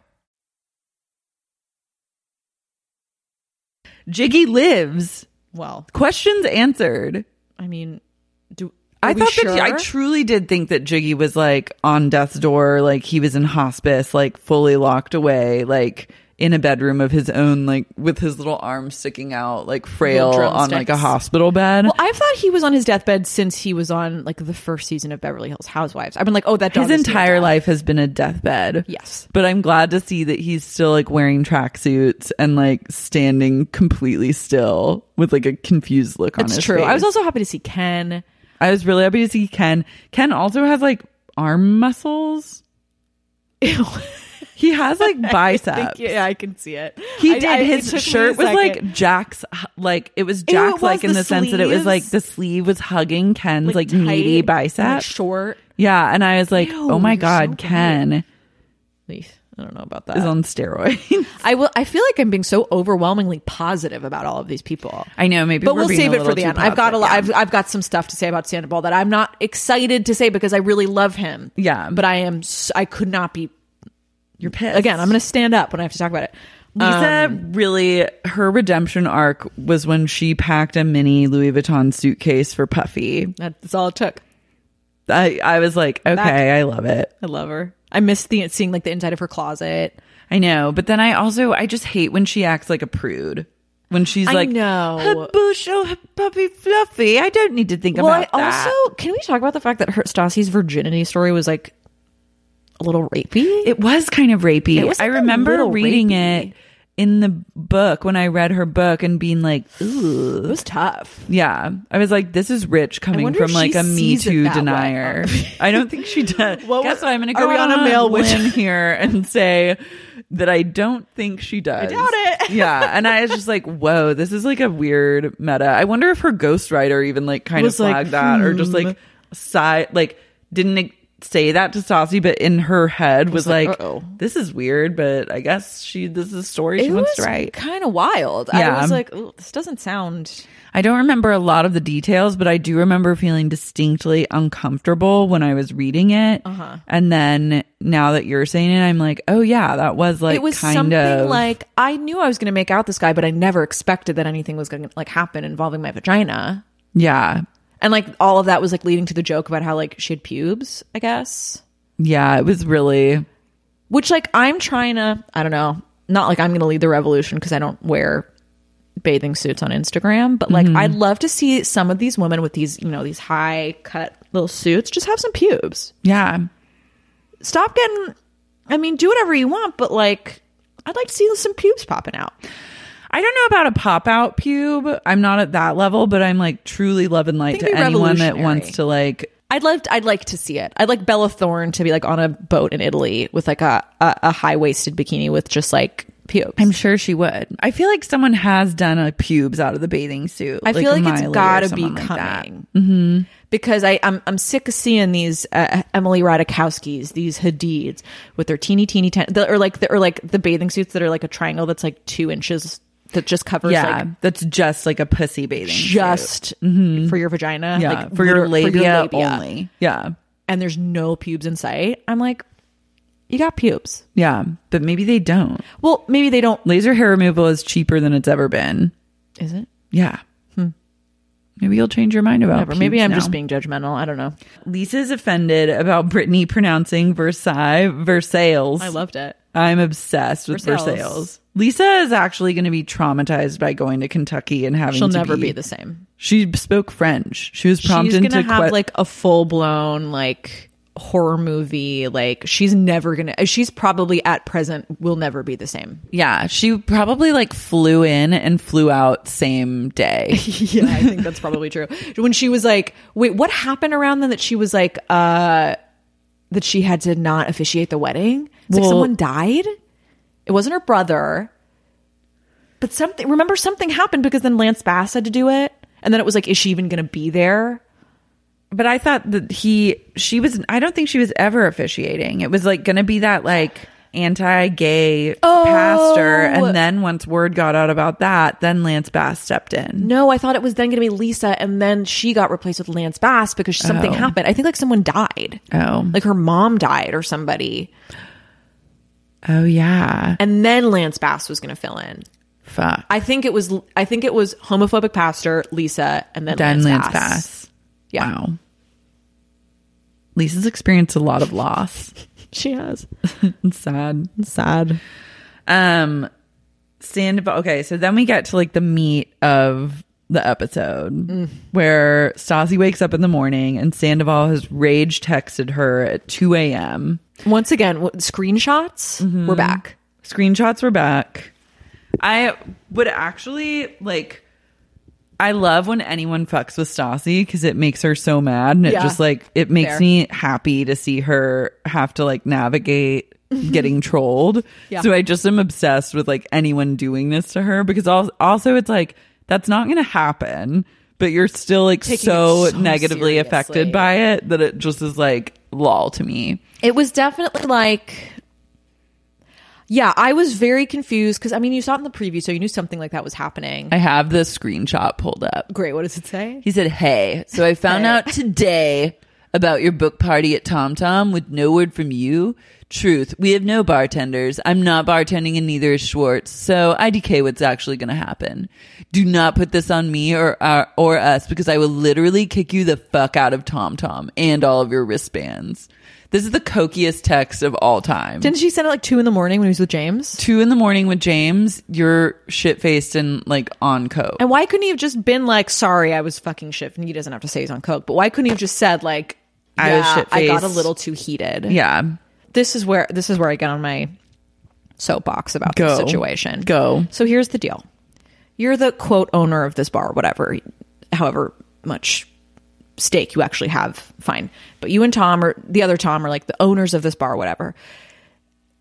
Speaker 3: Jiggy lives.
Speaker 6: Well,
Speaker 3: Questions answered.
Speaker 6: I mean, do
Speaker 3: I
Speaker 6: are we
Speaker 3: thought
Speaker 6: sure?
Speaker 3: that I truly did think that Jiggy was like on death's door, like he was in hospice, like fully locked away, like in a bedroom of his own, like with his little arm sticking out, like frail
Speaker 6: Little
Speaker 3: on like a
Speaker 6: drumsticks.
Speaker 3: hospital bed.
Speaker 6: Well, I've thought he was on his deathbed since he was on like the first season of Beverly Hills Housewives. I've been like, oh, that dog
Speaker 3: his
Speaker 6: is still
Speaker 3: entire
Speaker 6: alive.
Speaker 3: life has been a deathbed.
Speaker 6: Yes.
Speaker 3: But I'm glad to see that he's still like wearing tracksuits and like standing completely still with like a confused look on
Speaker 6: That's
Speaker 3: his
Speaker 6: true. I was
Speaker 3: face.
Speaker 6: also happy to see Ken.
Speaker 3: I was really happy to see Ken. Ken also has like arm muscles.
Speaker 6: [laughs] Ew.
Speaker 3: He has
Speaker 6: [laughs]
Speaker 3: like biceps.
Speaker 6: yeah, I can see it.
Speaker 3: He
Speaker 6: I-
Speaker 3: did.
Speaker 6: I- it
Speaker 3: his
Speaker 6: took me a
Speaker 3: shirt was
Speaker 6: second.
Speaker 3: like Jack's, like it was Jack's,
Speaker 6: was
Speaker 3: like in
Speaker 6: the
Speaker 3: the, sense that it was like
Speaker 6: sleeves.
Speaker 3: the sleeve was hugging Ken's like,
Speaker 6: tight,
Speaker 3: meaty
Speaker 6: like,
Speaker 3: bicep.
Speaker 6: short.
Speaker 3: yeah, and I was like,
Speaker 6: Ew,
Speaker 3: oh my
Speaker 6: you're
Speaker 3: god,
Speaker 6: so
Speaker 3: Ken
Speaker 6: I don't know about
Speaker 3: is
Speaker 6: that.
Speaker 3: on steroids. [laughs]
Speaker 6: I will. I feel like I'm being so overwhelmingly positive about all of these people.
Speaker 3: I know, maybe,
Speaker 6: but
Speaker 3: we're
Speaker 6: we'll
Speaker 3: being
Speaker 6: save
Speaker 3: a
Speaker 6: it for
Speaker 3: little
Speaker 6: the
Speaker 3: too
Speaker 6: end. I've got a
Speaker 3: positive,
Speaker 6: lot.
Speaker 3: yeah.
Speaker 6: I've, I've got some stuff to say about Sandoval that I'm not excited to say because I really love him.
Speaker 3: Yeah.
Speaker 6: but I am. s- I could not be.
Speaker 3: You're pissed
Speaker 6: Again, I'm um, going to stand up when I have to talk about it.
Speaker 3: Lisa really, her redemption arc was when she packed a mini Louis Vuitton suitcase for Puffy.
Speaker 6: That's all it took.
Speaker 3: I, I was like, okay, I love it.
Speaker 6: I love her. I miss the seeing like the inside of her closet.
Speaker 3: I know. But then I also, I just hate when she acts like a prude. When she's
Speaker 6: I
Speaker 3: like,
Speaker 6: know.
Speaker 3: her bush, oh, her puppy fluffy. I don't need to think
Speaker 6: Well, I
Speaker 3: about that.
Speaker 6: also can we talk about the fact that her Stassi's virginity story was like a little rapey?
Speaker 3: It was kind of rapey.
Speaker 6: It was,
Speaker 3: I
Speaker 6: like, a
Speaker 3: remember
Speaker 6: little
Speaker 3: reading
Speaker 6: rapey.
Speaker 3: it in the book when I read her book and being like,
Speaker 6: It was tough.
Speaker 3: Yeah. I was like, this is rich coming
Speaker 6: wonder
Speaker 3: from
Speaker 6: if
Speaker 3: like
Speaker 6: she
Speaker 3: a Me
Speaker 6: sees it
Speaker 3: Too
Speaker 6: that way.
Speaker 3: denier. I don't think she
Speaker 6: [laughs]
Speaker 3: does.
Speaker 6: What
Speaker 3: Guess
Speaker 6: was-
Speaker 3: what? I'm going to
Speaker 6: are
Speaker 3: go
Speaker 6: we
Speaker 3: out
Speaker 6: on a
Speaker 3: male
Speaker 6: male
Speaker 3: limb [laughs] here and say that I don't think she does. I
Speaker 6: doubt
Speaker 3: [laughs]
Speaker 6: it.
Speaker 3: yeah. And I was just like, whoa, this is like a weird meta. I wonder if her ghostwriter even like kind
Speaker 6: Was
Speaker 3: of
Speaker 6: like,
Speaker 3: flagged
Speaker 6: hmm.
Speaker 3: that or just like sigh, like didn't ex- say that to Saucy, but in her head was,
Speaker 6: like,
Speaker 3: like,
Speaker 6: uh-oh.
Speaker 3: this is weird, but I guess she, this is a story she
Speaker 6: It
Speaker 3: wants
Speaker 6: was
Speaker 3: to write.
Speaker 6: kind of wild.
Speaker 3: Yeah.
Speaker 6: I was like, "Ooh, this doesn't sound.
Speaker 3: I don't remember a lot of the details, but I do remember feeling distinctly uncomfortable when I was reading it.
Speaker 6: Uh-huh.
Speaker 3: And then now that you're saying it, I'm like, oh yeah, that was like
Speaker 6: it was
Speaker 3: kind
Speaker 6: something
Speaker 3: of
Speaker 6: like I knew I was going to make out this guy, but I never expected that anything was going to like happen involving my vagina.
Speaker 3: yeah,
Speaker 6: And like all of that was like leading to the joke about how like she had pubes, I guess.
Speaker 3: yeah. It was really
Speaker 6: Which like I'm trying to, I don't know, not like I'm going to lead the revolution because I don't wear bathing suits on Instagram, but
Speaker 3: Mm-hmm.
Speaker 6: like I'd love to see some of these women with these, you know, these high cut little suits just have some pubes.
Speaker 3: yeah.
Speaker 6: Stop getting I mean, do whatever you want, but like I'd like to see some pubes popping out.
Speaker 3: I don't know about a pop out pube. I'm not at that level, but I'm like truly love and light
Speaker 6: Think
Speaker 3: to
Speaker 6: be
Speaker 3: anyone that
Speaker 6: revolutionary.
Speaker 3: wants to like
Speaker 6: I'd love. I'd like to see it. I'd like Bella Thorne to be like on a boat in Italy with like a a, a high waisted bikini with just like pubes.
Speaker 3: I'm sure she would. I feel like someone has done a pubes out of the bathing suit.
Speaker 6: I feel like it's
Speaker 3: got
Speaker 6: gotta
Speaker 3: to
Speaker 6: be coming mm-hmm. because I I'm I'm sick of seeing these uh, Emily Radikowski's, these Hadids with their teeny teeny ten, the, or like the, or like the bathing suits that are like a triangle that's like two inches that just covers
Speaker 3: Yeah,
Speaker 6: like
Speaker 3: that's just like a pussy bathing. suit.
Speaker 6: just for your vagina,
Speaker 3: yeah,
Speaker 6: like,
Speaker 3: for, your
Speaker 6: liter-
Speaker 3: labia only. Yeah,
Speaker 6: and there's no pubes in sight. I'm like, you got pubes.
Speaker 3: yeah, but maybe they don't.
Speaker 6: Well, maybe they don't.
Speaker 3: Laser hair removal is cheaper than it's ever been.
Speaker 6: Is it?
Speaker 3: Yeah, maybe you'll change your mind about.
Speaker 6: Whatever. Hmm. Maybe
Speaker 3: pubes
Speaker 6: I'm
Speaker 3: now.
Speaker 6: just being judgmental. I don't know.
Speaker 3: Lisa's offended about Brittany pronouncing Versailles Versailles.
Speaker 6: I loved it.
Speaker 3: I'm obsessed with Versailles.
Speaker 6: Versailles.
Speaker 3: Lisa is actually going to be traumatized by going to Kentucky and having.
Speaker 6: She'll
Speaker 3: to
Speaker 6: never be. the same.
Speaker 3: She spoke French. She was prompted
Speaker 6: she's
Speaker 3: into
Speaker 6: gonna have
Speaker 3: que-
Speaker 6: like a full blown like horror movie. Like she's never gonna. She's probably at present will never be the same.
Speaker 3: yeah. She probably like flew in and flew out same
Speaker 6: [laughs]
Speaker 3: day.
Speaker 6: Yeah, I think that's probably true. When she was like, wait, what happened around then that she was like, uh, that she had to not officiate the wedding? It's
Speaker 3: Well-
Speaker 6: like someone died. It wasn't her brother, but something. Remember, something happened because then Lance Bass had to do it, and then it was like, is she even going to be there?
Speaker 3: But I thought that he, she was, I don't think she was ever officiating. It was like going to be that, like, anti-gay
Speaker 6: Oh.
Speaker 3: pastor and then once word got out about that then lance bass stepped in
Speaker 6: No, I thought it was then going to be Lisa, and then she got replaced with Lance Bass because something
Speaker 3: Oh.
Speaker 6: happened. I think like someone died,
Speaker 3: oh
Speaker 6: like her mom died or somebody,
Speaker 3: oh yeah
Speaker 6: and then Lance Bass was going to fill in.
Speaker 3: fuck
Speaker 6: I think it was I think it was homophobic pastor Lisa, and then
Speaker 3: then
Speaker 6: Lance,
Speaker 3: lance
Speaker 6: Bass.
Speaker 3: bass
Speaker 6: Yeah,
Speaker 3: wow lisa's experienced a lot of loss
Speaker 6: [laughs] she has
Speaker 3: [laughs] it's sad
Speaker 6: sad.
Speaker 3: Um, Sandoval. Okay, so then we get to like the meat of the episode where Stasi wakes up in the morning and Sandoval has rage texted her at 2 a.m.
Speaker 6: Once again, w- screenshots.
Speaker 3: Mm-hmm.
Speaker 6: We're back.
Speaker 3: Screenshots were back. I would actually like. I love when anyone fucks with Stassi because it makes her so mad, and it
Speaker 6: Yeah.
Speaker 3: just like it makes
Speaker 6: Fair.
Speaker 3: me happy to see her have to like navigate getting trolled.
Speaker 6: Mm-hmm. Yeah.
Speaker 3: So I just am obsessed with like anyone doing this to her because al- also it's like that's not going to happen, but you're still like
Speaker 6: Taking
Speaker 3: so,
Speaker 6: it so
Speaker 3: negatively affected
Speaker 6: seriously.
Speaker 3: by it that it just is like lol to me.
Speaker 6: It was definitely like. Yeah, I was very confused because I mean, you saw it in the preview, so you knew something like that was happening.
Speaker 3: I have the screenshot pulled up.
Speaker 6: Great. What does it say?
Speaker 3: He said, Hey, so I found
Speaker 6: Hey.
Speaker 3: out today about your book party at Tom Tom with no word from you. Truth, we have no bartenders. I'm not bartending and neither is Schwartz. So I decay what's actually going to happen. Do not put this on me or, or, or us because I will literally kick you the fuck out of Tom Tom and all of your wristbands. This is the cokiest text of all time.
Speaker 6: Didn't she send it like two in the morning when he was with James?
Speaker 3: Two in the morning with James, you're shit faced and like on coke.
Speaker 6: And why couldn't he have just been like, sorry, I was fucking shit? And he doesn't have to say he's on coke, but why couldn't he have just said like,
Speaker 3: I was
Speaker 6: "Yeah, I got a
Speaker 3: shit-faced."
Speaker 6: little too heated.
Speaker 3: Yeah.
Speaker 6: This is where this is where I get on my soapbox about
Speaker 3: Go.
Speaker 6: this situation.
Speaker 3: Go.
Speaker 6: So here's the deal. You're the quote owner of this bar, whatever, however much stake you actually have, fine. But you and Tom or the other Tom are like the owners of this bar, whatever.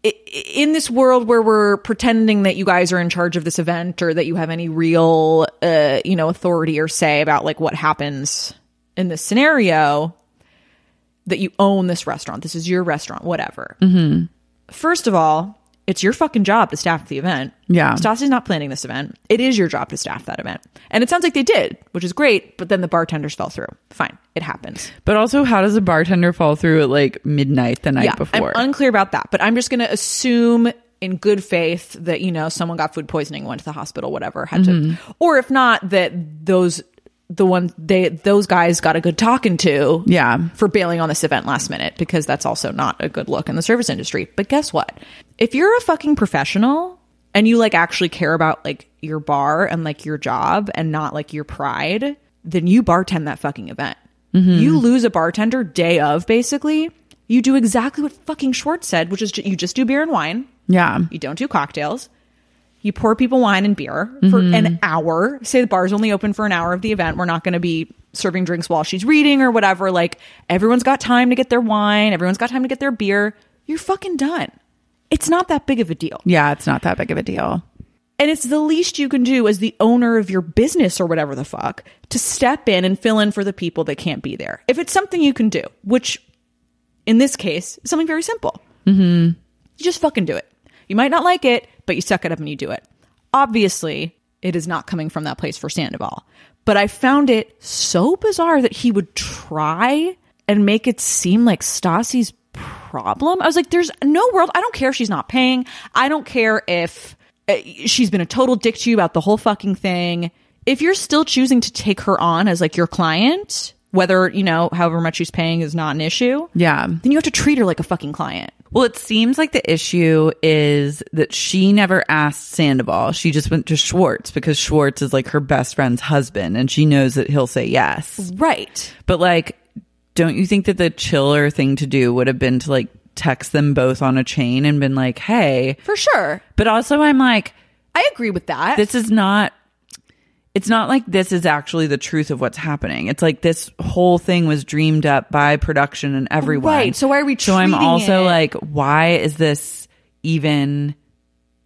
Speaker 6: I- In this world where we're pretending that you guys are in charge of this event or that you have any real, uh, you know, authority or say about like what happens in this scenario, that you own this restaurant, this is your restaurant, whatever. Mm-hmm. First of all, it's your fucking job to staff the event.
Speaker 3: Yeah.
Speaker 6: Stassi's not planning this event. It is your job to staff that event. And it sounds like they did, which is great, but then the bartenders fell through. Fine. It happens.
Speaker 3: But also, how does a bartender fall through at like midnight the night before?
Speaker 6: I'm unclear about that, but I'm just going to assume in good faith that you know someone got food poisoning, went to the hospital, whatever, had
Speaker 3: Mm-hmm.
Speaker 6: to, or if not, that those the one they those guys got a good talking to,
Speaker 3: Yeah.
Speaker 6: for bailing on this event last minute because that's also not a good look in the service industry. But guess what? If you're a fucking professional and you like actually care about like your bar and like your job and not like your pride, then you bartend that fucking event. You lose a bartender day of basically. You do exactly what fucking Schwartz said, which is ju- you just do beer and wine.
Speaker 3: yeah.
Speaker 6: You don't do cocktails. You pour people wine and beer for an hour. Say the bar's only open for an hour of the event. We're not going to be serving drinks while she's reading or whatever. Like everyone's got time to get their wine, everyone's got time to get their beer. You're fucking done. It's not that big of a deal.
Speaker 3: Yeah, it's not that big of a deal.
Speaker 6: And it's the least you can do as the owner of your business or whatever the fuck to step in and fill in for the people that can't be there. If it's something you can do, which in this case, is something very simple. Mm-hmm. You just fucking do it. You might not like it, but you suck it up and you do it. Obviously, it is not coming from that place for Sandoval. But I found it so bizarre that he would try and make it seem like Stassi's problem. I was like, there's no world. I don't care if she's not paying. I don't care if uh, she's been a total dick to you about the whole fucking thing. If you're still choosing to take her on as like your client, whether, you know, however much she's paying is not an issue
Speaker 3: Yeah.
Speaker 6: then you have to treat her like a fucking client.
Speaker 3: Well, it seems like the issue is that she never asked Sandoval. She just went to Schwartz because Schwartz is like her best friend's husband and she knows that he'll say yes.
Speaker 6: Right.
Speaker 3: But like, don't you think that the chiller thing to do would have been to like text them both on a chain and been like, hey,
Speaker 6: For sure.
Speaker 3: but also I'm like,
Speaker 6: I agree with that.
Speaker 3: this is not it's not like this is actually the truth of what's happening. It's like this whole thing was dreamed up by production and everyone.
Speaker 6: Right, so why are we
Speaker 3: So I'm
Speaker 6: treating
Speaker 3: also
Speaker 6: it-
Speaker 3: like, why is this even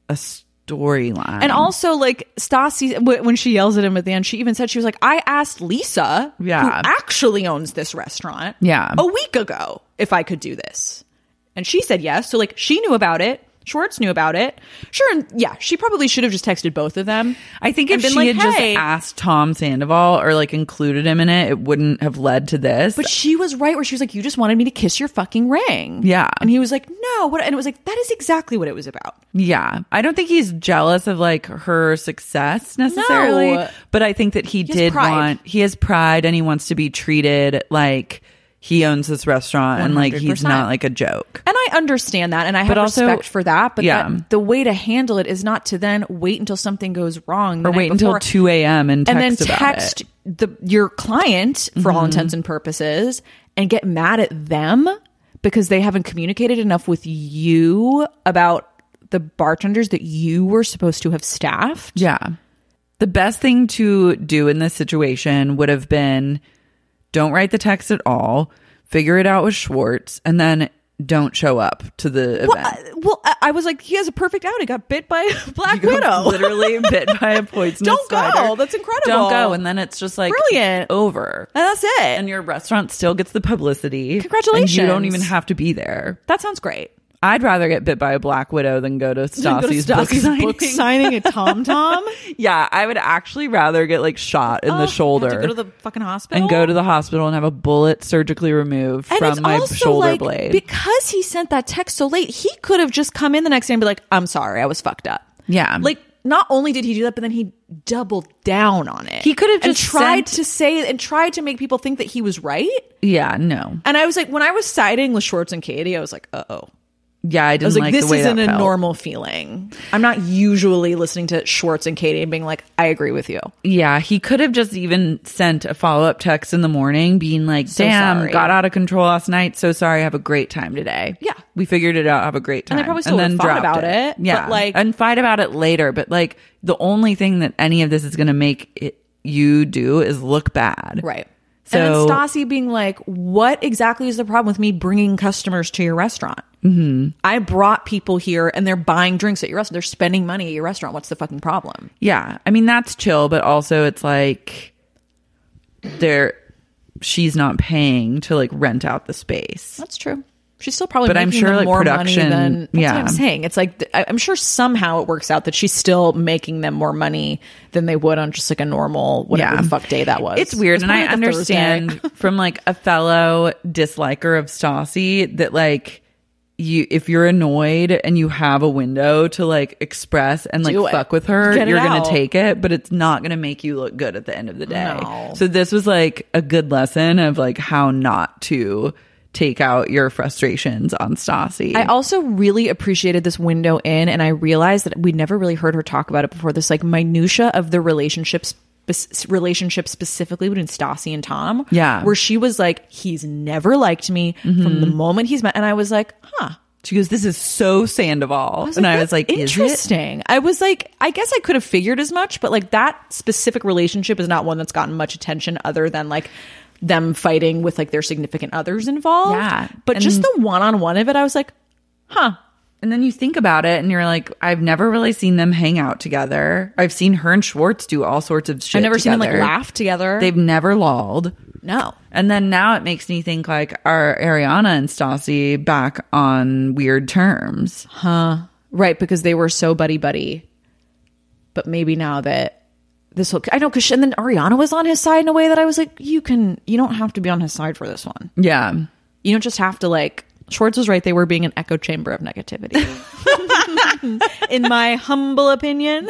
Speaker 3: a storyline?
Speaker 6: and also, like Stassi, w- when she yells at him at the end, she even said she was like, "I asked Lisa, who
Speaker 3: Yeah.
Speaker 6: actually owns this restaurant,
Speaker 3: Yeah.
Speaker 6: a week ago, if I could do this, and she said yes. So, like, she knew about it. Schwartz knew about it. Sure, and yeah, she probably should have just texted both of them.
Speaker 3: I think if
Speaker 6: And been
Speaker 3: she
Speaker 6: like,
Speaker 3: had just
Speaker 6: "Hey."
Speaker 3: asked Tom Sandoval or like included him in it, it wouldn't have led to this.
Speaker 6: But she was right where she was like, "You just wanted me to kiss your fucking ring."
Speaker 3: Yeah.
Speaker 6: and he was like, "No," what? And it was like, "That is exactly what it was about."
Speaker 3: yeah, I don't think he's jealous of like her success necessarily,
Speaker 6: No.
Speaker 3: but I think that he,
Speaker 6: has
Speaker 3: did
Speaker 6: pride.
Speaker 3: want he has pride and he wants to be treated like he owns this restaurant and like he's
Speaker 6: 100%.
Speaker 3: not like a joke.
Speaker 6: And I understand that, and I have
Speaker 3: also-
Speaker 6: respect for that. But
Speaker 3: Yeah.
Speaker 6: that, the way to handle it is not to then wait until something goes wrong, the
Speaker 3: Or
Speaker 6: night
Speaker 3: wait until
Speaker 6: before,
Speaker 3: two a.m. and text
Speaker 6: and then
Speaker 3: about
Speaker 6: text
Speaker 3: it. Mm-hmm.
Speaker 6: the your client for all intents and purposes, and get mad at them because they haven't communicated enough with you about the bartenders that you were supposed to have staffed.
Speaker 3: Yeah. The best thing to do in this situation would have been don't write the text at all, figure it out with Schwartz, and then don't show up to the event.
Speaker 6: Well, I, Uh, well, I- I was like, he has a perfect out. He got bit by a black
Speaker 3: You got
Speaker 6: widow.
Speaker 3: [laughs] literally bit by a poisonous
Speaker 6: Don't go.
Speaker 3: spider.
Speaker 6: That's
Speaker 3: Don't
Speaker 6: incredible.
Speaker 3: go. And then it's just like
Speaker 6: Brilliant.
Speaker 3: over.
Speaker 6: And that's it.
Speaker 3: And your restaurant still gets the publicity. And you
Speaker 6: Congratulations.
Speaker 3: don't even have to be there.
Speaker 6: [laughs] that sounds great.
Speaker 3: I'd rather get bit by a black widow than go to
Speaker 6: [laughs] Then go to
Speaker 3: Stassi's book
Speaker 6: Stassi's
Speaker 3: signing.
Speaker 6: book signing at Tom [laughs] Tom.
Speaker 3: [laughs] yeah, I would actually rather get like shot in the shoulder.
Speaker 6: Oh, Have to go to the fucking hospital
Speaker 3: and go to the hospital and have a bullet surgically removed
Speaker 6: And it's
Speaker 3: from my
Speaker 6: also,
Speaker 3: shoulder
Speaker 6: like,
Speaker 3: blade.
Speaker 6: Because he sent that text so late, he could have just come in the next day and be like, "I'm sorry, I was fucked up."
Speaker 3: Yeah.
Speaker 6: Like not only did he do that, but then he doubled down on it.
Speaker 3: He could have
Speaker 6: And
Speaker 3: just sent-
Speaker 6: tried to say and tried to make people think that he was right.
Speaker 3: yeah, no.
Speaker 6: And I was like, when I was siding with Schwartz and Katie, I was like, "Uh oh."
Speaker 3: Yeah, I didn't
Speaker 6: I was like,
Speaker 3: like,
Speaker 6: this
Speaker 3: the way
Speaker 6: isn't
Speaker 3: that
Speaker 6: a
Speaker 3: felt.
Speaker 6: normal feeling. I'm not usually listening to Schwartz and Katie and being like, I agree with you.
Speaker 3: Yeah, he could have just even sent a follow up text in the morning, being like, "Damn,
Speaker 6: sorry."
Speaker 3: got out of control last night. So sorry. Have a great time today.
Speaker 6: Yeah.
Speaker 3: we figured it out. Have a great time.
Speaker 6: And they probably still would've
Speaker 3: dropped
Speaker 6: thought about it,
Speaker 3: Yeah,
Speaker 6: but, like-
Speaker 3: and fight about it later. But like, the only thing that any of this is going to make it, you do is look bad.
Speaker 6: Right.
Speaker 3: So
Speaker 6: and then Stassi being like, what exactly is the problem with me bringing customers to your restaurant? Mm-hmm. I brought people here and they're buying drinks at your restaurant. They're spending money at your restaurant. What's the fucking problem?
Speaker 3: Yeah. I mean, that's chill, but also it's like there she's not paying to like rent out the space.
Speaker 6: That's true. She's still probably
Speaker 3: But I'm
Speaker 6: making
Speaker 3: sure,
Speaker 6: them
Speaker 3: like,
Speaker 6: more
Speaker 3: production-
Speaker 6: money than that's
Speaker 3: yeah.
Speaker 6: what I'm saying. It's like th- I- I'm sure somehow it works out that she's still making them more money than they would on just like a normal whatever
Speaker 3: Yeah.
Speaker 6: the fuck day that was.
Speaker 3: It's weird, and I
Speaker 6: probably, like, a
Speaker 3: understand
Speaker 6: Thursday. [laughs]
Speaker 3: from like a fellow disliker of Stassi that like you if you're annoyed and you have a window to like express and like
Speaker 6: Do it.
Speaker 3: fuck with her,
Speaker 6: Get it
Speaker 3: you're gonna
Speaker 6: out.
Speaker 3: take it, but it's not gonna make you look good at the end of the day.
Speaker 6: No.
Speaker 3: So this was like a good lesson of like how not to take out your frustrations on Stassi.
Speaker 6: I also really appreciated this window in, and I realized that we'd never really heard her talk about it before. This like minutia of the relationships. spec- Relationship specifically between Stassi and Tom,
Speaker 3: Yeah. Mm-hmm.
Speaker 6: where she was like, "He's never liked me from the moment he's met," and I was like, "Huh."
Speaker 3: She goes, "This is so Sandoval," and I was
Speaker 6: "That's
Speaker 3: like, "Is it?"
Speaker 6: "Interesting." I was like, "I guess I could have figured as much," but like that specific relationship is not one that's gotten much attention other than like them fighting with like their significant others involved.
Speaker 3: Yeah.
Speaker 6: but
Speaker 3: And-
Speaker 6: just the one-on-one of it, I was like, "Huh."
Speaker 3: And then you think about it, and you're like, "I've never really seen them hang out together. I've seen her and Schwartz do all sorts of shit.
Speaker 6: I've never seen them like
Speaker 3: together.
Speaker 6: laugh together.
Speaker 3: They've never lolled."
Speaker 6: no.
Speaker 3: And then now it makes me think like, are Ariana and Stassi back on weird terms?
Speaker 6: Right, because they were so buddy buddy. But maybe now that this whole I know cuz and then Ariana was on his side in a way that I was like you can you don't have to be on his side for this one.
Speaker 3: Yeah,
Speaker 6: You don't just have to like Schwartz was right they were being an echo chamber of negativity. [laughs] in my humble opinion.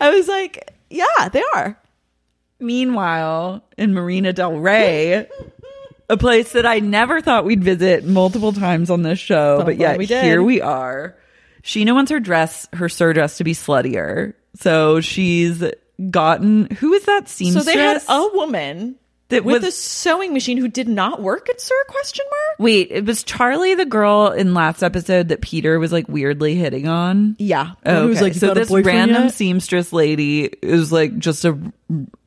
Speaker 6: I was like, yeah, they are.
Speaker 3: Meanwhile, in Marina Del Rey, a place that I never thought we'd visit multiple times on this show, but,
Speaker 6: I'm glad
Speaker 3: yet
Speaker 6: we did.
Speaker 3: here we are. Sheena wants her dress, her sundress, to be sluttier, so she's gotten. Who is that
Speaker 6: So
Speaker 3: seamstress?
Speaker 6: they had a woman
Speaker 3: that
Speaker 6: with a
Speaker 3: was-
Speaker 6: sewing machine who did not work at Sir question mark?
Speaker 3: Wait, it was Charlie, the girl in last episode that Peter was like weirdly hitting on.
Speaker 6: Yeah.
Speaker 3: Oh,
Speaker 6: Who was
Speaker 3: okay.
Speaker 6: like, "You
Speaker 3: so
Speaker 6: got a
Speaker 3: this
Speaker 6: boyfriend
Speaker 3: random
Speaker 6: yet?"
Speaker 3: seamstress lady is like just a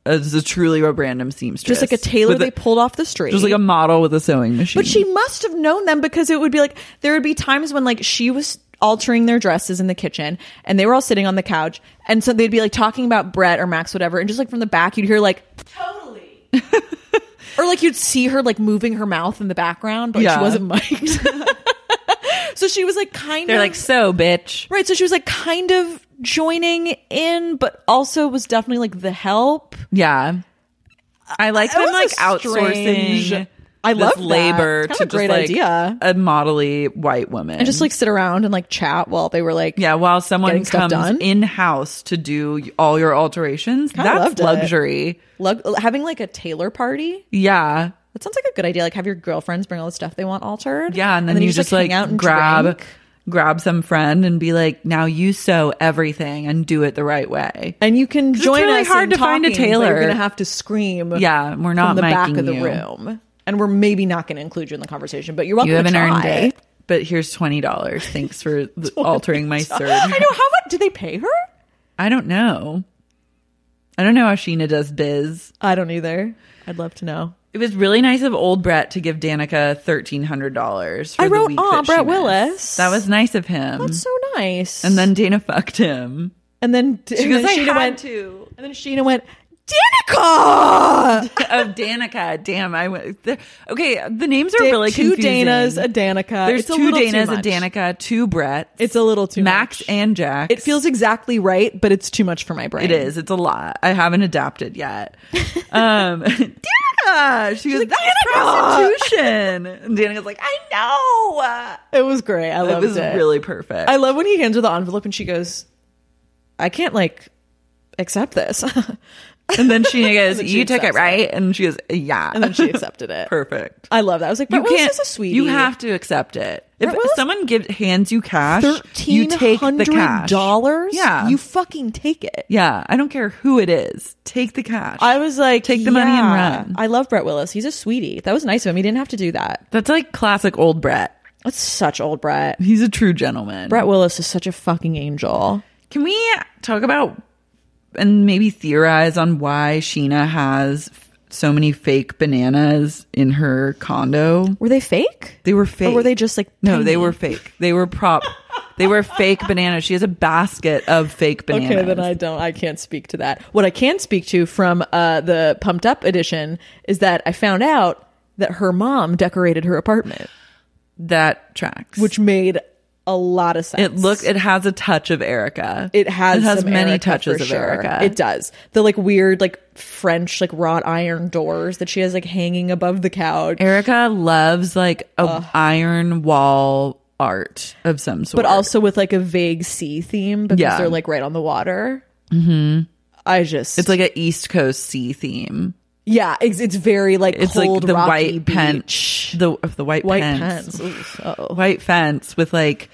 Speaker 3: is a truly a random seamstress,
Speaker 6: just like a tailor
Speaker 3: With a-
Speaker 6: they pulled off the street.
Speaker 3: just like a model with a sewing machine.
Speaker 6: But she must have known them because it would be like there would be times when like she was altering their dresses in the kitchen and they were all sitting on the couch and so they'd be like talking about Brett or Max whatever and just like from the back you'd hear like totally [laughs] or like you'd see her like moving her mouth in the background but like,
Speaker 3: Yeah.
Speaker 6: she wasn't mic'd. [laughs] so she was like kind
Speaker 3: They're
Speaker 6: of
Speaker 3: like, so, bitch.
Speaker 6: Right. So she was like kind of joining in, but also was definitely like the help.
Speaker 3: Yeah. I like
Speaker 6: It
Speaker 3: them like
Speaker 6: was a strange-
Speaker 3: outsourcing.
Speaker 6: I
Speaker 3: this
Speaker 6: love that.
Speaker 3: labor
Speaker 6: Kind of
Speaker 3: to
Speaker 6: a great
Speaker 3: just, like,
Speaker 6: idea.
Speaker 3: a modelly white woman
Speaker 6: And just like sit around and like chat while they were like,
Speaker 3: yeah while someone
Speaker 6: getting stuff
Speaker 3: comes
Speaker 6: done.
Speaker 3: in house to do all your alterations
Speaker 6: Kinda
Speaker 3: that's
Speaker 6: loved it.
Speaker 3: luxury
Speaker 6: lug- having like a tailor party.
Speaker 3: yeah
Speaker 6: That sounds like a good idea. Like have your girlfriends bring all the stuff they want altered.
Speaker 3: yeah and then, you, just like,
Speaker 6: hang out and
Speaker 3: grab
Speaker 6: drink.
Speaker 3: grab some friend and be like now you sew everything and do it the right way
Speaker 6: And you can
Speaker 3: it's
Speaker 6: join
Speaker 3: really
Speaker 6: us
Speaker 3: hard
Speaker 6: in
Speaker 3: to find a
Speaker 6: talking, but You're
Speaker 3: tailor.
Speaker 6: gonna have to scream.
Speaker 3: yeah we're
Speaker 6: from
Speaker 3: not
Speaker 6: the back
Speaker 3: miking
Speaker 6: of the
Speaker 3: you.
Speaker 6: room, and we're maybe not going to include you in the conversation. But you're welcome.
Speaker 3: you haven't
Speaker 6: to try.
Speaker 3: earned it but here's twenty dollars. Thanks
Speaker 6: [laughs]
Speaker 3: for the, altering my
Speaker 6: I
Speaker 3: surge.
Speaker 6: know. How much did they pay her?
Speaker 3: I don't know. I don't know how Sheena does biz.
Speaker 6: I don't either. I'd love to know.
Speaker 3: It was really nice of old Brett to give Danica thirteen hundred dollars.
Speaker 6: I wrote,
Speaker 3: the week
Speaker 6: "Aw,
Speaker 3: that she
Speaker 6: Brett
Speaker 3: missed."
Speaker 6: Willis."
Speaker 3: That was nice of him.
Speaker 6: That's so nice.
Speaker 3: and then Dana fucked
Speaker 6: [laughs]
Speaker 3: him.
Speaker 6: and then she and
Speaker 3: goes,
Speaker 6: then
Speaker 3: "I
Speaker 6: Sheena
Speaker 3: had
Speaker 6: went
Speaker 3: to."
Speaker 6: and then Sheena went. Danica.
Speaker 3: oh, Danica! Damn, I went. there- Okay, the names are
Speaker 6: Da-
Speaker 3: really
Speaker 6: two
Speaker 3: confusing.
Speaker 6: Danas, a Danica.
Speaker 3: There's
Speaker 6: It's a
Speaker 3: two
Speaker 6: little too
Speaker 3: Danas, a
Speaker 6: much.
Speaker 3: Danica, two Brett.
Speaker 6: It's a little too
Speaker 3: Max
Speaker 6: much.
Speaker 3: and Jack.
Speaker 6: It feels exactly right, but it's too much for my brain.
Speaker 3: It is. It's a lot. I haven't adapted
Speaker 6: [laughs]
Speaker 3: yet. Um, [laughs] Danica. She goes. That's prostitution. And Danica's like, I know.
Speaker 6: It was great. I
Speaker 3: It
Speaker 6: loved it.
Speaker 3: was really perfect.
Speaker 6: I love when he hands her the envelope and she goes, "I can't like accept this," [laughs] and
Speaker 3: And then
Speaker 6: [laughs]
Speaker 3: she goes,
Speaker 6: then she
Speaker 3: "You took it
Speaker 6: accepts it.
Speaker 3: right," and she goes, "yeah. [laughs]
Speaker 6: then she accepted it.
Speaker 3: perfect.
Speaker 6: I love that. I was like, "But Willis is a sweetie.
Speaker 3: You have to accept it. If
Speaker 6: Brett Willis-
Speaker 3: someone give, hands you cash, you
Speaker 6: thirteen
Speaker 3: take the
Speaker 6: hundred
Speaker 3: cash.
Speaker 6: dollars.
Speaker 3: Yeah,
Speaker 6: you fucking take it."
Speaker 3: yeah. I don't care who it is. Take the cash.
Speaker 6: I was like,
Speaker 3: Take the money and
Speaker 6: yeah.
Speaker 3: run.
Speaker 6: I love Brett Willis. He's a sweetie. That was nice of him. He didn't have to do that.
Speaker 3: That's like classic old Brett.
Speaker 6: That's such old Brett.
Speaker 3: He's a true gentleman.
Speaker 6: Brett Willis is such a fucking angel.
Speaker 3: Can we talk about and maybe theorize on why Sheena has f- so many fake bananas in her condo?
Speaker 6: Were they fake?
Speaker 3: They were fake.
Speaker 6: Or were they just like
Speaker 3: No, they
Speaker 6: tiny?
Speaker 3: were fake. They were prop. they were fake bananas. She has a basket of fake bananas.
Speaker 6: Okay, then I don't. I can't speak to that. What I can speak to from uh, the pumped up edition is that I found out that her mom decorated her apartment,
Speaker 3: that tracks.
Speaker 6: which made a lot of sense.
Speaker 3: it look it has a touch of Erica.
Speaker 6: It has
Speaker 3: it has
Speaker 6: some
Speaker 3: many
Speaker 6: Erica
Speaker 3: touches
Speaker 6: for
Speaker 3: of
Speaker 6: sure.
Speaker 3: Erica.
Speaker 6: It does the like weird like French like wrought iron doors that she has like hanging above the couch,
Speaker 3: Erica loves like a iron wall art of some sort,
Speaker 6: but also with like a vague sea theme because
Speaker 3: Yeah.
Speaker 6: they're like right on the water. Mm-hmm. I just
Speaker 3: it's like an East Coast sea theme.
Speaker 6: yeah, it's, it's very like
Speaker 3: It's
Speaker 6: cold
Speaker 3: like the
Speaker 6: rocky
Speaker 3: white
Speaker 6: beach.
Speaker 3: bench, the of the white,
Speaker 6: white
Speaker 3: pence.
Speaker 6: pants. Oof. Uh-oh.
Speaker 3: white fence with like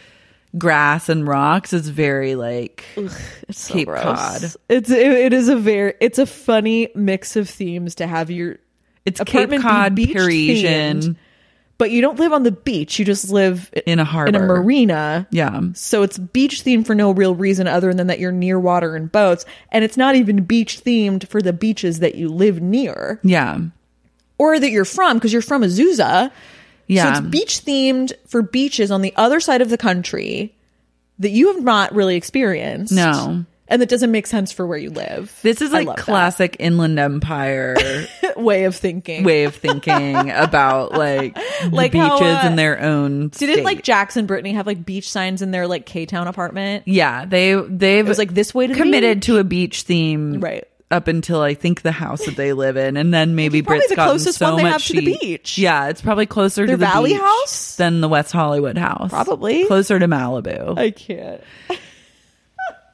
Speaker 3: grass and rocks. It's very like
Speaker 6: It's so
Speaker 3: Cape
Speaker 6: gross.
Speaker 3: Cod.
Speaker 6: It's it, it is a very it's a funny mix of themes to have your
Speaker 3: it's Cape
Speaker 6: apartment be
Speaker 3: Cod
Speaker 6: beach
Speaker 3: Parisian.
Speaker 6: themed, but you don't live on the beach. You just live i-
Speaker 3: In a
Speaker 6: in a
Speaker 3: harbor.
Speaker 6: marina.
Speaker 3: Yeah.
Speaker 6: So it's beach themed for no real reason other than that you're near water and boats, and it's not even beach themed for the beaches that you live near
Speaker 3: Yeah.
Speaker 6: or that you're from because you're from Azusa.
Speaker 3: Yeah.
Speaker 6: So it's beach themed for beaches on the other side of the country that you have not really experienced.
Speaker 3: No.
Speaker 6: And that doesn't make sense for where you live.
Speaker 3: This is
Speaker 6: I
Speaker 3: like
Speaker 6: love that.
Speaker 3: classic Inland Empire
Speaker 6: [laughs] way of thinking.
Speaker 3: way of thinking about
Speaker 6: [laughs]
Speaker 3: like,
Speaker 6: Like
Speaker 3: the
Speaker 6: how,
Speaker 3: beaches
Speaker 6: uh,
Speaker 3: in their own.
Speaker 6: Didn't
Speaker 3: state.
Speaker 6: like Jackson Brittany have like beach signs in their like K Town apartment?
Speaker 3: Yeah, they they've
Speaker 6: was like, this way to the
Speaker 3: committed
Speaker 6: beach.
Speaker 3: to a beach theme
Speaker 6: Right.
Speaker 3: up until I think the house that they live in, and then maybe
Speaker 6: is probably
Speaker 3: Brit's
Speaker 6: the
Speaker 3: gotten
Speaker 6: closest
Speaker 3: so
Speaker 6: one they
Speaker 3: much
Speaker 6: have to the
Speaker 3: heat.
Speaker 6: beach.
Speaker 3: Yeah, it's probably closer
Speaker 6: Their
Speaker 3: to the
Speaker 6: Valley
Speaker 3: beach
Speaker 6: house?
Speaker 3: than the West Hollywood house,
Speaker 6: Probably. Uh,
Speaker 3: closer to Malibu.
Speaker 6: I can't.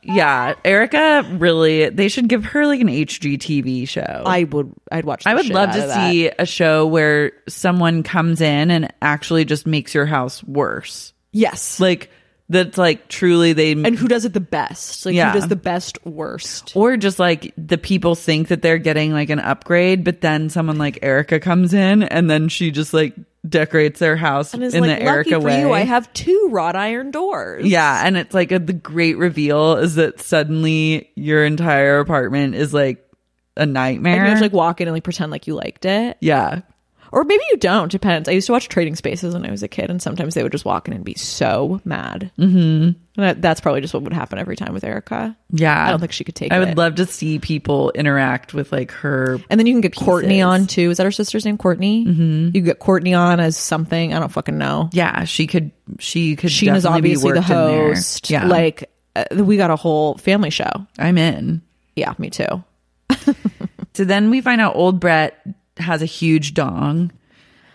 Speaker 3: yeah, Erica really they should give her like an HGTV show.
Speaker 6: I would. I'd watch. The
Speaker 3: I would
Speaker 6: shit
Speaker 3: love
Speaker 6: out
Speaker 3: to
Speaker 6: of that.
Speaker 3: see a show where someone comes in and actually just makes your house worse.
Speaker 6: Yes.
Speaker 3: Like that's like truly they
Speaker 6: and who does it the best? Like
Speaker 3: Yeah.
Speaker 6: who does the best worst?
Speaker 3: or just like the people think that they're getting like an upgrade but then someone like erica comes in and then she just like decorates their house
Speaker 6: And is
Speaker 3: in
Speaker 6: like
Speaker 3: the erica
Speaker 6: lucky for
Speaker 3: way
Speaker 6: you. I have two wrought iron doors.
Speaker 3: yeah and it's like a, the great reveal is that suddenly your entire apartment is like a
Speaker 6: And you
Speaker 3: nightmare
Speaker 6: have to like walk in and like pretend like you liked it.
Speaker 3: yeah
Speaker 6: Or maybe you don't. Depends. I used to watch Trading Spaces when I was a kid, and sometimes they would just walk in and be so mad. Mm-hmm. That, that's probably just what would happen every time with Erica.
Speaker 3: Yeah.
Speaker 6: I don't think she could take
Speaker 3: I
Speaker 6: it.
Speaker 3: would love to see people interact with like her.
Speaker 6: And then you can get Courtney
Speaker 3: pieces.
Speaker 6: on too. Is that her sister's name, Courtney? Mm-hmm. You could get Courtney on as something. I don't fucking know.
Speaker 3: Yeah, she could. She could. definitely
Speaker 6: Sheena's
Speaker 3: be
Speaker 6: obviously the
Speaker 3: worked in there.
Speaker 6: host.
Speaker 3: Yeah,
Speaker 6: Like uh, we got a whole family show.
Speaker 3: I'm in.
Speaker 6: Yeah, me
Speaker 3: Oh,
Speaker 6: too.
Speaker 3: So then we find out old Brett has a huge dong.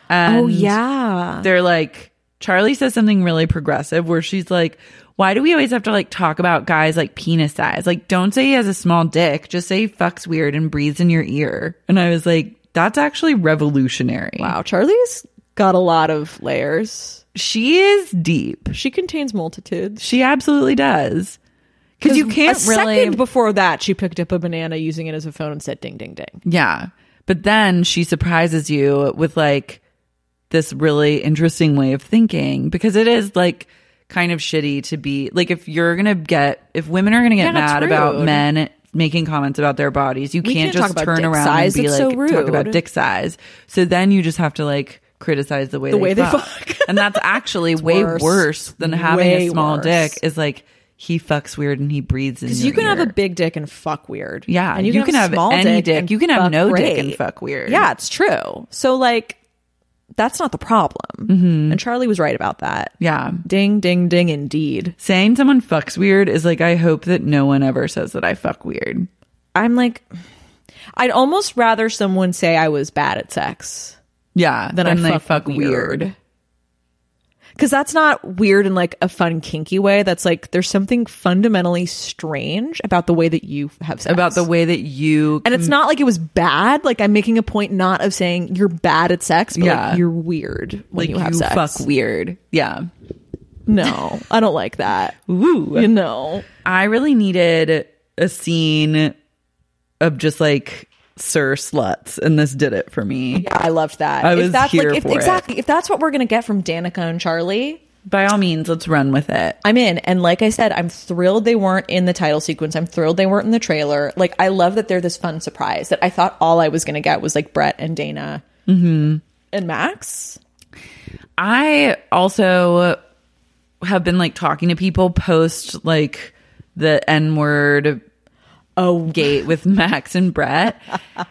Speaker 3: And
Speaker 6: Oh, yeah.
Speaker 3: they're like Charlie says something really progressive where she's like, "Why do we always have to like talk about guys like penis size? Like, don't say he has a small dick. Just say he fucks weird and breathes in your ear." And I was like, "That's actually revolutionary.
Speaker 6: Wow, Charlie's got a lot of layers.
Speaker 3: she is deep.
Speaker 6: She contains multitudes.
Speaker 3: She absolutely does." Because you can't
Speaker 6: a
Speaker 3: really
Speaker 6: second before that, she picked up a banana using it as a phone and said, "Ding, ding, ding."
Speaker 3: Yeah. But then she surprises you with like this really interesting way of thinking because it is like kind of shitty to be like if you're going to get if women are going to get
Speaker 6: Yeah, it's
Speaker 3: mad about
Speaker 6: rude.
Speaker 3: men making comments about their bodies, you
Speaker 6: We
Speaker 3: can't,
Speaker 6: can't talk
Speaker 3: just
Speaker 6: about
Speaker 3: turn
Speaker 6: dick
Speaker 3: around
Speaker 6: size,
Speaker 3: and be
Speaker 6: it's
Speaker 3: like
Speaker 6: so
Speaker 3: talk about
Speaker 6: rude.
Speaker 3: dick size. So then you just have to like criticize the way
Speaker 6: The
Speaker 3: they
Speaker 6: way they
Speaker 3: fuck.
Speaker 6: fuck.
Speaker 3: [laughs] and that's
Speaker 6: [laughs]
Speaker 3: actually way worse,
Speaker 6: worse.
Speaker 3: than having
Speaker 6: Way
Speaker 3: a small
Speaker 6: worse.
Speaker 3: dick is like he fucks weird and he breathes in
Speaker 6: Because
Speaker 3: your
Speaker 6: you can have
Speaker 3: ear.
Speaker 6: a big dick and fuck weird.
Speaker 3: Mm-hmm. Yeah,
Speaker 6: and you, can, have, small
Speaker 3: any dick.
Speaker 6: and
Speaker 3: You can have
Speaker 6: fuck
Speaker 3: no dick
Speaker 6: great.
Speaker 3: and fuck weird.
Speaker 6: Yeah, it's true. So like, that's not the problem.
Speaker 3: Mm-hmm.
Speaker 6: And Charlie was right about that.
Speaker 3: Yeah.
Speaker 6: Ding, ding, ding, indeed.
Speaker 3: Saying someone fucks weird is like, I hope that no one ever says that I fuck weird.
Speaker 6: I'm like, I'd almost rather someone say I was bad at sex
Speaker 3: Yeah.
Speaker 6: than I
Speaker 3: and
Speaker 6: fuck, weird. Because that's not weird in like a fun, kinky way. That's like, there's something fundamentally strange about the way that you have sex.
Speaker 3: About the way that you.
Speaker 6: And it's not like it was bad. Like I'm making a point not of saying you're bad at sex, but
Speaker 3: Yeah.
Speaker 6: like you're weird when
Speaker 3: like
Speaker 6: you have sex.
Speaker 3: fuck weird. Yeah.
Speaker 6: No, I don't
Speaker 3: [laughs]
Speaker 6: like that.
Speaker 3: Ooh.
Speaker 6: You know,
Speaker 3: I really needed a scene of just like Sir Sluts, and this did it for me.
Speaker 6: I loved that.
Speaker 3: I
Speaker 6: If
Speaker 3: was
Speaker 6: that's
Speaker 3: here
Speaker 6: like, if,
Speaker 3: for it.
Speaker 6: exactly. If that's what we're gonna get from Danica and Charlie,
Speaker 3: By all means, let's run with it.
Speaker 6: I'm in. And like I said, I'm thrilled they weren't in the title sequence. I'm thrilled they weren't in the trailer. Like I love that they're this fun surprise that I thought all I was gonna get was like Brett and Dana
Speaker 3: Mm-hmm.
Speaker 6: and Max.
Speaker 3: I also have been like talking to people post like the N word oh gate with [laughs] Max and Brett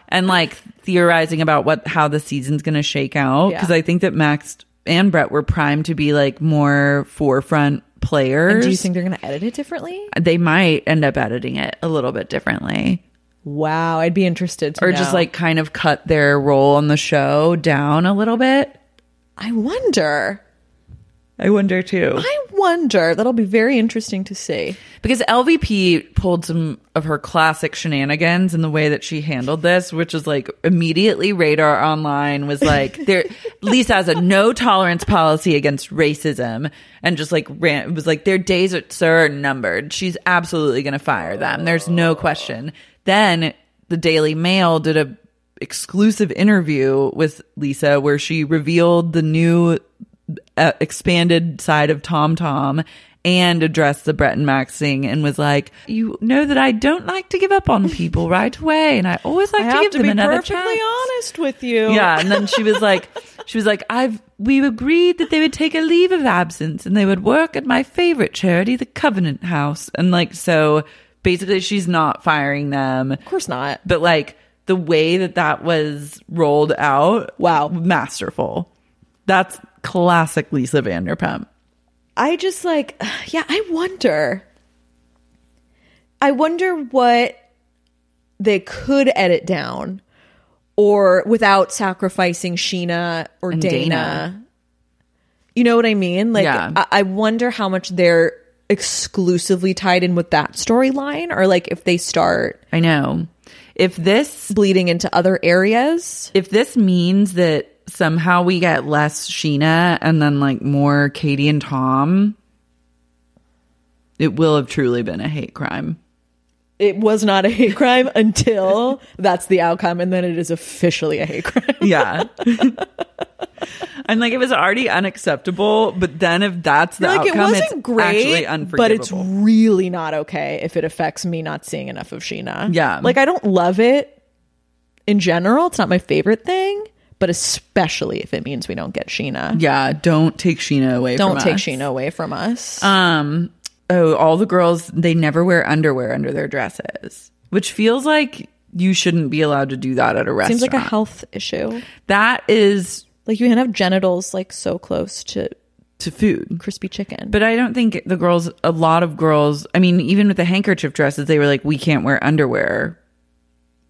Speaker 3: and like theorizing about what how the season's gonna shake out.
Speaker 6: Yeah.
Speaker 3: Because I think that Max and Brett were primed to be like more forefront players.
Speaker 6: And do you think they're gonna edit it differently?
Speaker 3: they might end up editing it a little bit differently.
Speaker 6: Wow, I'd be interested. To
Speaker 3: Or just
Speaker 6: know.
Speaker 3: like kind of cut their role on the show down a little bit.
Speaker 6: I wonder.
Speaker 3: I wonder too.
Speaker 6: I wonder. That'll be very interesting to see.
Speaker 3: because LVP pulled some of her classic shenanigans in the way that she handled this, which is like immediately Radar Online was like, there, Lisa has a no tolerance policy against racism and just like ran, it was like, their days at Sir are numbered. She's absolutely going to fire them. There's no question. Then the Daily Mail did a exclusive interview with Lisa where she revealed the new uh, expanded side of Tom Tom and addressed the Brett and Max thing and was like, "You know that I don't like to give up on
Speaker 6: [laughs]
Speaker 3: people right away, and I always like
Speaker 6: I
Speaker 3: to
Speaker 6: have
Speaker 3: give
Speaker 6: to
Speaker 3: them
Speaker 6: be
Speaker 3: another
Speaker 6: perfectly
Speaker 3: chance."
Speaker 6: honest with you.
Speaker 3: Yeah, and then she was like, she was like, "I've we agreed that they would take a leave of absence and they would work at my favorite charity, the Covenant House, and like so." Basically, she's not firing them
Speaker 6: Of course not.
Speaker 3: but like the way that that was rolled out
Speaker 6: Wow.
Speaker 3: masterful that's classic lisa vanderpump
Speaker 6: I just like, [sighs] yeah, I wonder. I wonder what they could edit down or without sacrificing Sheena or
Speaker 3: And
Speaker 6: Dana.
Speaker 3: Dana.
Speaker 6: You know what I mean? Like,
Speaker 3: Yeah.
Speaker 6: I-, I wonder how much they're exclusively tied in with that storyline or like if they start
Speaker 3: i know if this
Speaker 6: bleeding into other areas.
Speaker 3: if this means that somehow we get less sheena and then like more katie and tom it will have truly been a hate crime
Speaker 6: It was not a hate crime until that's the outcome, and then it is officially a hate crime.
Speaker 3: yeah and like it was already unacceptable but then if that's [laughs] the
Speaker 6: like it
Speaker 3: outcome
Speaker 6: wasn't
Speaker 3: it's actually
Speaker 6: great,
Speaker 3: unforgivable
Speaker 6: but it's really not okay if it affects me not seeing enough of Sheena.
Speaker 3: Yeah.
Speaker 6: like I don't love it in general. It's not my favorite thing, but especially if it means we don't get Sheena.
Speaker 3: Yeah, don't take Sheena away.
Speaker 6: Don't
Speaker 3: from
Speaker 6: take
Speaker 3: us.
Speaker 6: Sheena away from us.
Speaker 3: Um. Oh, all the girls they never wear underwear under their dresses, which feels like you shouldn't be allowed to do that at a restaurant.
Speaker 6: Seems like a health issue.
Speaker 3: that is
Speaker 6: Like you can have genitals like so close to
Speaker 3: to food.
Speaker 6: crispy chicken.
Speaker 3: But I don't think the girls, a lot of girls, I mean, even with the handkerchief dresses, they were like, we can't wear underwear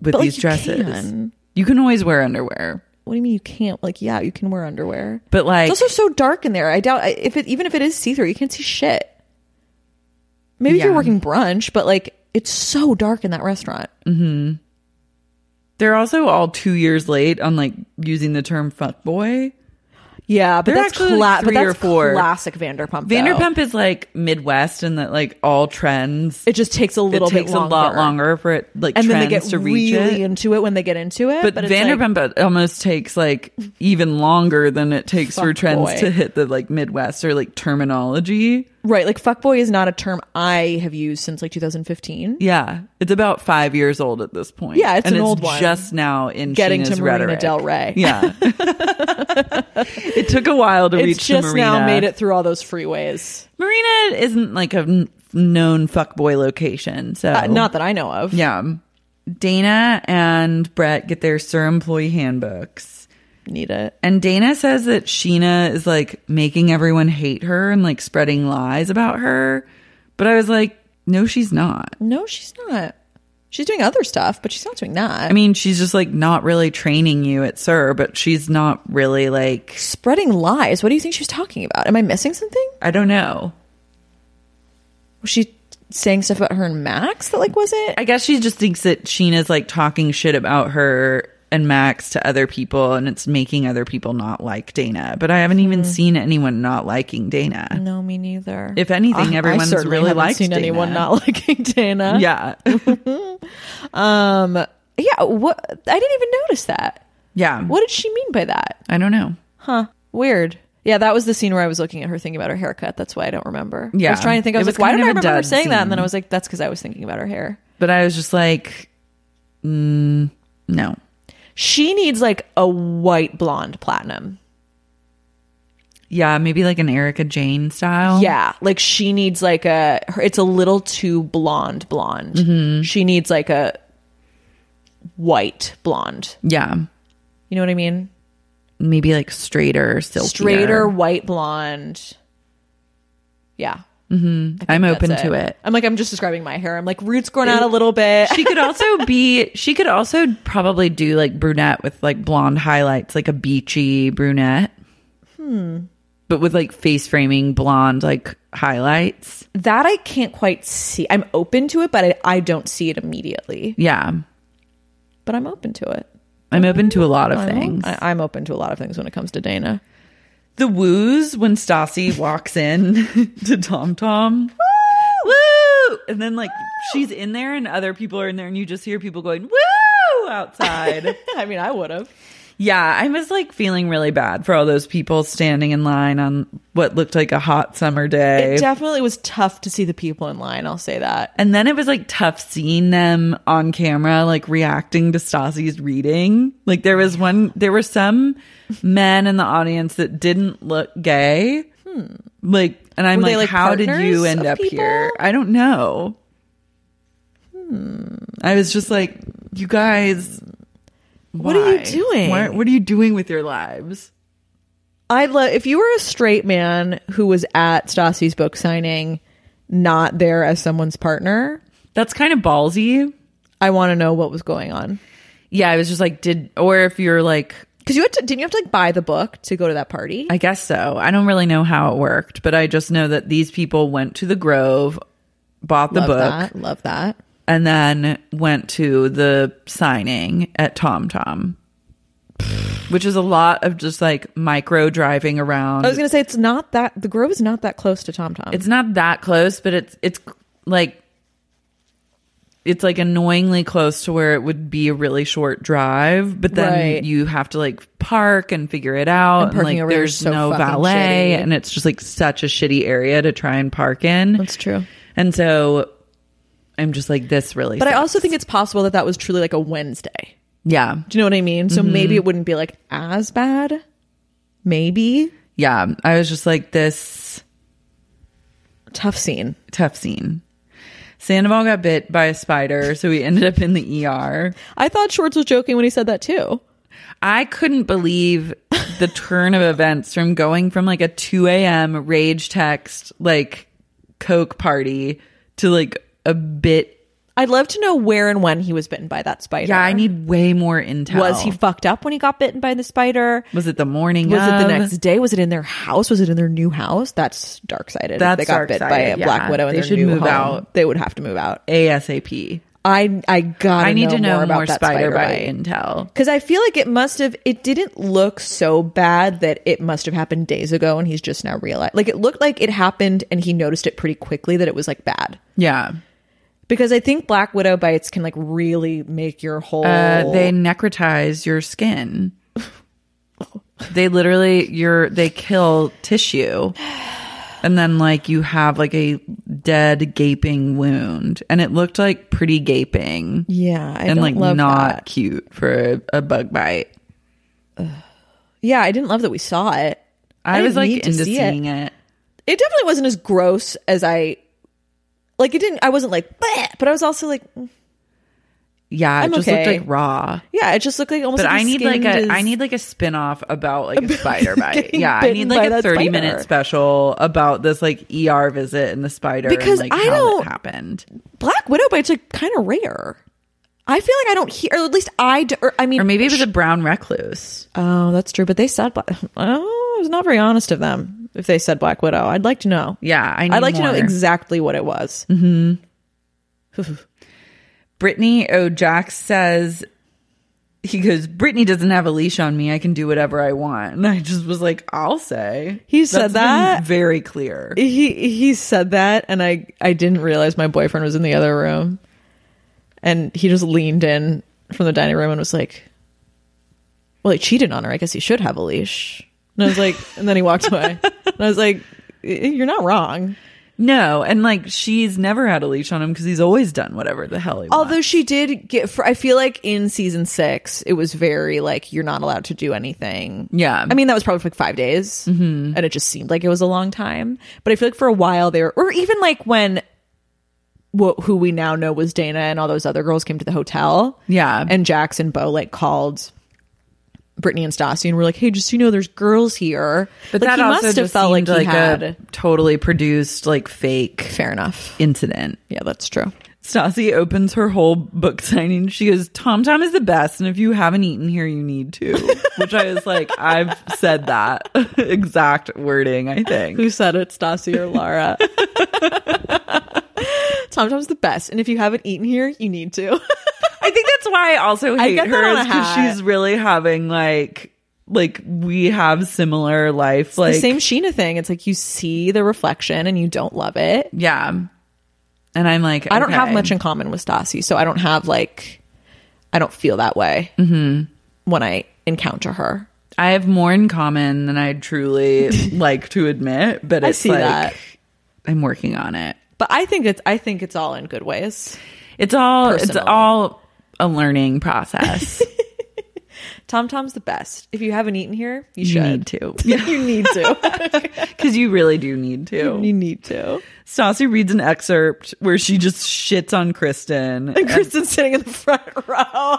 Speaker 3: with
Speaker 6: But, like,
Speaker 3: these
Speaker 6: you
Speaker 3: dresses.
Speaker 6: can.
Speaker 3: You can always wear underwear.
Speaker 6: what do you mean you can't? Like yeah, you can wear underwear.
Speaker 3: But like,
Speaker 6: it's also so dark in there. I doubt I- if it even if it is see through, you can't see shit. Maybe if you're
Speaker 3: Yeah.
Speaker 6: working brunch, but like it's so dark in that restaurant.
Speaker 3: they're also all two years late on like using the term fuckboy.
Speaker 6: Yeah, but
Speaker 3: They're
Speaker 6: that's
Speaker 3: actually,
Speaker 6: cla-
Speaker 3: like,
Speaker 6: but
Speaker 3: three or
Speaker 6: that's
Speaker 3: four.
Speaker 6: classic Vanderpump. though.
Speaker 3: Vanderpump is like Midwest and that like all trends.
Speaker 6: It just takes a little
Speaker 3: it takes
Speaker 6: bit longer.
Speaker 3: a lot longer for it like
Speaker 6: and
Speaker 3: trends
Speaker 6: then they get
Speaker 3: to reach
Speaker 6: really
Speaker 3: it.
Speaker 6: into it when they get into it.
Speaker 3: but,
Speaker 6: it's like-
Speaker 3: Vanderpump almost takes like even longer than it takes for
Speaker 6: Fuck
Speaker 3: trends
Speaker 6: boy.
Speaker 3: to hit the like Midwest or like terminology.
Speaker 6: right? Like fuckboy is not a term I have used since like 2015.
Speaker 3: Yeah, it's about five years old at this point.
Speaker 6: Yeah, it's
Speaker 3: and
Speaker 6: an
Speaker 3: it's
Speaker 6: old one.
Speaker 3: Just now in
Speaker 6: Getting
Speaker 3: Sheena's
Speaker 6: to Marina
Speaker 3: rhetoric.
Speaker 6: Del Rey.
Speaker 3: [laughs] Yeah, it took a while to reach
Speaker 6: It's
Speaker 3: the
Speaker 6: just
Speaker 3: Marina.
Speaker 6: now made it through all those freeways.
Speaker 3: Marina isn't like a n- known fuckboy location, so
Speaker 6: Uh, not that I know of.
Speaker 3: Oh. yeah. Dana and Brett get their sir employee handbooks.
Speaker 6: Need it.
Speaker 3: And Dana says that Sheena is like making everyone hate her and like spreading lies about her. But I was like, no, she's not.
Speaker 6: No, she's not. She's doing other stuff, but she's not doing that.
Speaker 3: I mean, she's just like not really training you at Sir, but she's not really like,
Speaker 6: spreading lies. What do you think she's talking about? Am I missing something?
Speaker 3: I don't know.
Speaker 6: Was she saying stuff about her and Max that like wasn't?
Speaker 3: I guess she just thinks that Sheena's like talking shit about her and Max to other people and it's making other people not like Dana. But I haven't even seen anyone not liking Dana.
Speaker 6: no, me neither.
Speaker 3: If anything,
Speaker 6: I- I
Speaker 3: everyone's
Speaker 6: certainly
Speaker 3: really
Speaker 6: haven't
Speaker 3: liked
Speaker 6: seen
Speaker 3: Dana.
Speaker 6: anyone not [laughs] liking Dana.
Speaker 3: Yeah.
Speaker 6: Um. Yeah. What? I didn't even notice that.
Speaker 3: yeah.
Speaker 6: What did she mean by that?
Speaker 3: I don't know.
Speaker 6: Huh. Weird. Yeah, that was the scene where I was looking at her thinking about her haircut. That's why I don't remember.
Speaker 3: Yeah.
Speaker 6: I was trying to think. I
Speaker 3: It
Speaker 6: was,
Speaker 3: was
Speaker 6: like, why
Speaker 3: kind
Speaker 6: don't I
Speaker 3: of a
Speaker 6: remember her
Speaker 3: dud
Speaker 6: saying that? And then
Speaker 3: scene.
Speaker 6: I was like, that's because I was thinking about her hair.
Speaker 3: But I was just like, mm, no.
Speaker 6: She needs like a white blonde platinum.
Speaker 3: Yeah, maybe like an Erica Jane style.
Speaker 6: Yeah, like she needs like a. Her, it's a little too blonde, blonde. She needs like a white blonde.
Speaker 3: Yeah.
Speaker 6: You know what I mean?
Speaker 3: Maybe like straighter, silkier.
Speaker 6: Straighter white blonde. Yeah,
Speaker 3: I'm
Speaker 6: that's
Speaker 3: open to it.
Speaker 6: I'm like, I'm just describing my hair. I'm like, roots growing out a little bit.
Speaker 3: She
Speaker 6: [laughs]
Speaker 3: could also [laughs] be, she could also probably do like brunette with like blonde highlights, like a beachy brunette. Hmm. But with like face framing blonde like highlights.
Speaker 6: that I can't quite see. I'm open to it, but I, I don't see it immediately.
Speaker 3: Yeah.
Speaker 6: But I'm open to it.
Speaker 3: I'm open to a lot of
Speaker 6: I'm-
Speaker 3: things.
Speaker 6: I, I'm open to a lot of things when it comes to Dana. [laughs]
Speaker 3: the woos when Stassi walks in [laughs] to Tom Tom. Woo! And then like she's in there and other people are in there and you just hear people going woo outside.
Speaker 6: I mean, I would have.
Speaker 3: yeah, I was like feeling really bad for all those people standing in line on what looked like a hot summer day.
Speaker 6: It definitely was tough to see the people in line. I'll say that.
Speaker 3: and then it was like tough seeing them on camera, like reacting to Stassi's reading. Like there was one, there were some men in the audience that didn't look gay. Like, and I'm
Speaker 6: Hmm. Were
Speaker 3: like,
Speaker 6: they, like,
Speaker 3: how did
Speaker 6: partners
Speaker 3: you end
Speaker 6: of
Speaker 3: up
Speaker 6: people? Hmm.
Speaker 3: here? I don't know. I was just like, you guys,
Speaker 6: What are you
Speaker 3: why?
Speaker 6: doing?
Speaker 3: Why- what are you doing with your lives?
Speaker 6: I'd love if you were a straight man who was at Stassi's book signing, not there as someone's partner.
Speaker 3: That's kind of ballsy.
Speaker 6: I want to know what was going on
Speaker 3: Yeah, I was just like, did, or if you're like,
Speaker 6: because you had to. Didn't you have to like buy the book to go to that party?
Speaker 3: I guess so. I don't really know how it worked, but I just know that these people went to the Grove, bought the
Speaker 6: love
Speaker 3: book,
Speaker 6: that. Love that.
Speaker 3: and then went to the signing at Tom Tom, which is a lot of just like micro driving around.
Speaker 6: I was gonna say it's not that the Grove is not that close to Tom Tom.
Speaker 3: it's not that close, but it's it's like it's like annoyingly close to where it would be a really short drive, but then
Speaker 6: Right.
Speaker 3: you have to like park and figure it out.
Speaker 6: And
Speaker 3: And,
Speaker 6: parking
Speaker 3: like
Speaker 6: over there
Speaker 3: there's
Speaker 6: is so
Speaker 3: no
Speaker 6: fucking
Speaker 3: valet,
Speaker 6: shitty.
Speaker 3: and it's just like such a shitty area to try and park in.
Speaker 6: That's true.
Speaker 3: And so I'm just like, this really.
Speaker 6: but I
Speaker 3: sucks.
Speaker 6: also think it's possible that that was truly like a Wednesday.
Speaker 3: Yeah.
Speaker 6: Do you know what I mean?
Speaker 3: Mm-hmm.
Speaker 6: So maybe it wouldn't be like as bad. Maybe
Speaker 3: Yeah. I was just like, this
Speaker 6: tough scene.
Speaker 3: tough scene. Sandoval got bit by a spider, so he [laughs] ended up in the ER.
Speaker 6: I thought Schwartz was joking when he said that too.
Speaker 3: I couldn't believe
Speaker 6: [laughs]
Speaker 3: the turn of events from going from like a 2 a.m. rage text, like Coke party to like a bit.
Speaker 6: I'd love to know where and when he was bitten by that spider.
Speaker 3: Yeah, I need way more intel.
Speaker 6: Was he fucked up when he got bitten by the spider?
Speaker 3: Was it the morning?
Speaker 6: Was it the
Speaker 3: of?
Speaker 6: next day? Was it in their house? Was it in their new house? That's dark sided.
Speaker 3: That's
Speaker 6: they got bit by a
Speaker 3: dark-sided, yeah.
Speaker 6: black widow. In
Speaker 3: They
Speaker 6: their
Speaker 3: should
Speaker 6: new
Speaker 3: move
Speaker 6: home,
Speaker 3: out.
Speaker 6: They would have to move out.
Speaker 3: ASAP?
Speaker 6: I I got.
Speaker 3: I need to know more,
Speaker 6: about that
Speaker 3: spider, bite
Speaker 6: bite.
Speaker 3: intel.
Speaker 6: Because I feel like it must have, it didn't look so bad that it must have happened days ago and he's just now realized. Like it looked like it happened and he noticed it pretty quickly that it was like bad.
Speaker 3: Yeah.
Speaker 6: Because I think black widow bites can like really make your whole.
Speaker 3: Uh,
Speaker 6: Oh.
Speaker 3: they necrotize your skin. they literally your they kill tissue. And then like you have like a dead gaping wound and it looked like pretty gaping
Speaker 6: yeah, I
Speaker 3: and
Speaker 6: don't
Speaker 3: like
Speaker 6: love
Speaker 3: not
Speaker 6: that.
Speaker 3: cute for a, a bug bite.
Speaker 6: Yeah, I didn't love that we saw it.
Speaker 3: I,
Speaker 6: didn't
Speaker 3: was like
Speaker 6: need to
Speaker 3: into
Speaker 6: see
Speaker 3: seeing it.
Speaker 6: it definitely wasn't as gross as I like it didn't I wasn't like "Bleh," but I was also like mm.
Speaker 3: Yeah, it
Speaker 6: I'm
Speaker 3: just
Speaker 6: okay.
Speaker 3: looked like raw.
Speaker 6: yeah, it just looked like almost
Speaker 3: But I
Speaker 6: his
Speaker 3: need like
Speaker 6: skin
Speaker 3: a
Speaker 6: just-
Speaker 3: I need like a spin-off [laughs] about like a spider bite.
Speaker 6: getting
Speaker 3: Yeah, I need
Speaker 6: bitten by
Speaker 3: like a
Speaker 6: that
Speaker 3: 30
Speaker 6: spider.
Speaker 3: minute special about this like ER visit and the spider
Speaker 6: Because
Speaker 3: and like
Speaker 6: I
Speaker 3: how
Speaker 6: don't-
Speaker 3: it happened.
Speaker 6: black widow bites are kind of rare. I feel like I don't hear or at least I do, or I mean
Speaker 3: Or maybe it was a brown recluse.
Speaker 6: Oh, that's true, but they said black [laughs] Oh, it was not very honest of them if they said black widow. I'd like to know.
Speaker 3: Yeah, I need
Speaker 6: I'd like to know
Speaker 3: more.
Speaker 6: exactly what it was.
Speaker 3: Brittany O'Jack says he goes, Brittany doesn't have a leash on me. I can do whatever I want. And I just was like, I'll say.
Speaker 6: He said
Speaker 3: been
Speaker 6: that?
Speaker 3: very clear.
Speaker 6: he he said that and i i didn't realize my boyfriend was in the other room and he just leaned in from the dining room and was like well he cheated on her i guess he should have a leash and i was like and then he walked away and i was like "Y- you're not wrong
Speaker 3: No, and like she's never had a leash on him because he's always done whatever the hell he wants.
Speaker 6: although she did get for i feel like in season six it was very like you're not allowed to do anything
Speaker 3: Yeah.
Speaker 6: i mean that was probably for like five days mm-hmm. and it just seemed like it was a long time but i feel like for a while there or even like when wh- who we now know was dana and all those other girls came to the hotel
Speaker 3: Yeah.
Speaker 6: and jax and bo like called Brittany and Stassi and were like, hey, just so you know, there's girls here.
Speaker 3: But
Speaker 6: like,
Speaker 3: that
Speaker 6: he
Speaker 3: also
Speaker 6: must have
Speaker 3: just
Speaker 6: felt like
Speaker 3: seemed
Speaker 6: he
Speaker 3: like
Speaker 6: had.
Speaker 3: a totally produced, like fake
Speaker 6: Fair enough.
Speaker 3: incident.
Speaker 6: Yeah, that's true.
Speaker 3: Stassi opens her whole book signing. She goes, "Tom Tom is the best, and if you haven't eaten here, you need
Speaker 6: [laughs]
Speaker 3: to." Which I was like, "I've said that [laughs] exact wording." I
Speaker 6: Who
Speaker 3: think.
Speaker 6: said it, Stassi or Lara? [laughs] Tom Tom's the best, and if you haven't eaten here, you need to. [laughs]
Speaker 3: I think that's why I also hate
Speaker 6: get that
Speaker 3: her
Speaker 6: on
Speaker 3: is
Speaker 6: a
Speaker 3: because
Speaker 6: hat.
Speaker 3: she's really having like like we have similar life like
Speaker 6: the same Sheena thing. It's like you see the reflection and you don't love it.
Speaker 3: yeah. And I'm like,
Speaker 6: I don't have
Speaker 3: okay.
Speaker 6: much in common with Stassi, so I don't have like, I don't feel that way when I encounter her.
Speaker 3: I have more in common than I truly
Speaker 6: [laughs]
Speaker 3: like to admit, but
Speaker 6: I
Speaker 3: it's
Speaker 6: see
Speaker 3: like
Speaker 6: that.
Speaker 3: I'm working on it.
Speaker 6: But I think it's I think it's all in good ways.
Speaker 3: It's all
Speaker 6: Personally.
Speaker 3: it's all a learning
Speaker 6: [laughs]
Speaker 3: process.
Speaker 6: Tom Tom's the best. If you haven't eaten here, you
Speaker 3: you
Speaker 6: should.
Speaker 3: need to. Yeah,
Speaker 6: [laughs] You need to.
Speaker 3: because you really do need to.
Speaker 6: you need to.
Speaker 3: Stassi reads an excerpt where she just shits on
Speaker 6: [laughs]
Speaker 3: Kristen,
Speaker 6: And Kristen's sitting in the front row.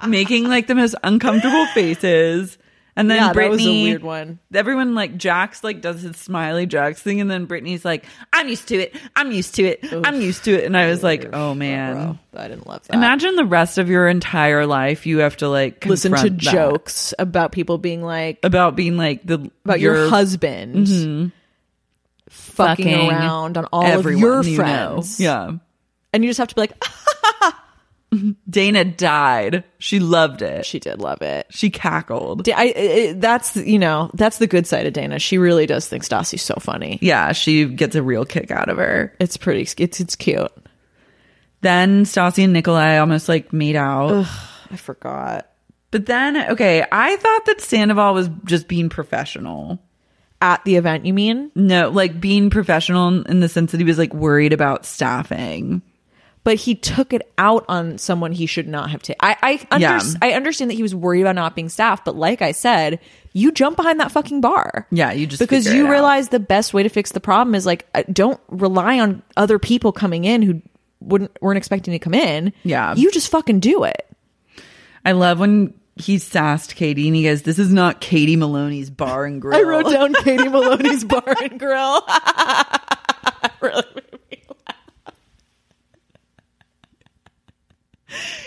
Speaker 6: [laughs]
Speaker 3: making like the most uncomfortable faces. And then
Speaker 6: Yeah, that
Speaker 3: Brittany,
Speaker 6: was a weird one.
Speaker 3: Everyone like Jax like does his smiley Jax thing, and then Brittany's like, "I'm used to it. I'm used to it. I'm used to it." And I was like, "Oh man."
Speaker 6: Bro, I didn't love that.
Speaker 3: Imagine the rest of your entire life you have to like
Speaker 6: listen to
Speaker 3: confront that.
Speaker 6: jokes about people being like
Speaker 3: about being like the
Speaker 6: about your, husband fucking,
Speaker 3: Fucking
Speaker 6: around on all
Speaker 3: everyone
Speaker 6: of your
Speaker 3: you know.
Speaker 6: friends.
Speaker 3: Yeah.
Speaker 6: And you just have to be like, "Ah,
Speaker 3: Dana died. She loved it.
Speaker 6: she did love it.
Speaker 3: She cackled.
Speaker 6: Da- I, I- that's you know that's the good side of Dana. She really does think Stassi's so funny.
Speaker 3: Yeah, she gets a real kick out of her.
Speaker 6: It's pretty. It's it's cute.
Speaker 3: Then Stassi and Nikolai almost like made out.
Speaker 6: I forgot.
Speaker 3: But then, okay, I thought that Sandoval was just being professional.
Speaker 6: At the event, you mean?
Speaker 3: No, like being professional in the sense that he was like worried about staffing.
Speaker 6: but he took it out on someone he should not have taken. I I, under-
Speaker 3: Yeah.
Speaker 6: I understand that he was worried about not being staffed, but like I said, you jump behind that fucking bar.
Speaker 3: Yeah, you just
Speaker 6: because
Speaker 3: figure
Speaker 6: you
Speaker 3: it out.
Speaker 6: realize the best way to fix the problem is like uh, don't rely on other people coming in who wouldn't weren't expecting to come in.
Speaker 3: Yeah.
Speaker 6: you just fucking do it.
Speaker 3: I love when he sassed Katie and he goes, This is not Katie Maloney's bar and grill.
Speaker 6: [laughs] I wrote down [laughs] Katie Maloney's Bar and Grill. [laughs] really made me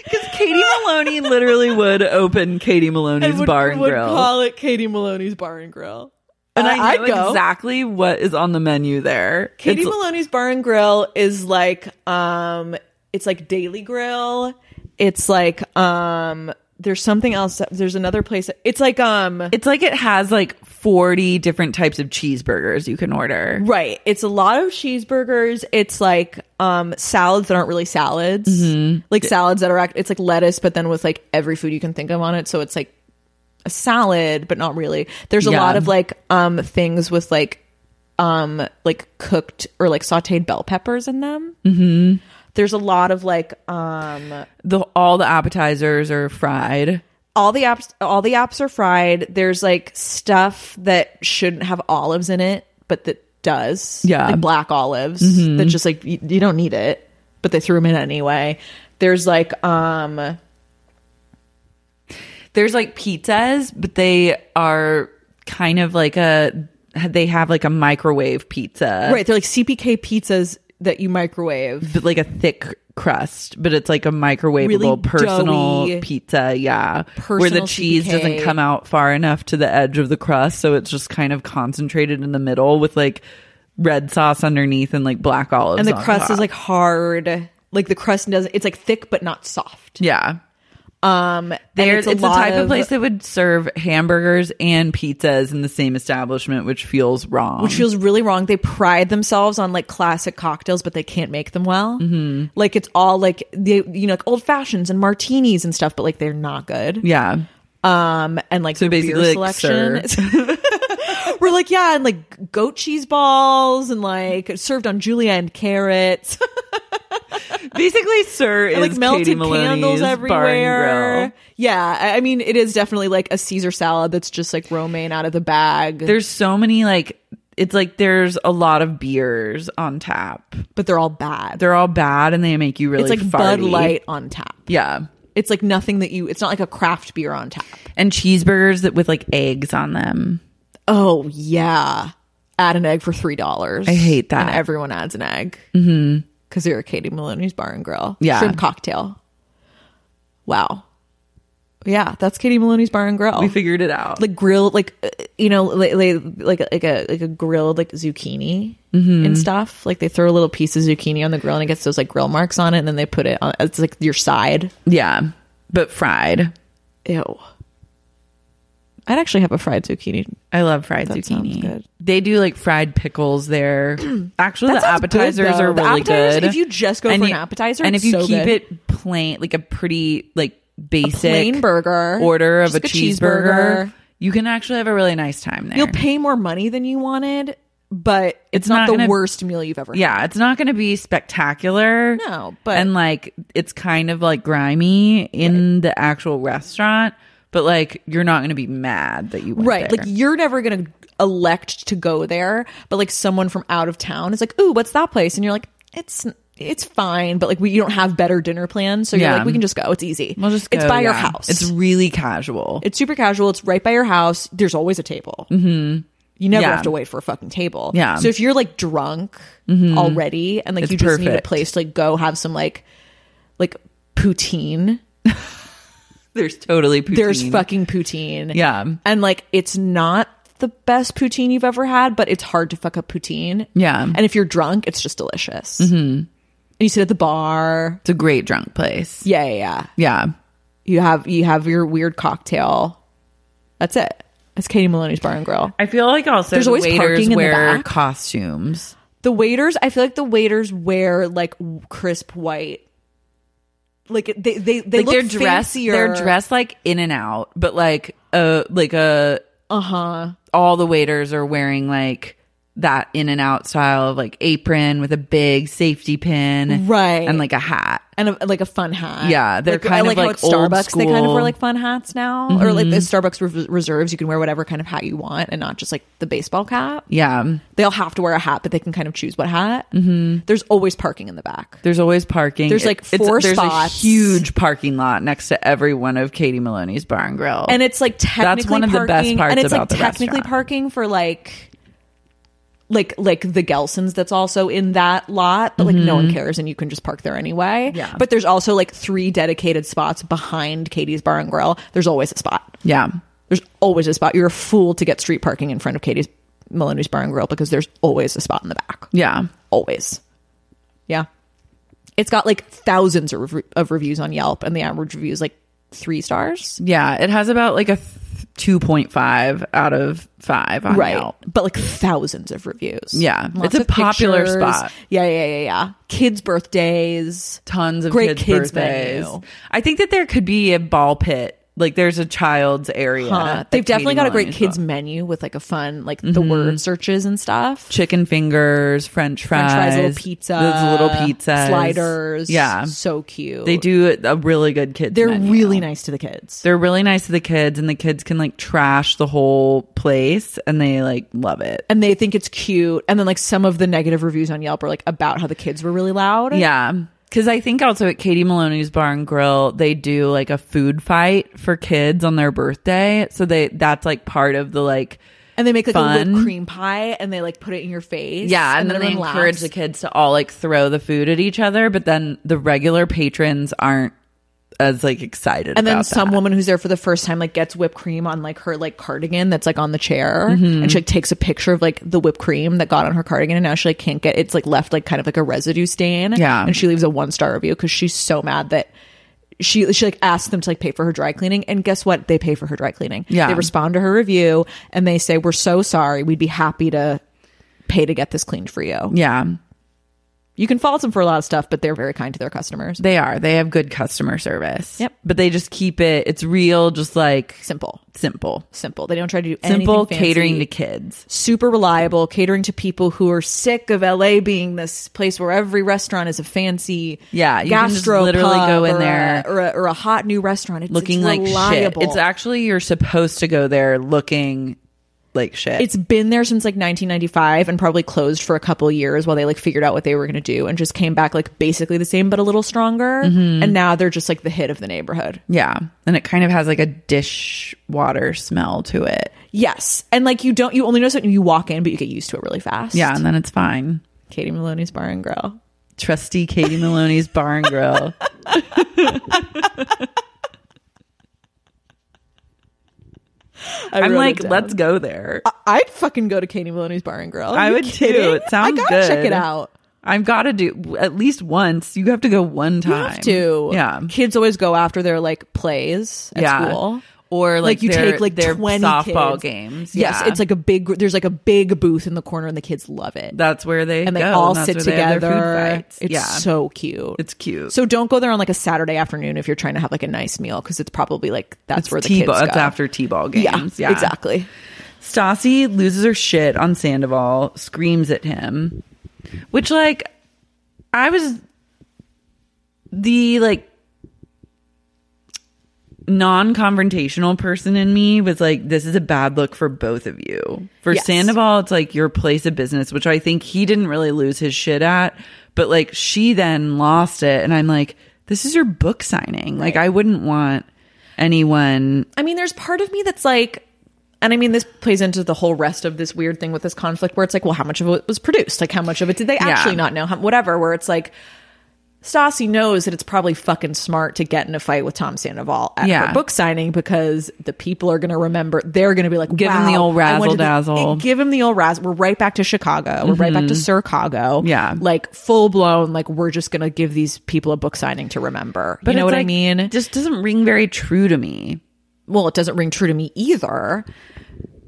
Speaker 3: because [laughs] Katie Maloney literally would open Katie Maloney's
Speaker 6: would-
Speaker 3: bar and
Speaker 6: would
Speaker 3: grill.
Speaker 6: Call it Katie Maloney's Bar and Grill.
Speaker 3: and I
Speaker 6: I'd
Speaker 3: know
Speaker 6: go.
Speaker 3: exactly what is on the menu there.
Speaker 6: Katie
Speaker 3: It's-
Speaker 6: Maloney's Bar and Grill is like um it's like Daily Grill. It's like um there's something else that- there's another place it's like um
Speaker 3: It's like it has like 40 different types of cheeseburgers you can order.
Speaker 6: right it's a lot of cheeseburgers it's like um salads that aren't really salads like salads that are act- it's like lettuce but then with like every food you can think of on it so it's like a salad but not really there's a
Speaker 3: Yeah.
Speaker 6: lot of like um things with like um like cooked or like sauteed bell peppers in them mm-hmm. there's a lot of like um
Speaker 3: The all the appetizers are fried.
Speaker 6: all the apps all the apps are fried there's like stuff that shouldn't have olives in it but that does
Speaker 3: Yeah. Mm-hmm.
Speaker 6: like black olives that just like you, you don't need it but they threw them in anyway there's like um
Speaker 3: There's like pizzas, but they are kind of like a they have like a microwave pizza.
Speaker 6: right they're like cpk pizzas that you microwave
Speaker 3: But like a thick crust, but it's like a microwavable personal
Speaker 6: doughy,
Speaker 3: pizza, yeah. where
Speaker 6: personal
Speaker 3: the cheese doesn't
Speaker 6: CPK.
Speaker 3: come out far enough to the edge of the crust, so it's just kind of concentrated in the middle with like red sauce underneath and like black olives.
Speaker 6: and the
Speaker 3: on
Speaker 6: crust
Speaker 3: top.
Speaker 6: is like hard like the crust doesn't it's like thick but not soft
Speaker 3: Yeah.
Speaker 6: um
Speaker 3: There,
Speaker 6: there's
Speaker 3: it's, the type of, place that would serve hamburgers and pizzas in the same establishment, which feels wrong.
Speaker 6: which feels really wrong. They pride themselves on like classic cocktails, but they can't make them well. Mm-hmm. Like it's all like they, you know, like old fashions and martinis and stuff, but like they're not good.
Speaker 3: yeah,
Speaker 6: Um, and like
Speaker 3: So
Speaker 6: their beer
Speaker 3: basically, like,
Speaker 6: selection. [laughs] We're like, yeah, and like goat cheese balls and like served on Julia and carrots. [laughs]
Speaker 3: basically, sir is
Speaker 6: And, like melted
Speaker 3: Katie Maloney's
Speaker 6: candles
Speaker 3: bar and grill.
Speaker 6: everywhere. Yeah, I I mean, it is definitely like a Caesar salad that's just like romaine out of the bag,
Speaker 3: There's so many like it's like there's a lot of beers on tap.
Speaker 6: but they're all bad.
Speaker 3: They're all bad and they make you really.
Speaker 6: it's like Bud
Speaker 3: farty.
Speaker 6: Light on tap.
Speaker 3: Yeah,
Speaker 6: It's like nothing that you. It's not like a craft beer on tap.
Speaker 3: and cheeseburgers that with like eggs on them.
Speaker 6: Oh yeah, add an egg for three dollars. I
Speaker 3: hate that.
Speaker 6: And everyone adds an egg because mm-hmm. you're at Katie Maloney's Bar and Grill.
Speaker 3: Yeah.
Speaker 6: shrimp cocktail. Wow. Yeah, that's Katie Maloney's Bar and Grill.
Speaker 3: We figured it out.
Speaker 6: like grilled, like uh, you know, like like like a like a grilled like zucchini and stuff. Like they throw a little piece of zucchini on the grill and it gets those like grill marks on it, and then they put it on. It's like your side.
Speaker 3: yeah, but fried.
Speaker 6: Ew. I'd actually have a fried zucchini
Speaker 3: I love fried
Speaker 6: That sounds
Speaker 3: zucchini.
Speaker 6: good.
Speaker 3: They do like fried pickles there.
Speaker 6: [clears throat]
Speaker 3: Actually, the
Speaker 6: sounds good,
Speaker 3: appetizers
Speaker 6: though.
Speaker 3: are
Speaker 6: The
Speaker 3: really
Speaker 6: appetizers,
Speaker 3: good.
Speaker 6: if you just go for an
Speaker 3: you-
Speaker 6: appetizer,
Speaker 3: and
Speaker 6: it's
Speaker 3: if you
Speaker 6: so
Speaker 3: keep
Speaker 6: good.
Speaker 3: it plain, like a pretty like basic
Speaker 6: plain burger,
Speaker 3: order of
Speaker 6: just
Speaker 3: a,
Speaker 6: like a
Speaker 3: cheeseburger,
Speaker 6: cheeseburger.
Speaker 3: you can actually have a really nice time there.
Speaker 6: You'll pay more money than you wanted, but it's,
Speaker 3: not
Speaker 6: not, the
Speaker 3: gonna-
Speaker 6: worst meal you've ever
Speaker 3: yeah, it's not going to be spectacular.
Speaker 6: No, but-
Speaker 3: and like it's kind of like grimy in the actual restaurant, but like you're not going to be mad that you
Speaker 6: had.
Speaker 3: went
Speaker 6: Right.
Speaker 3: there.
Speaker 6: Like you're never going to elect to go there, but like someone from out of town is like, "Ooh, what's that place?" And you're like, "It's it's fine, but like we you don't have better dinner plans, so you're
Speaker 3: Yeah.
Speaker 6: like, we can just go. It's easy.
Speaker 3: We'll just
Speaker 6: it's
Speaker 3: go,
Speaker 6: by your
Speaker 3: yeah.
Speaker 6: house.
Speaker 3: It's really casual.
Speaker 6: it's super casual. It's right by your house. There's always a table. Mm-hmm. You never
Speaker 3: Yeah.
Speaker 6: have to wait for a fucking table.
Speaker 3: Yeah. Mm-hmm.
Speaker 6: So if you're like drunk already and like
Speaker 3: It's
Speaker 6: you just need a
Speaker 3: perfect.
Speaker 6: place to like go have some like like poutine.
Speaker 3: There's totally poutine.
Speaker 6: There's fucking poutine.
Speaker 3: Yeah.
Speaker 6: And like it's not the best poutine you've ever had, but it's hard to fuck up poutine.
Speaker 3: Yeah.
Speaker 6: And if you're drunk, it's just delicious. Mm-hmm. And you sit at the bar.
Speaker 3: It's a great drunk place.
Speaker 6: Yeah, yeah, yeah.
Speaker 3: Yeah.
Speaker 6: You have you have your weird cocktail. That's it. That's Katie Maloney's Bar and Grill.
Speaker 3: I feel like also
Speaker 6: There's
Speaker 3: the
Speaker 6: always
Speaker 3: waiters
Speaker 6: parking in the
Speaker 3: wear
Speaker 6: back.
Speaker 3: costumes.
Speaker 6: The waiters, I feel like the waiters wear like w- crisp white. Like it- they they they
Speaker 3: Like
Speaker 6: look
Speaker 3: they're dressed
Speaker 6: fancier.
Speaker 3: they're dressed like in and out, but like uh like a uh-huh. All the waiters are wearing like that in and out style of like apron with a big safety pin,
Speaker 6: Right.
Speaker 3: and like a hat.
Speaker 6: and a, like a fun hat.
Speaker 3: Yeah, they're
Speaker 6: Like-
Speaker 3: kind
Speaker 6: I
Speaker 3: of
Speaker 6: like, Mm-hmm. how
Speaker 3: like
Speaker 6: at
Speaker 3: old
Speaker 6: Starbucks. They kind of
Speaker 3: school.
Speaker 6: wear like fun hats now, or like the Starbucks res- reserves. You can wear whatever kind of hat you want, and not just like the baseball cap.
Speaker 3: Yeah,
Speaker 6: They all have to wear a hat, but they can kind of choose what hat. Mm-hmm. There's always parking in the back.
Speaker 3: there's always parking.
Speaker 6: There's, like,
Speaker 3: it's-
Speaker 6: four
Speaker 3: there's
Speaker 6: spots.
Speaker 3: a huge parking lot next to every one of Katie Maloney's Bar and Grill,
Speaker 6: and it's like technically
Speaker 3: one of the
Speaker 6: parking,
Speaker 3: best parts
Speaker 6: and it's
Speaker 3: about the
Speaker 6: like technically
Speaker 3: restaurant.
Speaker 6: parking for like like like the Gelsons that's also in that lot but like no one cares and you can just park there anyway
Speaker 3: Mm-hmm. Yeah.
Speaker 6: but there's also like three dedicated spots behind Katie's Bar and Grill there's always a spot
Speaker 3: yeah,
Speaker 6: there's always a spot you're a fool to get street parking in front of Katie's Maloney's Bar and Grill because there's always a spot in the back
Speaker 3: yeah.
Speaker 6: always yeah it's got like thousands of, rev- of reviews on Yelp and the average review is like 3 stars
Speaker 3: Yeah, it has about like a th- 2.5 out of 5 on
Speaker 6: right
Speaker 3: Yelp.
Speaker 6: but like thousands of reviews
Speaker 3: Yeah.
Speaker 6: Lots
Speaker 3: It's a
Speaker 6: of
Speaker 3: popular spot.
Speaker 6: yeah yeah yeah yeah kids birthdays
Speaker 3: Tons of
Speaker 6: Great
Speaker 3: kids,
Speaker 6: kids
Speaker 3: birthdays.
Speaker 6: menu.
Speaker 3: I think that there could be a ball pit. Like there's a child's area.
Speaker 6: Huh.
Speaker 3: that
Speaker 6: Uh, they've
Speaker 3: Katie
Speaker 6: definitely got a great
Speaker 3: Maloney's
Speaker 6: kids
Speaker 3: got.
Speaker 6: menu with like a fun like the
Speaker 3: Mm-hmm.
Speaker 6: word searches and stuff
Speaker 3: Chicken fingers, French fries,
Speaker 6: french fries little pizza
Speaker 3: those little pizzas,
Speaker 6: sliders
Speaker 3: Yeah,
Speaker 6: so cute
Speaker 3: they do a really good kids.
Speaker 6: they're
Speaker 3: menu.
Speaker 6: really nice to the kids
Speaker 3: They're really nice to the kids, and the kids can like trash the whole place, and they like love it.
Speaker 6: and they think it's cute and then like some of the negative reviews on yelp are like about how the kids were really loud
Speaker 3: Yeah. Cause I think also at Katie Maloney's Bar and Grill, they do like a food fight for kids on their birthday. So they, that's like part of the like,
Speaker 6: and they make like a
Speaker 3: Fun.
Speaker 6: whipped cream pie and they like put it in your face
Speaker 3: yeah. And, then they
Speaker 6: everyone
Speaker 3: encourage
Speaker 6: laughs.
Speaker 3: the kids to all like throw the food at each other. But then the regular patrons aren't as like excited.
Speaker 6: and then
Speaker 3: about
Speaker 6: some
Speaker 3: that.
Speaker 6: woman who's there for the first time like gets whipped cream on like her like cardigan that's like on the chair
Speaker 3: Mm-hmm.
Speaker 6: and she like takes a picture of like the whipped cream that got on her cardigan and now she like can't get it's like left like kind of like a residue stain
Speaker 3: Yeah.
Speaker 6: and she leaves a one star review because she's so mad that she she like asked them to like pay for her dry cleaning and guess what they pay for her dry cleaning
Speaker 3: Yeah.
Speaker 6: they respond to her review and they say we're so sorry we'd be happy to pay to get this cleaned for you
Speaker 3: Yeah.
Speaker 6: you can fault them for a lot of stuff but they're very kind to their customers
Speaker 3: They are. They have good customer service.
Speaker 6: Yep.
Speaker 3: But they just keep it, it's real, just like
Speaker 6: simple
Speaker 3: simple.
Speaker 6: simple they don't try to do anything
Speaker 3: Simple
Speaker 6: fancy.
Speaker 3: catering to kids.
Speaker 6: super reliable, catering to people who are sick of LA being this place where every restaurant is a fancy
Speaker 3: Yeah, you can just
Speaker 6: gastropub
Speaker 3: literally go in
Speaker 6: or a-
Speaker 3: there
Speaker 6: or a, or a hot new restaurant. It's,
Speaker 3: looking
Speaker 6: it's
Speaker 3: like
Speaker 6: reliable.
Speaker 3: shit. It's actually you're supposed to go there looking like shit.
Speaker 6: it's been there since like 1995 and probably closed for a couple years while they like figured out what they were going to do and just came back like basically the same but a little stronger
Speaker 3: Mm-hmm.
Speaker 6: and now they're just like the hit of the neighborhood.
Speaker 3: yeah, and it kind of has like a dishwater smell to it.
Speaker 6: Yes. And like you don't you only notice it when you walk in but you get used to it really fast.
Speaker 3: Yeah, and then it's fine.
Speaker 6: Katie Maloney's Bar and Grill.
Speaker 3: Trusty Katie Maloney's Bar and Grill.
Speaker 6: I
Speaker 3: I'm
Speaker 6: wrote
Speaker 3: like,
Speaker 6: it down.
Speaker 3: let's go there.
Speaker 6: I'd fucking go to Katie Maloney's Bar and Grill. Are
Speaker 3: I
Speaker 6: you
Speaker 3: would too.
Speaker 6: kidding?
Speaker 3: It sounds
Speaker 6: I gotta check
Speaker 3: good.
Speaker 6: it out.
Speaker 3: I've got to do at least once. You have to go one
Speaker 6: You
Speaker 3: time.
Speaker 6: have to.
Speaker 3: Yeah.
Speaker 6: Kids always go after their like plays at
Speaker 3: yeah.
Speaker 6: school.
Speaker 3: Or like,
Speaker 6: Like, you
Speaker 3: their-
Speaker 6: take like
Speaker 3: their
Speaker 6: 20
Speaker 3: softball
Speaker 6: kids.
Speaker 3: games.
Speaker 6: Yes,
Speaker 3: yeah.
Speaker 6: it's like a big. There's like a big booth in the corner, and the kids love it.
Speaker 3: that's where they
Speaker 6: and they
Speaker 3: go,
Speaker 6: all
Speaker 3: and that's
Speaker 6: sit
Speaker 3: where they have their food
Speaker 6: together.
Speaker 3: fights.
Speaker 6: It's
Speaker 3: yeah.
Speaker 6: so cute.
Speaker 3: it's cute.
Speaker 6: so don't go there on like a Saturday afternoon if you're trying to have like a nice meal because it's probably like that's where the
Speaker 3: T
Speaker 6: kids go.
Speaker 3: ball. It's after T-ball
Speaker 6: yeah,
Speaker 3: games. Yeah,
Speaker 6: exactly.
Speaker 3: Stassi loses her shit on Sandoval, screams at him, which like I was the like non-confrontational person in me was like this is a bad look for both of you. For
Speaker 6: Yes.
Speaker 3: Sandoval, it's like your place of business, which I think he didn't really lose his shit at, but like she then lost it and I'm like this is your book signing. Like I wouldn't want anyone
Speaker 6: I mean, there's part of me that's like, and I mean, this plays into the whole rest of this weird thing with this conflict where it's like, well, how much of it was produced? Like, how much of it did they actually not know? How, whatever, where it's like, Stassi knows that it's probably fucking smart to get in a fight with Tom Sandoval at
Speaker 3: Yeah.
Speaker 6: her book signing because the people are going to remember. They're going to be like,
Speaker 3: Give him
Speaker 6: wow,
Speaker 3: the old
Speaker 6: I went to the-
Speaker 3: razzle-dazzle. Mm-hmm.
Speaker 6: give him the old razzle. We're right back to Chicago. We're right back to Chicago.
Speaker 3: Yeah.
Speaker 6: Like, full blown, like, we're just going to give these people a book signing to remember. you know
Speaker 3: it's,
Speaker 6: what I
Speaker 3: like,
Speaker 6: mean?
Speaker 3: Just doesn't ring very true to me.
Speaker 6: well, it doesn't ring true to me either.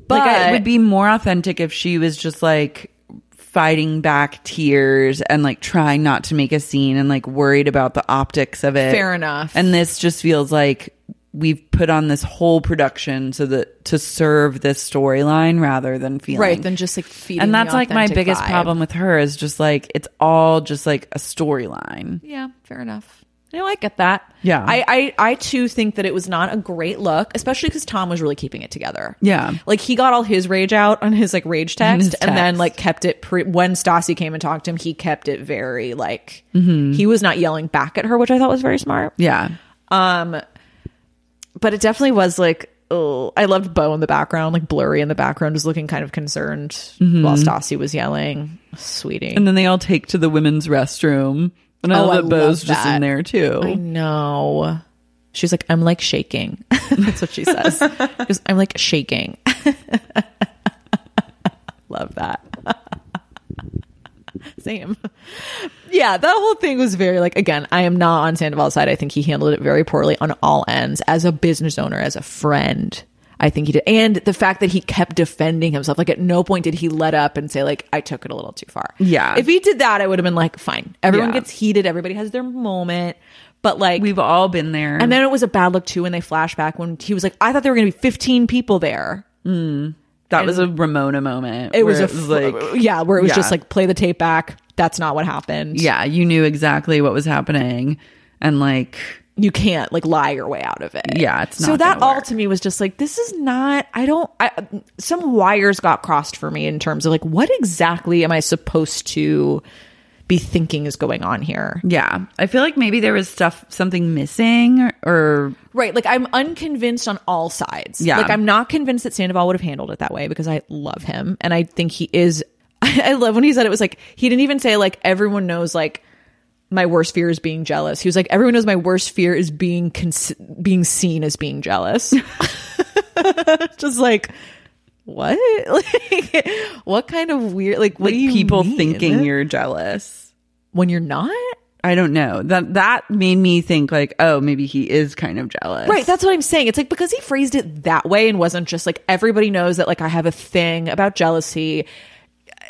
Speaker 6: But
Speaker 3: like I- it would be more authentic if she was just like fighting back tears and like trying not to make a scene and like worried about the optics of it.
Speaker 6: Fair enough.
Speaker 3: And this just feels like we've put on this whole production so that to serve this storyline rather than feeling
Speaker 6: Right, than just, like, feeding
Speaker 3: And
Speaker 6: the
Speaker 3: that's like my
Speaker 6: authentic
Speaker 3: biggest
Speaker 6: vibe.
Speaker 3: problem with her is just like it's all just like a storyline.
Speaker 6: Yeah, fair enough. No, I get that.
Speaker 3: Yeah.
Speaker 6: I, I, I too think that it was not a great look, especially because Tom was really keeping it together.
Speaker 3: Yeah.
Speaker 6: Like he got all his rage out on his like rage text,
Speaker 3: his
Speaker 6: and then
Speaker 3: text.
Speaker 6: like kept it pre- when Stassi came and talked to him, he kept it very like
Speaker 3: Mm-hmm.
Speaker 6: he was not yelling back at her, which I thought was very smart.
Speaker 3: Yeah.
Speaker 6: But it definitely was like, oh, I loved Bo in the background, like blurry in the background, just looking kind of concerned while Stassi was yelling, sweetie.
Speaker 3: And then they all take to the women's restroom. And I
Speaker 6: Oh,
Speaker 3: love
Speaker 6: I
Speaker 3: that Bo's
Speaker 6: love
Speaker 3: just
Speaker 6: that.
Speaker 3: in there
Speaker 6: I
Speaker 3: too.
Speaker 6: know. She's like, I'm like shaking. [laughs] That's what she says. She goes, I'm like shaking. [laughs] Love that. [laughs] Same. Yeah, that whole thing was very like again, I am not on Sandoval's side. I think he handled it very poorly on all ends as a business owner, as a friend. I think he did. And the fact that he kept defending himself. Like at no point did he let up and say, like, I took it a little too far.
Speaker 3: Yeah.
Speaker 6: If he did that, I would have been like, fine. Everyone
Speaker 3: Yeah.
Speaker 6: gets heated, everybody has their moment. But like
Speaker 3: We've all been there.
Speaker 6: and then it was a bad look too when they flashback when he was like, I thought there were gonna be fifteen people there.
Speaker 3: that was a Ramona moment.
Speaker 6: It
Speaker 3: where
Speaker 6: was a fl- uh,
Speaker 3: like
Speaker 6: yeah, where it was
Speaker 3: yeah.
Speaker 6: just like play the tape back. That's not what happened.
Speaker 3: Yeah, you knew exactly what was happening. And like
Speaker 6: you can't like lie your way out of it.
Speaker 3: Yeah, it's
Speaker 6: so
Speaker 3: not
Speaker 6: that
Speaker 3: gonna
Speaker 6: all
Speaker 3: work.
Speaker 6: to me was just like this is not. I don't. I, some wires got crossed for me in terms of like what exactly am I supposed to be thinking is going on here?
Speaker 3: yeah. I feel like maybe there was stuff something missing or
Speaker 6: Right. Like I'm unconvinced on all sides.
Speaker 3: Yeah.
Speaker 6: Like I'm not convinced that Sandoval would have handled it that way because I love him and I think he is. [laughs] I love when he said it was like he didn't even say like everyone knows like my worst fear is being jealous. He was like everyone knows my worst fear is being cons- being seen as being jealous. [laughs] Just like what? [laughs] Like what kind of weird like what
Speaker 3: like
Speaker 6: do you
Speaker 3: people
Speaker 6: mean?
Speaker 3: thinking you're jealous.
Speaker 6: when you're not?
Speaker 3: I don't know. That that made me think like, oh, maybe he is kind of jealous.
Speaker 6: Right, that's what I'm saying. It's like because he phrased it that way and wasn't just like everybody knows that like I have a thing about jealousy.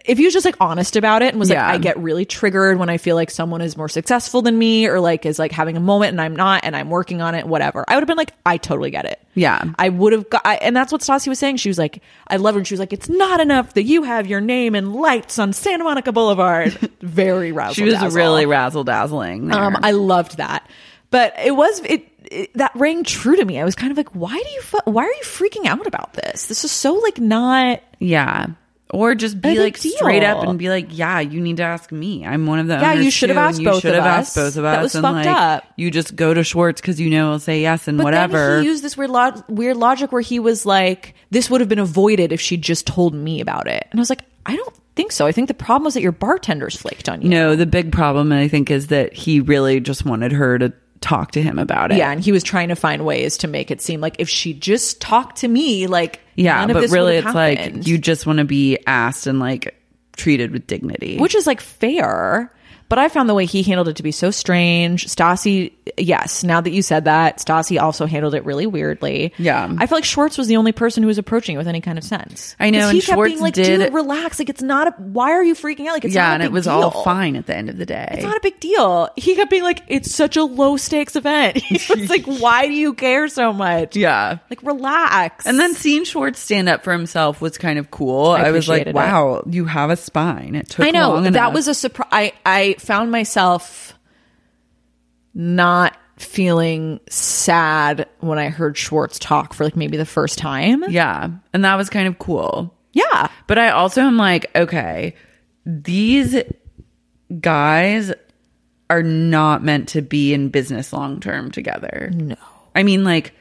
Speaker 6: If he was just like honest about it and was
Speaker 3: Yeah.
Speaker 6: like I get really triggered when I feel like someone is more successful than me or like is like having a moment and I'm not and I'm working on it whatever. I would have been like I totally get it.
Speaker 3: Yeah.
Speaker 6: I would have got I, and that's what Stassi was saying. She was like I love her and she was like it's not enough that you have your name in lights on Santa
Speaker 3: [laughs]
Speaker 6: Monica Boulevard. Very roused.
Speaker 3: She was really razzle dazzling.
Speaker 6: Um, I loved that, but it was it, it that rang true to me. I was kind of like, why do you fu- why are you freaking out about this? This is so like not.
Speaker 3: yeah. Or just be
Speaker 6: big
Speaker 3: like straight up
Speaker 6: deal.
Speaker 3: and be like, yeah, you need to ask me. I'm one of the
Speaker 6: Yeah, you
Speaker 3: owners,
Speaker 6: should have
Speaker 3: too, and
Speaker 6: asked both
Speaker 3: You should
Speaker 6: of
Speaker 3: have
Speaker 6: us.
Speaker 3: asked both of us.
Speaker 6: That was
Speaker 3: and
Speaker 6: fucked
Speaker 3: like,
Speaker 6: up.
Speaker 3: you just go to Schwartz because you know he'll say yes and
Speaker 6: But
Speaker 3: whatever.
Speaker 6: then he used this weird lo- weird logic where he was like, this would have been avoided if she just told me about it, and I was like, I don't think so. I think the problem was that your bartenders flaked on you.
Speaker 3: No, the big problem I think is that he really just wanted her to talk to him about it.
Speaker 6: Yeah, and he was trying to find ways to make it seem like if she just talked to me, like
Speaker 3: Yeah,
Speaker 6: none of
Speaker 3: but
Speaker 6: this
Speaker 3: really
Speaker 6: would
Speaker 3: it's
Speaker 6: have happened.
Speaker 3: like you just want to be asked and like treated with dignity.
Speaker 6: which is like fair. But I found the way he handled it to be so strange. Stassi, yes, now that you said that, Stassi also handled it really weirdly.
Speaker 3: Yeah.
Speaker 6: I feel like Schwartz was the only person who was approaching it with any kind of sense.
Speaker 3: I know,
Speaker 6: 'Cause
Speaker 3: and
Speaker 6: he kept
Speaker 3: Schwartz
Speaker 6: being like,
Speaker 3: did-
Speaker 6: dude, relax. Like, it's not a, why are you freaking out? Like, it's
Speaker 3: yeah,
Speaker 6: not a
Speaker 3: and it
Speaker 6: big
Speaker 3: was all
Speaker 6: deal.
Speaker 3: fine at the end of the day.
Speaker 6: It's not a big deal. He kept being like, it's such a low stakes event. [laughs] He
Speaker 3: [laughs]
Speaker 6: was like, why do you care so much?
Speaker 3: yeah.
Speaker 6: Like, relax.
Speaker 3: And then seeing Schwartz stand up for himself was kind of cool.
Speaker 6: I
Speaker 3: I, was like,
Speaker 6: appreciated it.
Speaker 3: wow, you have a spine. It took
Speaker 6: I know
Speaker 3: long
Speaker 6: that
Speaker 3: enough.
Speaker 6: was a surprise. I I found myself not feeling sad when I heard Schwartz talk for like maybe the first time.
Speaker 3: yeah, and that was kind of cool.
Speaker 6: Yeah.
Speaker 3: But I also am like, okay, these guys are not meant to be in business long term together. No. I mean, like,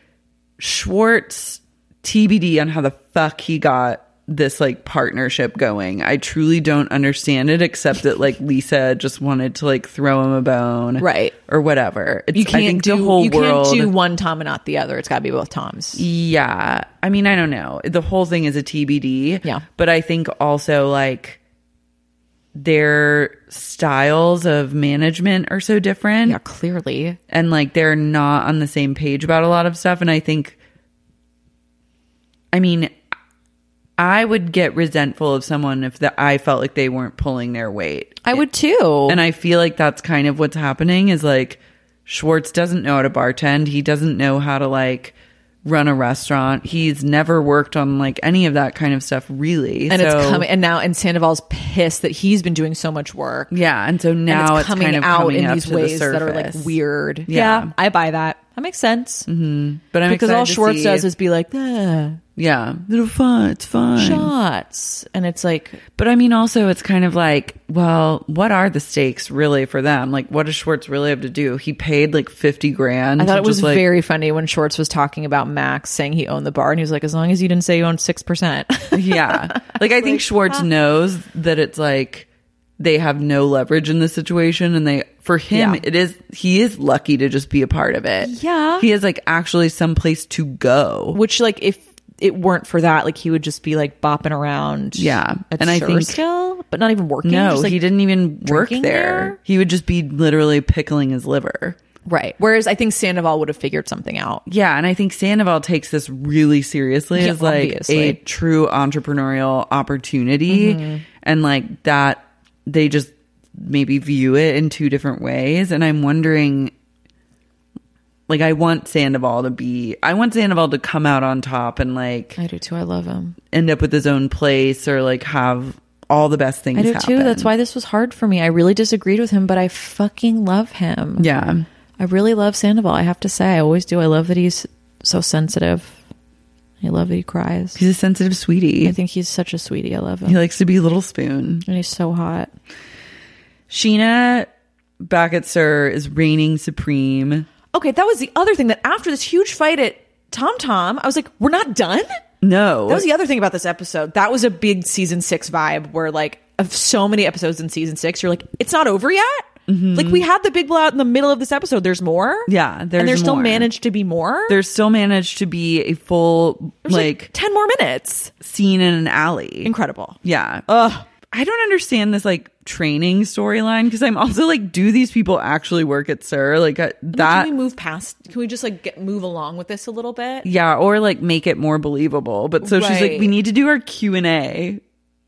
Speaker 3: Schwartz, TBD on how the fuck he got this like partnership going. I truly don't understand it, except that like Lisa just wanted to like throw him a bone.
Speaker 6: Right.
Speaker 3: Or whatever. It's,
Speaker 6: You
Speaker 3: I
Speaker 6: can't
Speaker 3: think
Speaker 6: do
Speaker 3: the whole
Speaker 6: you
Speaker 3: world.
Speaker 6: can't do one Tom and not the other. It's got to be both Toms.
Speaker 3: Yeah. I mean, I don't know. The whole thing is a TBD.
Speaker 6: Yeah.
Speaker 3: But I think also like their styles of management are so different
Speaker 6: Yeah, clearly.
Speaker 3: and like they're not on the same page about a lot of stuff. And I think, I mean, I would get resentful of someone if that I felt like they weren't pulling their weight.
Speaker 6: I would too.
Speaker 3: And I feel like that's kind of what's happening is like Schwartz doesn't know how to bartend. He doesn't know how to like run a restaurant. He's never worked on like any of that kind of stuff really.
Speaker 6: and it's
Speaker 3: So-
Speaker 6: coming. And now, and Sandoval's pissed that he's been doing so much work.
Speaker 3: Yeah, and so now
Speaker 6: and
Speaker 3: it's,
Speaker 6: it's coming
Speaker 3: kind of
Speaker 6: out
Speaker 3: coming
Speaker 6: in
Speaker 3: up
Speaker 6: these
Speaker 3: to the
Speaker 6: ways that are like
Speaker 3: surface.
Speaker 6: weird.
Speaker 3: Yeah.
Speaker 6: I buy that. That makes sense.
Speaker 3: But I'm
Speaker 6: because
Speaker 3: excited
Speaker 6: all
Speaker 3: to
Speaker 6: Schwartz
Speaker 3: see-
Speaker 6: does is be like, "Ah,
Speaker 3: yeah, little fun. It's fine.
Speaker 6: shots, and it's like,
Speaker 3: But I mean, also, it's kind of like, well, what are the stakes really for them? Like, what does Schwartz really have to do? He paid like fifty grand.
Speaker 6: I thought
Speaker 3: to
Speaker 6: it was
Speaker 3: just, like-
Speaker 6: very funny when Schwartz was talking about Max saying he owned the bar, and he was like, as long as you didn't say you owned six percent. [laughs]
Speaker 3: yeah. Like, I think Schwartz knows that it's like they have no leverage in this situation, and they for him
Speaker 6: Yeah.
Speaker 3: it is he is lucky to just be a part of it.
Speaker 6: Yeah.
Speaker 3: he has like actually some place to go.
Speaker 6: Which, like, if it weren't for that, like, he would just be like bopping around.
Speaker 3: Yeah.
Speaker 6: at
Speaker 3: And I think-
Speaker 6: still, but not even working.
Speaker 3: No,
Speaker 6: just, like,
Speaker 3: he didn't even work there.
Speaker 6: drinking there?
Speaker 3: He would just be literally pickling his liver.
Speaker 6: Right. Whereas I think Sandoval would have figured something out.
Speaker 3: Yeah, and I think Sandoval takes this really seriously
Speaker 6: Yeah,
Speaker 3: as like a
Speaker 6: obviously. Mm-hmm.
Speaker 3: true entrepreneurial opportunity and like that they just maybe view it in two different ways and I'm wondering like I want Sandoval to be I want Sandoval to come out on top and like
Speaker 6: I do too. I love him.
Speaker 3: end up with his own place or like have all the best things
Speaker 6: I do
Speaker 3: happen.
Speaker 6: too. That's why this was hard for me. I really disagreed with him, but I fucking love him.
Speaker 3: Yeah.
Speaker 6: I really love Sandoval. I have to say, I always do. I love that he's so sensitive. I love that he cries.
Speaker 3: He's a sensitive sweetie.
Speaker 6: I think he's such a sweetie. I love him.
Speaker 3: he likes to be little spoon.
Speaker 6: and he's so hot.
Speaker 3: Sheena back at Sir is reigning supreme.
Speaker 6: Okay, that was the other thing that after this huge fight at Tom Tom, I was like, we're not done?
Speaker 3: No.
Speaker 6: That was the other thing about this episode. That was a big season six vibe where, like, of so many episodes in season six, you're like, it's not over yet? Like, we had the big blowout in the middle of this episode. There's more.
Speaker 3: Yeah, there's
Speaker 6: and there still
Speaker 3: more.
Speaker 6: managed to be more.
Speaker 3: there still managed to be a full
Speaker 6: There's,
Speaker 3: like,
Speaker 6: 10 more minutes.
Speaker 3: scene in an alley.
Speaker 6: Incredible.
Speaker 3: Yeah. Ugh. I don't understand this like training storyline because I'm also like, do these people actually work at Sir? Like uh, that.
Speaker 6: can we move past? Can we just like get, move along with this a little bit?
Speaker 3: yeah, or like make it more believable. But so she's like,
Speaker 6: Right.
Speaker 3: we need to do our Q and A,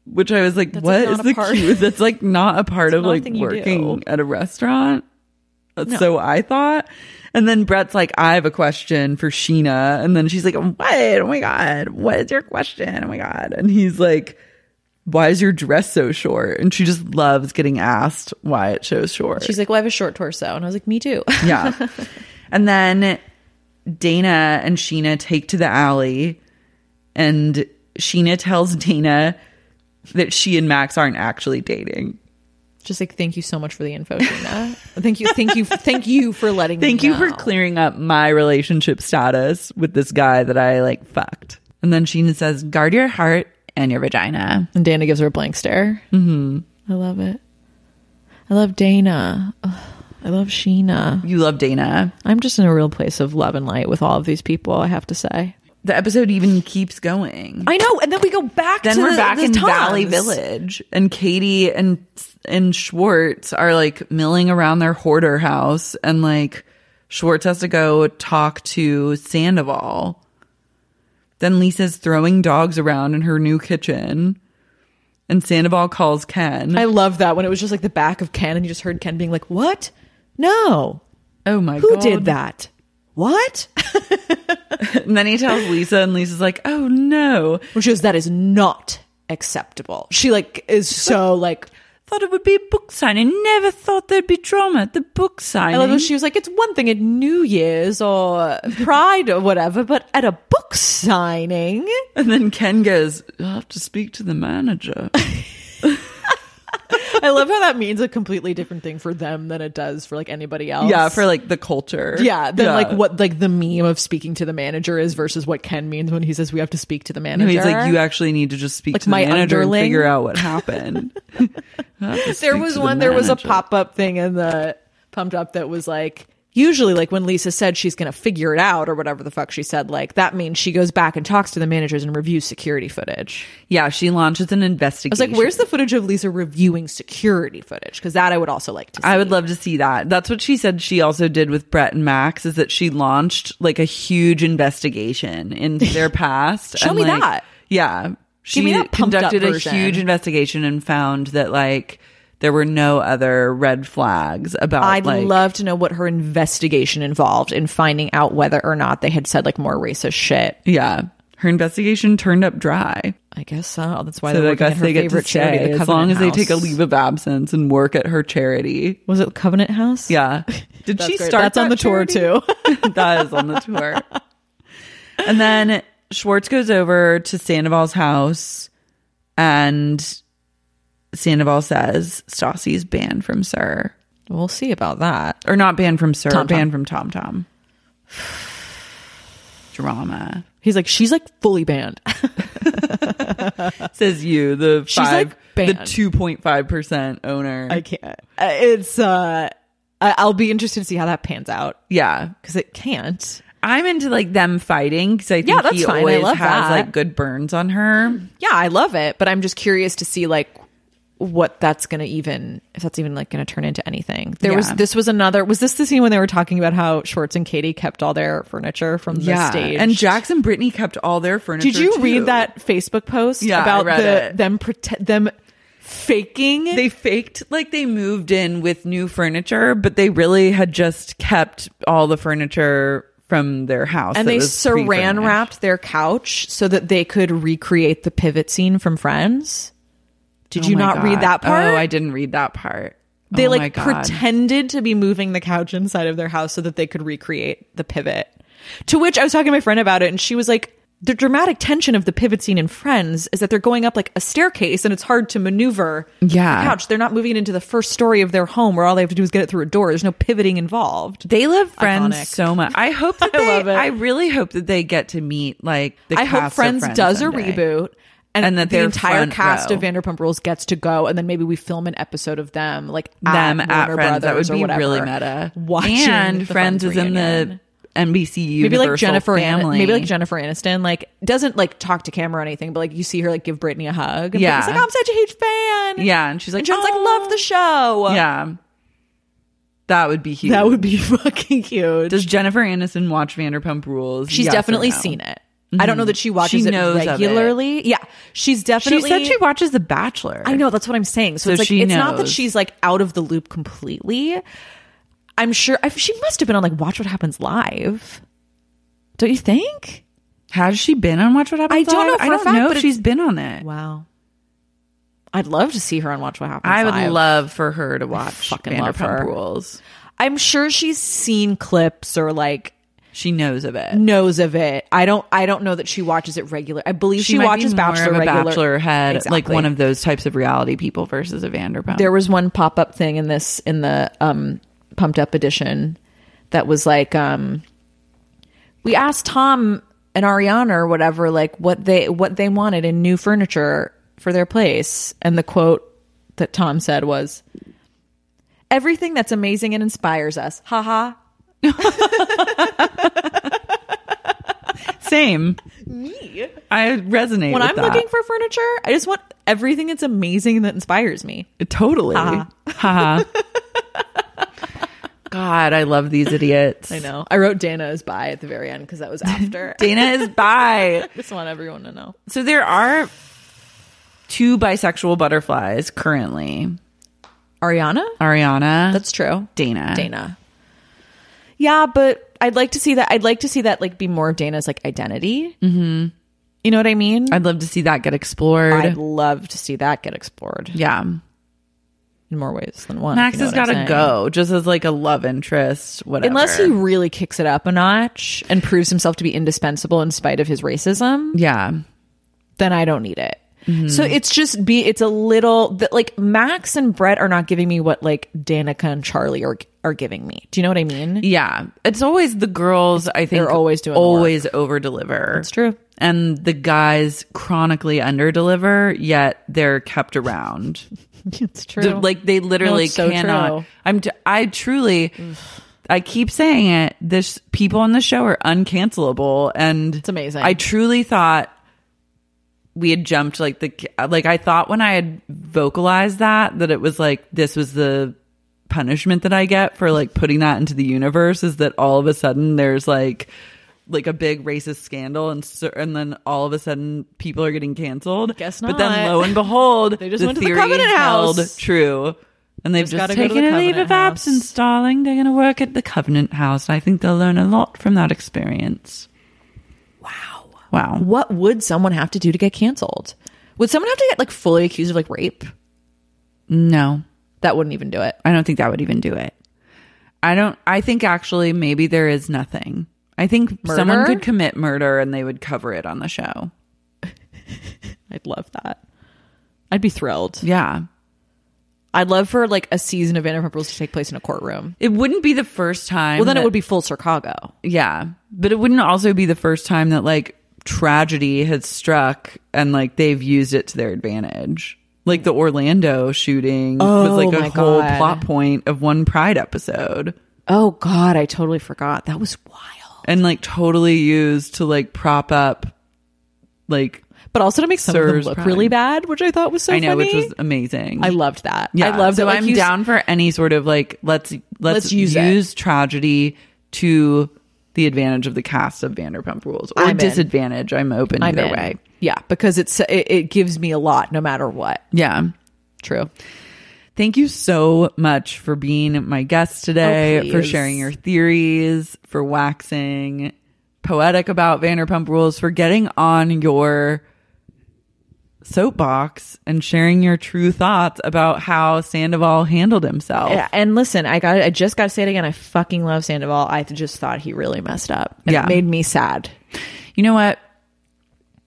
Speaker 3: which I was like,
Speaker 6: That's,
Speaker 3: what
Speaker 6: like,
Speaker 3: is
Speaker 6: not a
Speaker 3: the
Speaker 6: part- [laughs]
Speaker 3: Q? That's like not a part
Speaker 6: It's
Speaker 3: of
Speaker 6: not a
Speaker 3: like
Speaker 6: thing you
Speaker 3: working
Speaker 6: do.
Speaker 3: at a restaurant. That's so I thought. And then Brett's like, I have a question for Sheena. And then she's like, What? Oh my God. What is your question? Oh my God. And he's like, Why is your dress so short? And she just loves getting asked why it's so short.
Speaker 6: She's like, well, I have a short torso, and I was like, me too. [laughs]
Speaker 3: Yeah. [laughs] and then Dana and Sheena take to the alley, and Sheena tells Dana that she and Max aren't actually dating.
Speaker 6: just like, thank you so much for the info, Gina. [laughs] thank you, thank you, thank you for letting.
Speaker 3: Thank
Speaker 6: me
Speaker 3: you for
Speaker 6: know.
Speaker 3: clearing up my relationship status with this guy that I like fucked. And then Sheena says, guard your heart and your vagina.
Speaker 6: And Dana gives her a blank stare. Mm-hmm. I love it. I love Dana. Ugh, I love Sheena.
Speaker 3: You love Dana.
Speaker 6: I'm just in a real place of love and light with all of these people. I have to say.
Speaker 3: The episode even keeps going.
Speaker 6: I know, and then we go back.
Speaker 3: then
Speaker 6: to
Speaker 3: we're
Speaker 6: the-
Speaker 3: back
Speaker 6: the
Speaker 3: in
Speaker 6: Toms.
Speaker 3: Valley Village, and Katie and and Schwartz are like milling around their hoarder house, and like Schwartz has to go talk to Sandoval. Then Lisa's throwing dogs around in her new kitchen, and Sandoval calls Ken.
Speaker 6: I love that when it was just like the back of Ken, and you just heard Ken being like, "What? No,
Speaker 3: oh my
Speaker 6: who
Speaker 3: god!
Speaker 6: did that? [laughs] What?"
Speaker 3: [laughs] And then he tells Lisa, and Lisa's like, "Oh no,
Speaker 6: which is that is not acceptable. She like is so like
Speaker 3: thought it would be a book signing. Never thought there'd be drama at the book signing."
Speaker 6: I love when she was like it's one thing at New Year's or Pride or whatever, but at a book signing,
Speaker 3: and then Ken goes, "You'll have to speak to the manager."
Speaker 6: I love how that means a completely different thing for them than it does for like anybody else.
Speaker 3: Yeah, for like the culture.
Speaker 6: yeah, than like what like the meme of speaking to the manager is versus what Ken means when he says we have to speak to the
Speaker 3: No,
Speaker 6: manager.
Speaker 3: he's like, you actually need to just speak
Speaker 6: Like
Speaker 3: to the
Speaker 6: my
Speaker 3: manager
Speaker 6: underling?
Speaker 3: and figure out what happened.
Speaker 6: [laughs]
Speaker 3: You have to
Speaker 6: there
Speaker 3: speak
Speaker 6: was
Speaker 3: to the
Speaker 6: one there was a
Speaker 3: manager.
Speaker 6: pop up thing in the pumped up that was like usually like when lisa said she's gonna figure it out or whatever the fuck she said like that means she goes back and talks to the managers and reviews security footage
Speaker 3: Yeah, she launches an
Speaker 6: i was
Speaker 3: investigation.
Speaker 6: like where's the footage of lisa reviewing security footage because that i would also like to
Speaker 3: [laughs]
Speaker 6: see
Speaker 3: I would love to see that. That's what she said she also did with Brett and Max is that she launched like a huge investigation into
Speaker 6: [laughs]
Speaker 3: their past.
Speaker 6: Show
Speaker 3: and,
Speaker 6: me
Speaker 3: like,
Speaker 6: that.
Speaker 3: Yeah. She
Speaker 6: me that pumped up
Speaker 3: conducted a
Speaker 6: version.
Speaker 3: huge investigation and found that like there were no other red flags about.
Speaker 6: I'd
Speaker 3: like,
Speaker 6: love to know what her investigation involved in finding out whether or not they had said like more racist shit.
Speaker 3: Yeah, her investigation turned up dry.
Speaker 6: I guess so. Oh, That's why
Speaker 3: So
Speaker 6: they're
Speaker 3: I
Speaker 6: working
Speaker 3: guess
Speaker 6: at her
Speaker 3: they get to
Speaker 6: favorite charity,
Speaker 3: stay
Speaker 6: the
Speaker 3: as long as
Speaker 6: Covenant
Speaker 3: they take a
Speaker 6: House.
Speaker 3: leave of absence and work at her charity.
Speaker 6: Was it Covenant House? [laughs]
Speaker 3: Yeah, did
Speaker 6: That's
Speaker 3: she
Speaker 6: great.
Speaker 3: start?
Speaker 6: That's on
Speaker 3: that
Speaker 6: the tour
Speaker 3: charity?
Speaker 6: too.
Speaker 3: [laughs] that is on the tour. And then Schwartz goes over to Sandoval's house and Sandoval says Stassi's banned from Sir.
Speaker 6: [laughs] we'll see about that.
Speaker 3: Or not banned from Sir,
Speaker 6: Tom Tom.
Speaker 3: banned from Tom Tom. [sighs] Drama.
Speaker 6: He's like, she's like fully banned. [laughs]
Speaker 3: Says you, the
Speaker 6: She's,
Speaker 3: five,
Speaker 6: like, banned.
Speaker 3: the two point five percent owner.
Speaker 6: I can't. Uh, It's uh, I- I'll be interested to see how that pans out
Speaker 3: yeah.
Speaker 6: because it can't.
Speaker 3: I'm into like them fighting because I think
Speaker 6: that's
Speaker 3: he
Speaker 6: fine. I
Speaker 3: always
Speaker 6: love
Speaker 3: has
Speaker 6: that.
Speaker 3: like good burns on her.
Speaker 6: Yeah, I love it, but I'm just curious to see like what that's gonna even if that's even like gonna turn into anything. There was
Speaker 3: Yeah.
Speaker 6: this was another was this the scene when they were talking about how Schwartz and Katie kept all their furniture from the stage
Speaker 3: And Jackson Brittany kept all their furniture.
Speaker 6: Did you
Speaker 3: too.
Speaker 6: read that Facebook post
Speaker 3: Yeah, I
Speaker 6: about
Speaker 3: read
Speaker 6: the,
Speaker 3: it.
Speaker 6: them prete- them faking?
Speaker 3: they faked like they moved in with new furniture, but they really had just kept all the furniture from their house.
Speaker 6: and
Speaker 3: that
Speaker 6: they
Speaker 3: was pre-furnished.
Speaker 6: saran wrapped their couch so that they could recreate the pivot scene from Friends. Did
Speaker 3: Oh
Speaker 6: you
Speaker 3: my
Speaker 6: not read
Speaker 3: God.
Speaker 6: that part?
Speaker 3: Oh, I didn't read that part.
Speaker 6: They
Speaker 3: Oh my
Speaker 6: like
Speaker 3: God.
Speaker 6: pretended to be moving the couch inside of their house so that they could recreate the pivot. To which I was talking to my friend about it, and she was like, "The dramatic tension of the pivot scene in Friends is that they're going up like a staircase, and it's hard to maneuver.
Speaker 3: Yeah.
Speaker 6: the couch. They're not moving it into the first story of their home, where all they have to do is get it through a door. There's no pivoting involved.
Speaker 3: They love Friends
Speaker 6: Iconic.
Speaker 3: so much. I
Speaker 6: [laughs]
Speaker 3: hope that
Speaker 6: I
Speaker 3: they, I
Speaker 6: love it.
Speaker 3: I really hope that they get to meet like the
Speaker 6: I hope
Speaker 3: cast of
Speaker 6: Friends, does
Speaker 3: someday.
Speaker 6: a reboot. And,
Speaker 3: And that
Speaker 6: the
Speaker 3: they're
Speaker 6: entire
Speaker 3: front
Speaker 6: cast
Speaker 3: row.
Speaker 6: of Vanderpump Rules gets to go, and then maybe we film an episode of them, like
Speaker 3: Them at,
Speaker 6: Warner
Speaker 3: Friends. that
Speaker 6: Brothers
Speaker 3: would
Speaker 6: or
Speaker 3: be
Speaker 6: whatever,
Speaker 3: really meta.
Speaker 6: Watching
Speaker 3: and
Speaker 6: the
Speaker 3: Friends is in
Speaker 6: reunion.
Speaker 3: the NBC
Speaker 6: maybe
Speaker 3: Universal
Speaker 6: like Jennifer An-
Speaker 3: family.
Speaker 6: maybe like Jennifer Aniston like doesn't like talk to camera or anything, but like you see her like give Brittany a hug. And
Speaker 3: Yeah.
Speaker 6: Brittany's like I'm such a huge fan.
Speaker 3: Yeah, and she's like,
Speaker 6: and John's like
Speaker 3: "Oh."
Speaker 6: love the show.
Speaker 3: Yeah, that would be huge.
Speaker 6: that would be [laughs] fucking huge.
Speaker 3: Does Jennifer Aniston watch Vanderpump Rules?
Speaker 6: she's
Speaker 3: Yes or
Speaker 6: definitely
Speaker 3: no?
Speaker 6: seen it. I don't know that she watches
Speaker 3: Mm-hmm. She
Speaker 6: it
Speaker 3: knows of it.
Speaker 6: regularly. Yeah, she's
Speaker 3: She
Speaker 6: definitely.
Speaker 3: said she watches The Bachelor.
Speaker 6: I know that's what I'm saying. So,
Speaker 3: So
Speaker 6: it's like
Speaker 3: she
Speaker 6: it's not that
Speaker 3: knows.
Speaker 6: she's like out of the loop completely. I'm sure I, she must have been on like Watch What Happens Live. Don't you think?
Speaker 3: Has she been on Watch What Happens?
Speaker 6: I don't know
Speaker 3: Live?
Speaker 6: for
Speaker 3: I
Speaker 6: a
Speaker 3: don't
Speaker 6: fact,
Speaker 3: know
Speaker 6: but
Speaker 3: if she's been on it.
Speaker 6: Wow. I'd love to see her on Watch What Happens.
Speaker 3: I would
Speaker 6: Live.
Speaker 3: love for her to watch
Speaker 6: fucking love her.
Speaker 3: Vanderpump Rules.
Speaker 6: I'm sure she's seen clips or like
Speaker 3: She knows of it.
Speaker 6: knows of it. I don't. I don't know that she watches it regular. I believe she,
Speaker 3: might be
Speaker 6: watches
Speaker 3: more
Speaker 6: Bachelor
Speaker 3: of a
Speaker 6: regular.
Speaker 3: Bachelor head, like
Speaker 6: Exactly.
Speaker 3: one of those types of reality people versus a Vanderpump.
Speaker 6: there was one pop up thing in this in the um, pumped up edition that was like um, we asked Tom and Ariana or whatever like what they what they wanted in new furniture for their place, and the quote that Tom said was everything that's amazing and inspires us. Ha ha.
Speaker 3: same. I resonate.
Speaker 6: When
Speaker 3: with
Speaker 6: I'm
Speaker 3: that.
Speaker 6: looking for furniture, I just want everything that's amazing and that inspires me.
Speaker 3: Totally. Ha.
Speaker 6: [laughs]
Speaker 3: God, I love these idiots.
Speaker 6: I know. I wrote Dana is bi at the very end because
Speaker 3: [laughs]
Speaker 6: that was after. I
Speaker 3: Dana is bi.
Speaker 6: just want everyone to know.
Speaker 3: So there are two bisexual butterflies currently.
Speaker 6: Ariana?
Speaker 3: Ariana.
Speaker 6: That's true.
Speaker 3: Dana.
Speaker 6: Dana. Yeah, but I'd like to see that. I'd like to see that like be more of Dana's like identity. Mm-hmm. You know what I mean?
Speaker 3: I'd love to see that get explored.
Speaker 6: I'd love to see that get explored
Speaker 3: yeah.
Speaker 6: in more ways than one.
Speaker 3: Max
Speaker 6: you know
Speaker 3: has
Speaker 6: what
Speaker 3: got to
Speaker 6: I'm saying.
Speaker 3: go just as like a love interest, whatever.
Speaker 6: Unless he really kicks it up a notch and proves himself to be indispensable in spite of his racism,
Speaker 3: Yeah.
Speaker 6: then I don't need it. So it's just be it's a little that like Max and Brett are not giving me what like Danica and Charlie are are giving me. Do you know what I mean? [laughs]
Speaker 3: Yeah. It's always the girls, I think.
Speaker 6: Mm-hmm. They're always doing the
Speaker 3: Always over deliver.
Speaker 6: It's true.
Speaker 3: And the guys chronically under deliver, yet they're kept around.
Speaker 6: It's true.
Speaker 3: The- like they literally
Speaker 6: it's so
Speaker 3: cannot.
Speaker 6: true.
Speaker 3: I'm. T- I truly. I keep saying it. This people on the show are uncancelable, and it's
Speaker 6: amazing.
Speaker 3: I truly thought we had jumped like the like. I thought when I had vocalized that that it was like this was the punishment that I get for like putting that into the universe is that all of a sudden there's like like a big racist scandal and cer- and then all of a sudden people are getting canceled.
Speaker 6: Guess
Speaker 3: But then
Speaker 6: not.
Speaker 3: lo and behold,
Speaker 6: They just
Speaker 3: the
Speaker 6: went to the
Speaker 3: theory
Speaker 6: Covenant
Speaker 3: held
Speaker 6: House.
Speaker 3: true And they've
Speaker 6: Just
Speaker 3: just,
Speaker 6: gotta go to
Speaker 3: taken
Speaker 6: the
Speaker 3: a leave
Speaker 6: Covenant
Speaker 3: of
Speaker 6: House.
Speaker 3: absence, darling. They're going to work at the Covenant House. I think they'll learn a lot from that experience. Wow. Wow.
Speaker 6: What would someone have to do to get canceled? Would someone have to get like fully accused of like rape?
Speaker 3: No,
Speaker 6: That wouldn't even do it.
Speaker 3: I don't think that would even do it. I don't, I think actually maybe there is nothing. I think someone
Speaker 6: Murder?
Speaker 3: could commit murder and they would cover it on the show.
Speaker 6: I'd love that. I'd be thrilled.
Speaker 3: Yeah.
Speaker 6: I'd love for like a season of Vanderpump Rules to take place in a courtroom.
Speaker 3: It wouldn't be the first time.
Speaker 6: Well, then
Speaker 3: that-
Speaker 6: it would be full Chicago.
Speaker 3: Yeah. But it wouldn't also be the first time that like tragedy had struck and like they've used it to their advantage. Like the Orlando shooting
Speaker 6: Oh,
Speaker 3: was like a
Speaker 6: my
Speaker 3: whole
Speaker 6: God.
Speaker 3: plot point of one Pride episode
Speaker 6: Oh God, I totally forgot. That was wild.
Speaker 3: and like totally used to like prop up like
Speaker 6: But also to make some of
Speaker 3: Sirs
Speaker 6: them look
Speaker 3: Pride.
Speaker 6: really bad, which I thought was so
Speaker 3: I know,
Speaker 6: funny.
Speaker 3: which was amazing.
Speaker 6: I loved that.
Speaker 3: yeah.
Speaker 6: I love
Speaker 3: so
Speaker 6: that. like,
Speaker 3: I'm
Speaker 6: you s-
Speaker 3: down for any sort of like let's let's,
Speaker 6: Let's use
Speaker 3: use,
Speaker 6: it.
Speaker 3: tragedy to the advantage of the cast of Vanderpump Rules or
Speaker 6: I'm in.
Speaker 3: disadvantage. I'm open
Speaker 6: I'm
Speaker 3: either
Speaker 6: in.
Speaker 3: way.
Speaker 6: Yeah, because it's it, it gives me a lot no matter what.
Speaker 3: Yeah.
Speaker 6: True.
Speaker 3: Thank you so much for being my guest today,
Speaker 6: Oh,
Speaker 3: for
Speaker 6: please.
Speaker 3: sharing your theories, for waxing poetic about Vanderpump Rules, for getting on your soapbox and sharing your true thoughts about how Sandoval handled himself.
Speaker 6: Yeah, and listen, I got I just got to say it again. I fucking love Sandoval. I just thought he really messed up. And
Speaker 3: Yeah.
Speaker 6: it made me sad.
Speaker 3: You know what?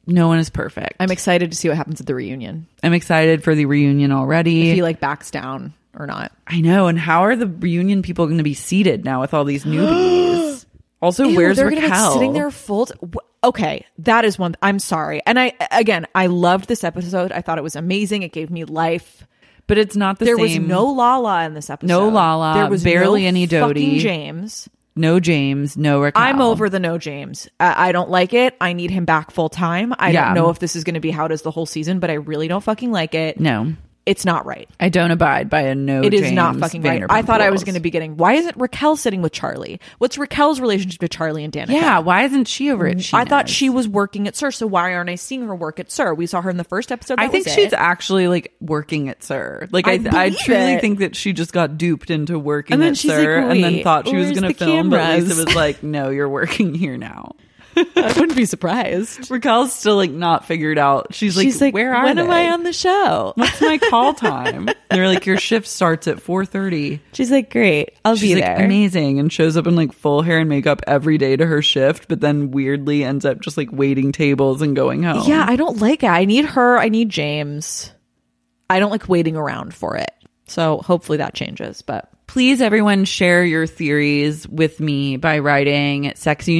Speaker 3: No one is perfect.
Speaker 6: I'm excited to see what happens at the reunion.
Speaker 3: I'm excited for the reunion already.
Speaker 6: If he like backs down or not.
Speaker 3: I know. And how are the reunion people going to be seated now with all these newbies?
Speaker 6: [gasps]
Speaker 3: also,
Speaker 6: Ew,
Speaker 3: where's
Speaker 6: they're
Speaker 3: Raquel?
Speaker 6: gonna be sitting there full? t- wh- okay, that is one. I'm sorry, and I again, I loved this episode. I thought it was amazing. It gave me life.
Speaker 3: but it's not the
Speaker 6: There
Speaker 3: same.
Speaker 6: was no Lala in this episode.
Speaker 3: No Lala,
Speaker 6: There was
Speaker 3: barely
Speaker 6: no
Speaker 3: any
Speaker 6: fucking
Speaker 3: Dodie.
Speaker 6: James.
Speaker 3: no James, no Raquel.
Speaker 6: I'm over the no James. I, I don't like it. I need him back full time. I
Speaker 3: Yeah.
Speaker 6: don't know if this is going to be how it is the whole season, but I really don't fucking like it.
Speaker 3: No,
Speaker 6: It's not right.
Speaker 3: I don't abide by a no.
Speaker 6: It is not
Speaker 3: James
Speaker 6: fucking
Speaker 3: Vanderpump
Speaker 6: right. I thought I was
Speaker 3: rules.
Speaker 6: going to be getting. Why isn't Raquel sitting with Charlie? What's Raquel's relationship with Charlie and Danica?
Speaker 3: Yeah, why isn't she over it?
Speaker 6: I thought
Speaker 3: Sheena's?
Speaker 6: she was working at Sir, so why aren't I seeing her work at Sir? We saw her in the first episode.
Speaker 3: I
Speaker 6: that
Speaker 3: think
Speaker 6: was
Speaker 3: she's [laughs]
Speaker 6: it.
Speaker 3: actually like working at Sir. Like I,
Speaker 6: I
Speaker 3: I,
Speaker 6: believe
Speaker 3: truly
Speaker 6: it.
Speaker 3: think that she just got duped into working
Speaker 6: And then
Speaker 3: at
Speaker 6: she's like,
Speaker 3: Sir, and then
Speaker 6: "Wait,
Speaker 3: thought she was
Speaker 6: where's
Speaker 3: going
Speaker 6: the
Speaker 3: to film, but Lisa
Speaker 6: cameras?"
Speaker 3: was like, "No, you're working here now."
Speaker 6: I wouldn't be surprised.
Speaker 3: Raquel's still like not figured out. She's like,
Speaker 6: she's like,
Speaker 3: "Where are
Speaker 6: when am
Speaker 3: they?
Speaker 6: I on the show?
Speaker 3: [laughs] What's my call
Speaker 6: [laughs]
Speaker 3: time?" They're like, "Your shift starts at 4.30.
Speaker 6: She's like, great, I'll
Speaker 3: She's
Speaker 6: be
Speaker 3: like
Speaker 6: there.
Speaker 3: amazing and shows up in like full hair and makeup every day to her shift, but then weirdly ends up just like waiting tables and going home.
Speaker 6: yeah, I don't like it. I need her. I need James. I don't like waiting around for it. So hopefully that changes. But
Speaker 3: Please, everyone, share your theories with me by writing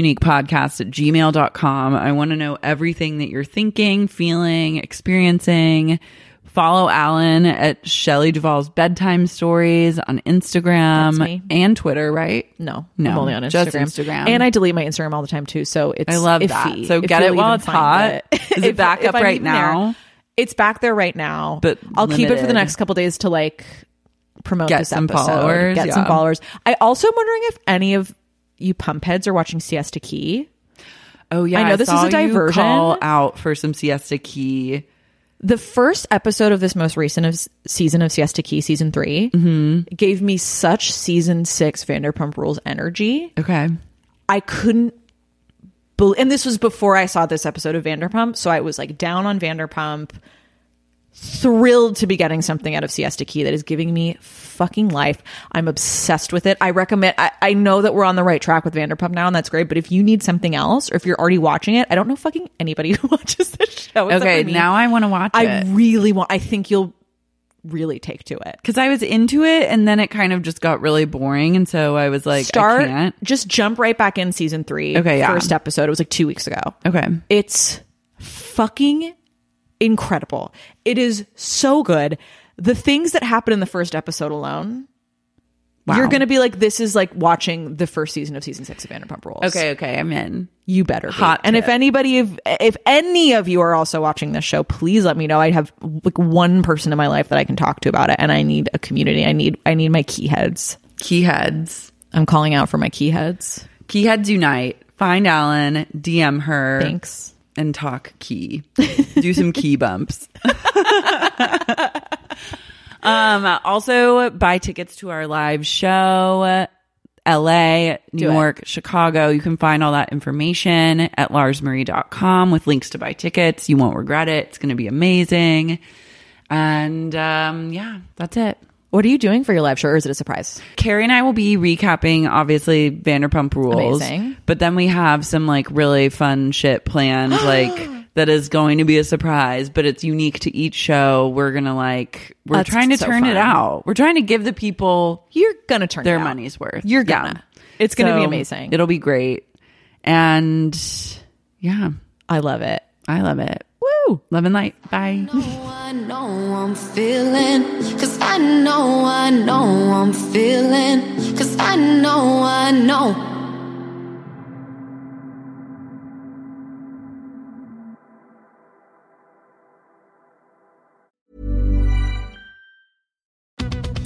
Speaker 3: sexyuniquepodcast at gmail.com. I want to know everything that you're thinking, feeling, experiencing. Follow Alan at Shelley Duvall's Bedtime Stories on Instagram
Speaker 6: That's me.
Speaker 3: and Twitter, right?
Speaker 6: no,
Speaker 3: No,
Speaker 6: I'm only on Instagram.
Speaker 3: just Instagram.
Speaker 6: and I delete my Instagram all the time too. So it's
Speaker 3: I love
Speaker 6: iffy
Speaker 3: that. So
Speaker 6: if
Speaker 3: get
Speaker 6: you'll
Speaker 3: it while
Speaker 6: even
Speaker 3: it's
Speaker 6: find
Speaker 3: hot. Is it
Speaker 6: [laughs] If-
Speaker 3: back
Speaker 6: if
Speaker 3: up
Speaker 6: I'm
Speaker 3: right
Speaker 6: even there.
Speaker 3: now?
Speaker 6: It's back there right now,
Speaker 3: But
Speaker 6: I'll keep it for the
Speaker 3: limited.
Speaker 6: next couple days to like promote
Speaker 3: Get
Speaker 6: this
Speaker 3: some
Speaker 6: episode,
Speaker 3: followers,
Speaker 6: get some
Speaker 3: yeah.
Speaker 6: followers. I also am wondering if any of you pump heads are watching Siesta Key.
Speaker 3: Oh yeah,
Speaker 6: I know this is
Speaker 3: saw
Speaker 6: a
Speaker 3: you
Speaker 6: diversion.
Speaker 3: Call out for some siesta key.
Speaker 6: The first episode of this most recent of season of Siesta Key, season 3
Speaker 3: Mm-hmm.
Speaker 6: gave me such season six Vanderpump Rules energy.
Speaker 3: Okay,
Speaker 6: I couldn't believe, and this was before I saw this episode of Vanderpump, so I was like down on Vanderpump, thrilled to be getting something out of Siesta Key that is giving me fucking life. I'm obsessed with it. I recommend. I, I know that we're on the right track with Vanderpump now, and that's great. But if you need something else, or if you're already watching it, I don't know fucking anybody [laughs] who watches this show. except
Speaker 3: okay.
Speaker 6: for me.
Speaker 3: Now I want to watch
Speaker 6: I
Speaker 3: it
Speaker 6: really want. I think you'll really take to it.
Speaker 3: because I was into it, and then it kind of just got really boring, and so I was like, I
Speaker 6: Start.
Speaker 3: can't.
Speaker 6: Just jump right back in season three.
Speaker 3: Okay, yeah.
Speaker 6: First episode. It was like two weeks ago.
Speaker 3: Okay,
Speaker 6: It's fucking incredible. It is so good. The things that happen in the first episode alone,
Speaker 3: Wow.
Speaker 6: you're going to be like, this is like watching the first season of season six of Vanderpump Rules.
Speaker 3: okay, okay. I'm in.
Speaker 6: You better be.
Speaker 3: Hot
Speaker 6: And
Speaker 3: tip.
Speaker 6: if anybody, if, if any of you are also watching this show, please let me know. I have like one person in my life that I can talk to about it. And I need a community. I need, I need my key heads.
Speaker 3: Key heads.
Speaker 6: I'm calling out for my key heads.
Speaker 3: Key heads unite. Find Alan, DM her,
Speaker 6: Thanks.
Speaker 3: and talk key. Do some key bumps. [laughs] Um, also, buy tickets to our live show, LA, New
Speaker 6: it.
Speaker 3: York, Chicago. You can find all that information at larsmarie.com with links to buy tickets. You won't regret it. It's going to be amazing. And um, yeah, that's it.
Speaker 6: What are you doing for your live show, or is it a surprise?
Speaker 3: Carrie and I will be recapping, obviously, Vanderpump Rules.
Speaker 6: Amazing.
Speaker 3: But then we have some like really fun shit
Speaker 6: [gasps]
Speaker 3: planned, like that is going to be a surprise, but it's unique to each show. We're gonna like we're
Speaker 6: That's
Speaker 3: trying to
Speaker 6: so
Speaker 3: turn
Speaker 6: fun.
Speaker 3: it out. We're trying to give the people
Speaker 6: You're gonna turn
Speaker 3: their
Speaker 6: it out.
Speaker 3: money's worth.
Speaker 6: You're
Speaker 3: Yeah.
Speaker 6: gonna. It's gonna be
Speaker 3: So,
Speaker 6: amazing.
Speaker 3: It'll be great. And yeah,
Speaker 6: I love it.
Speaker 3: I love it. Woo! Love and light. Bye.
Speaker 4: I know I'm feeling, cause I know, I know I'm feeling, cause I know, I know.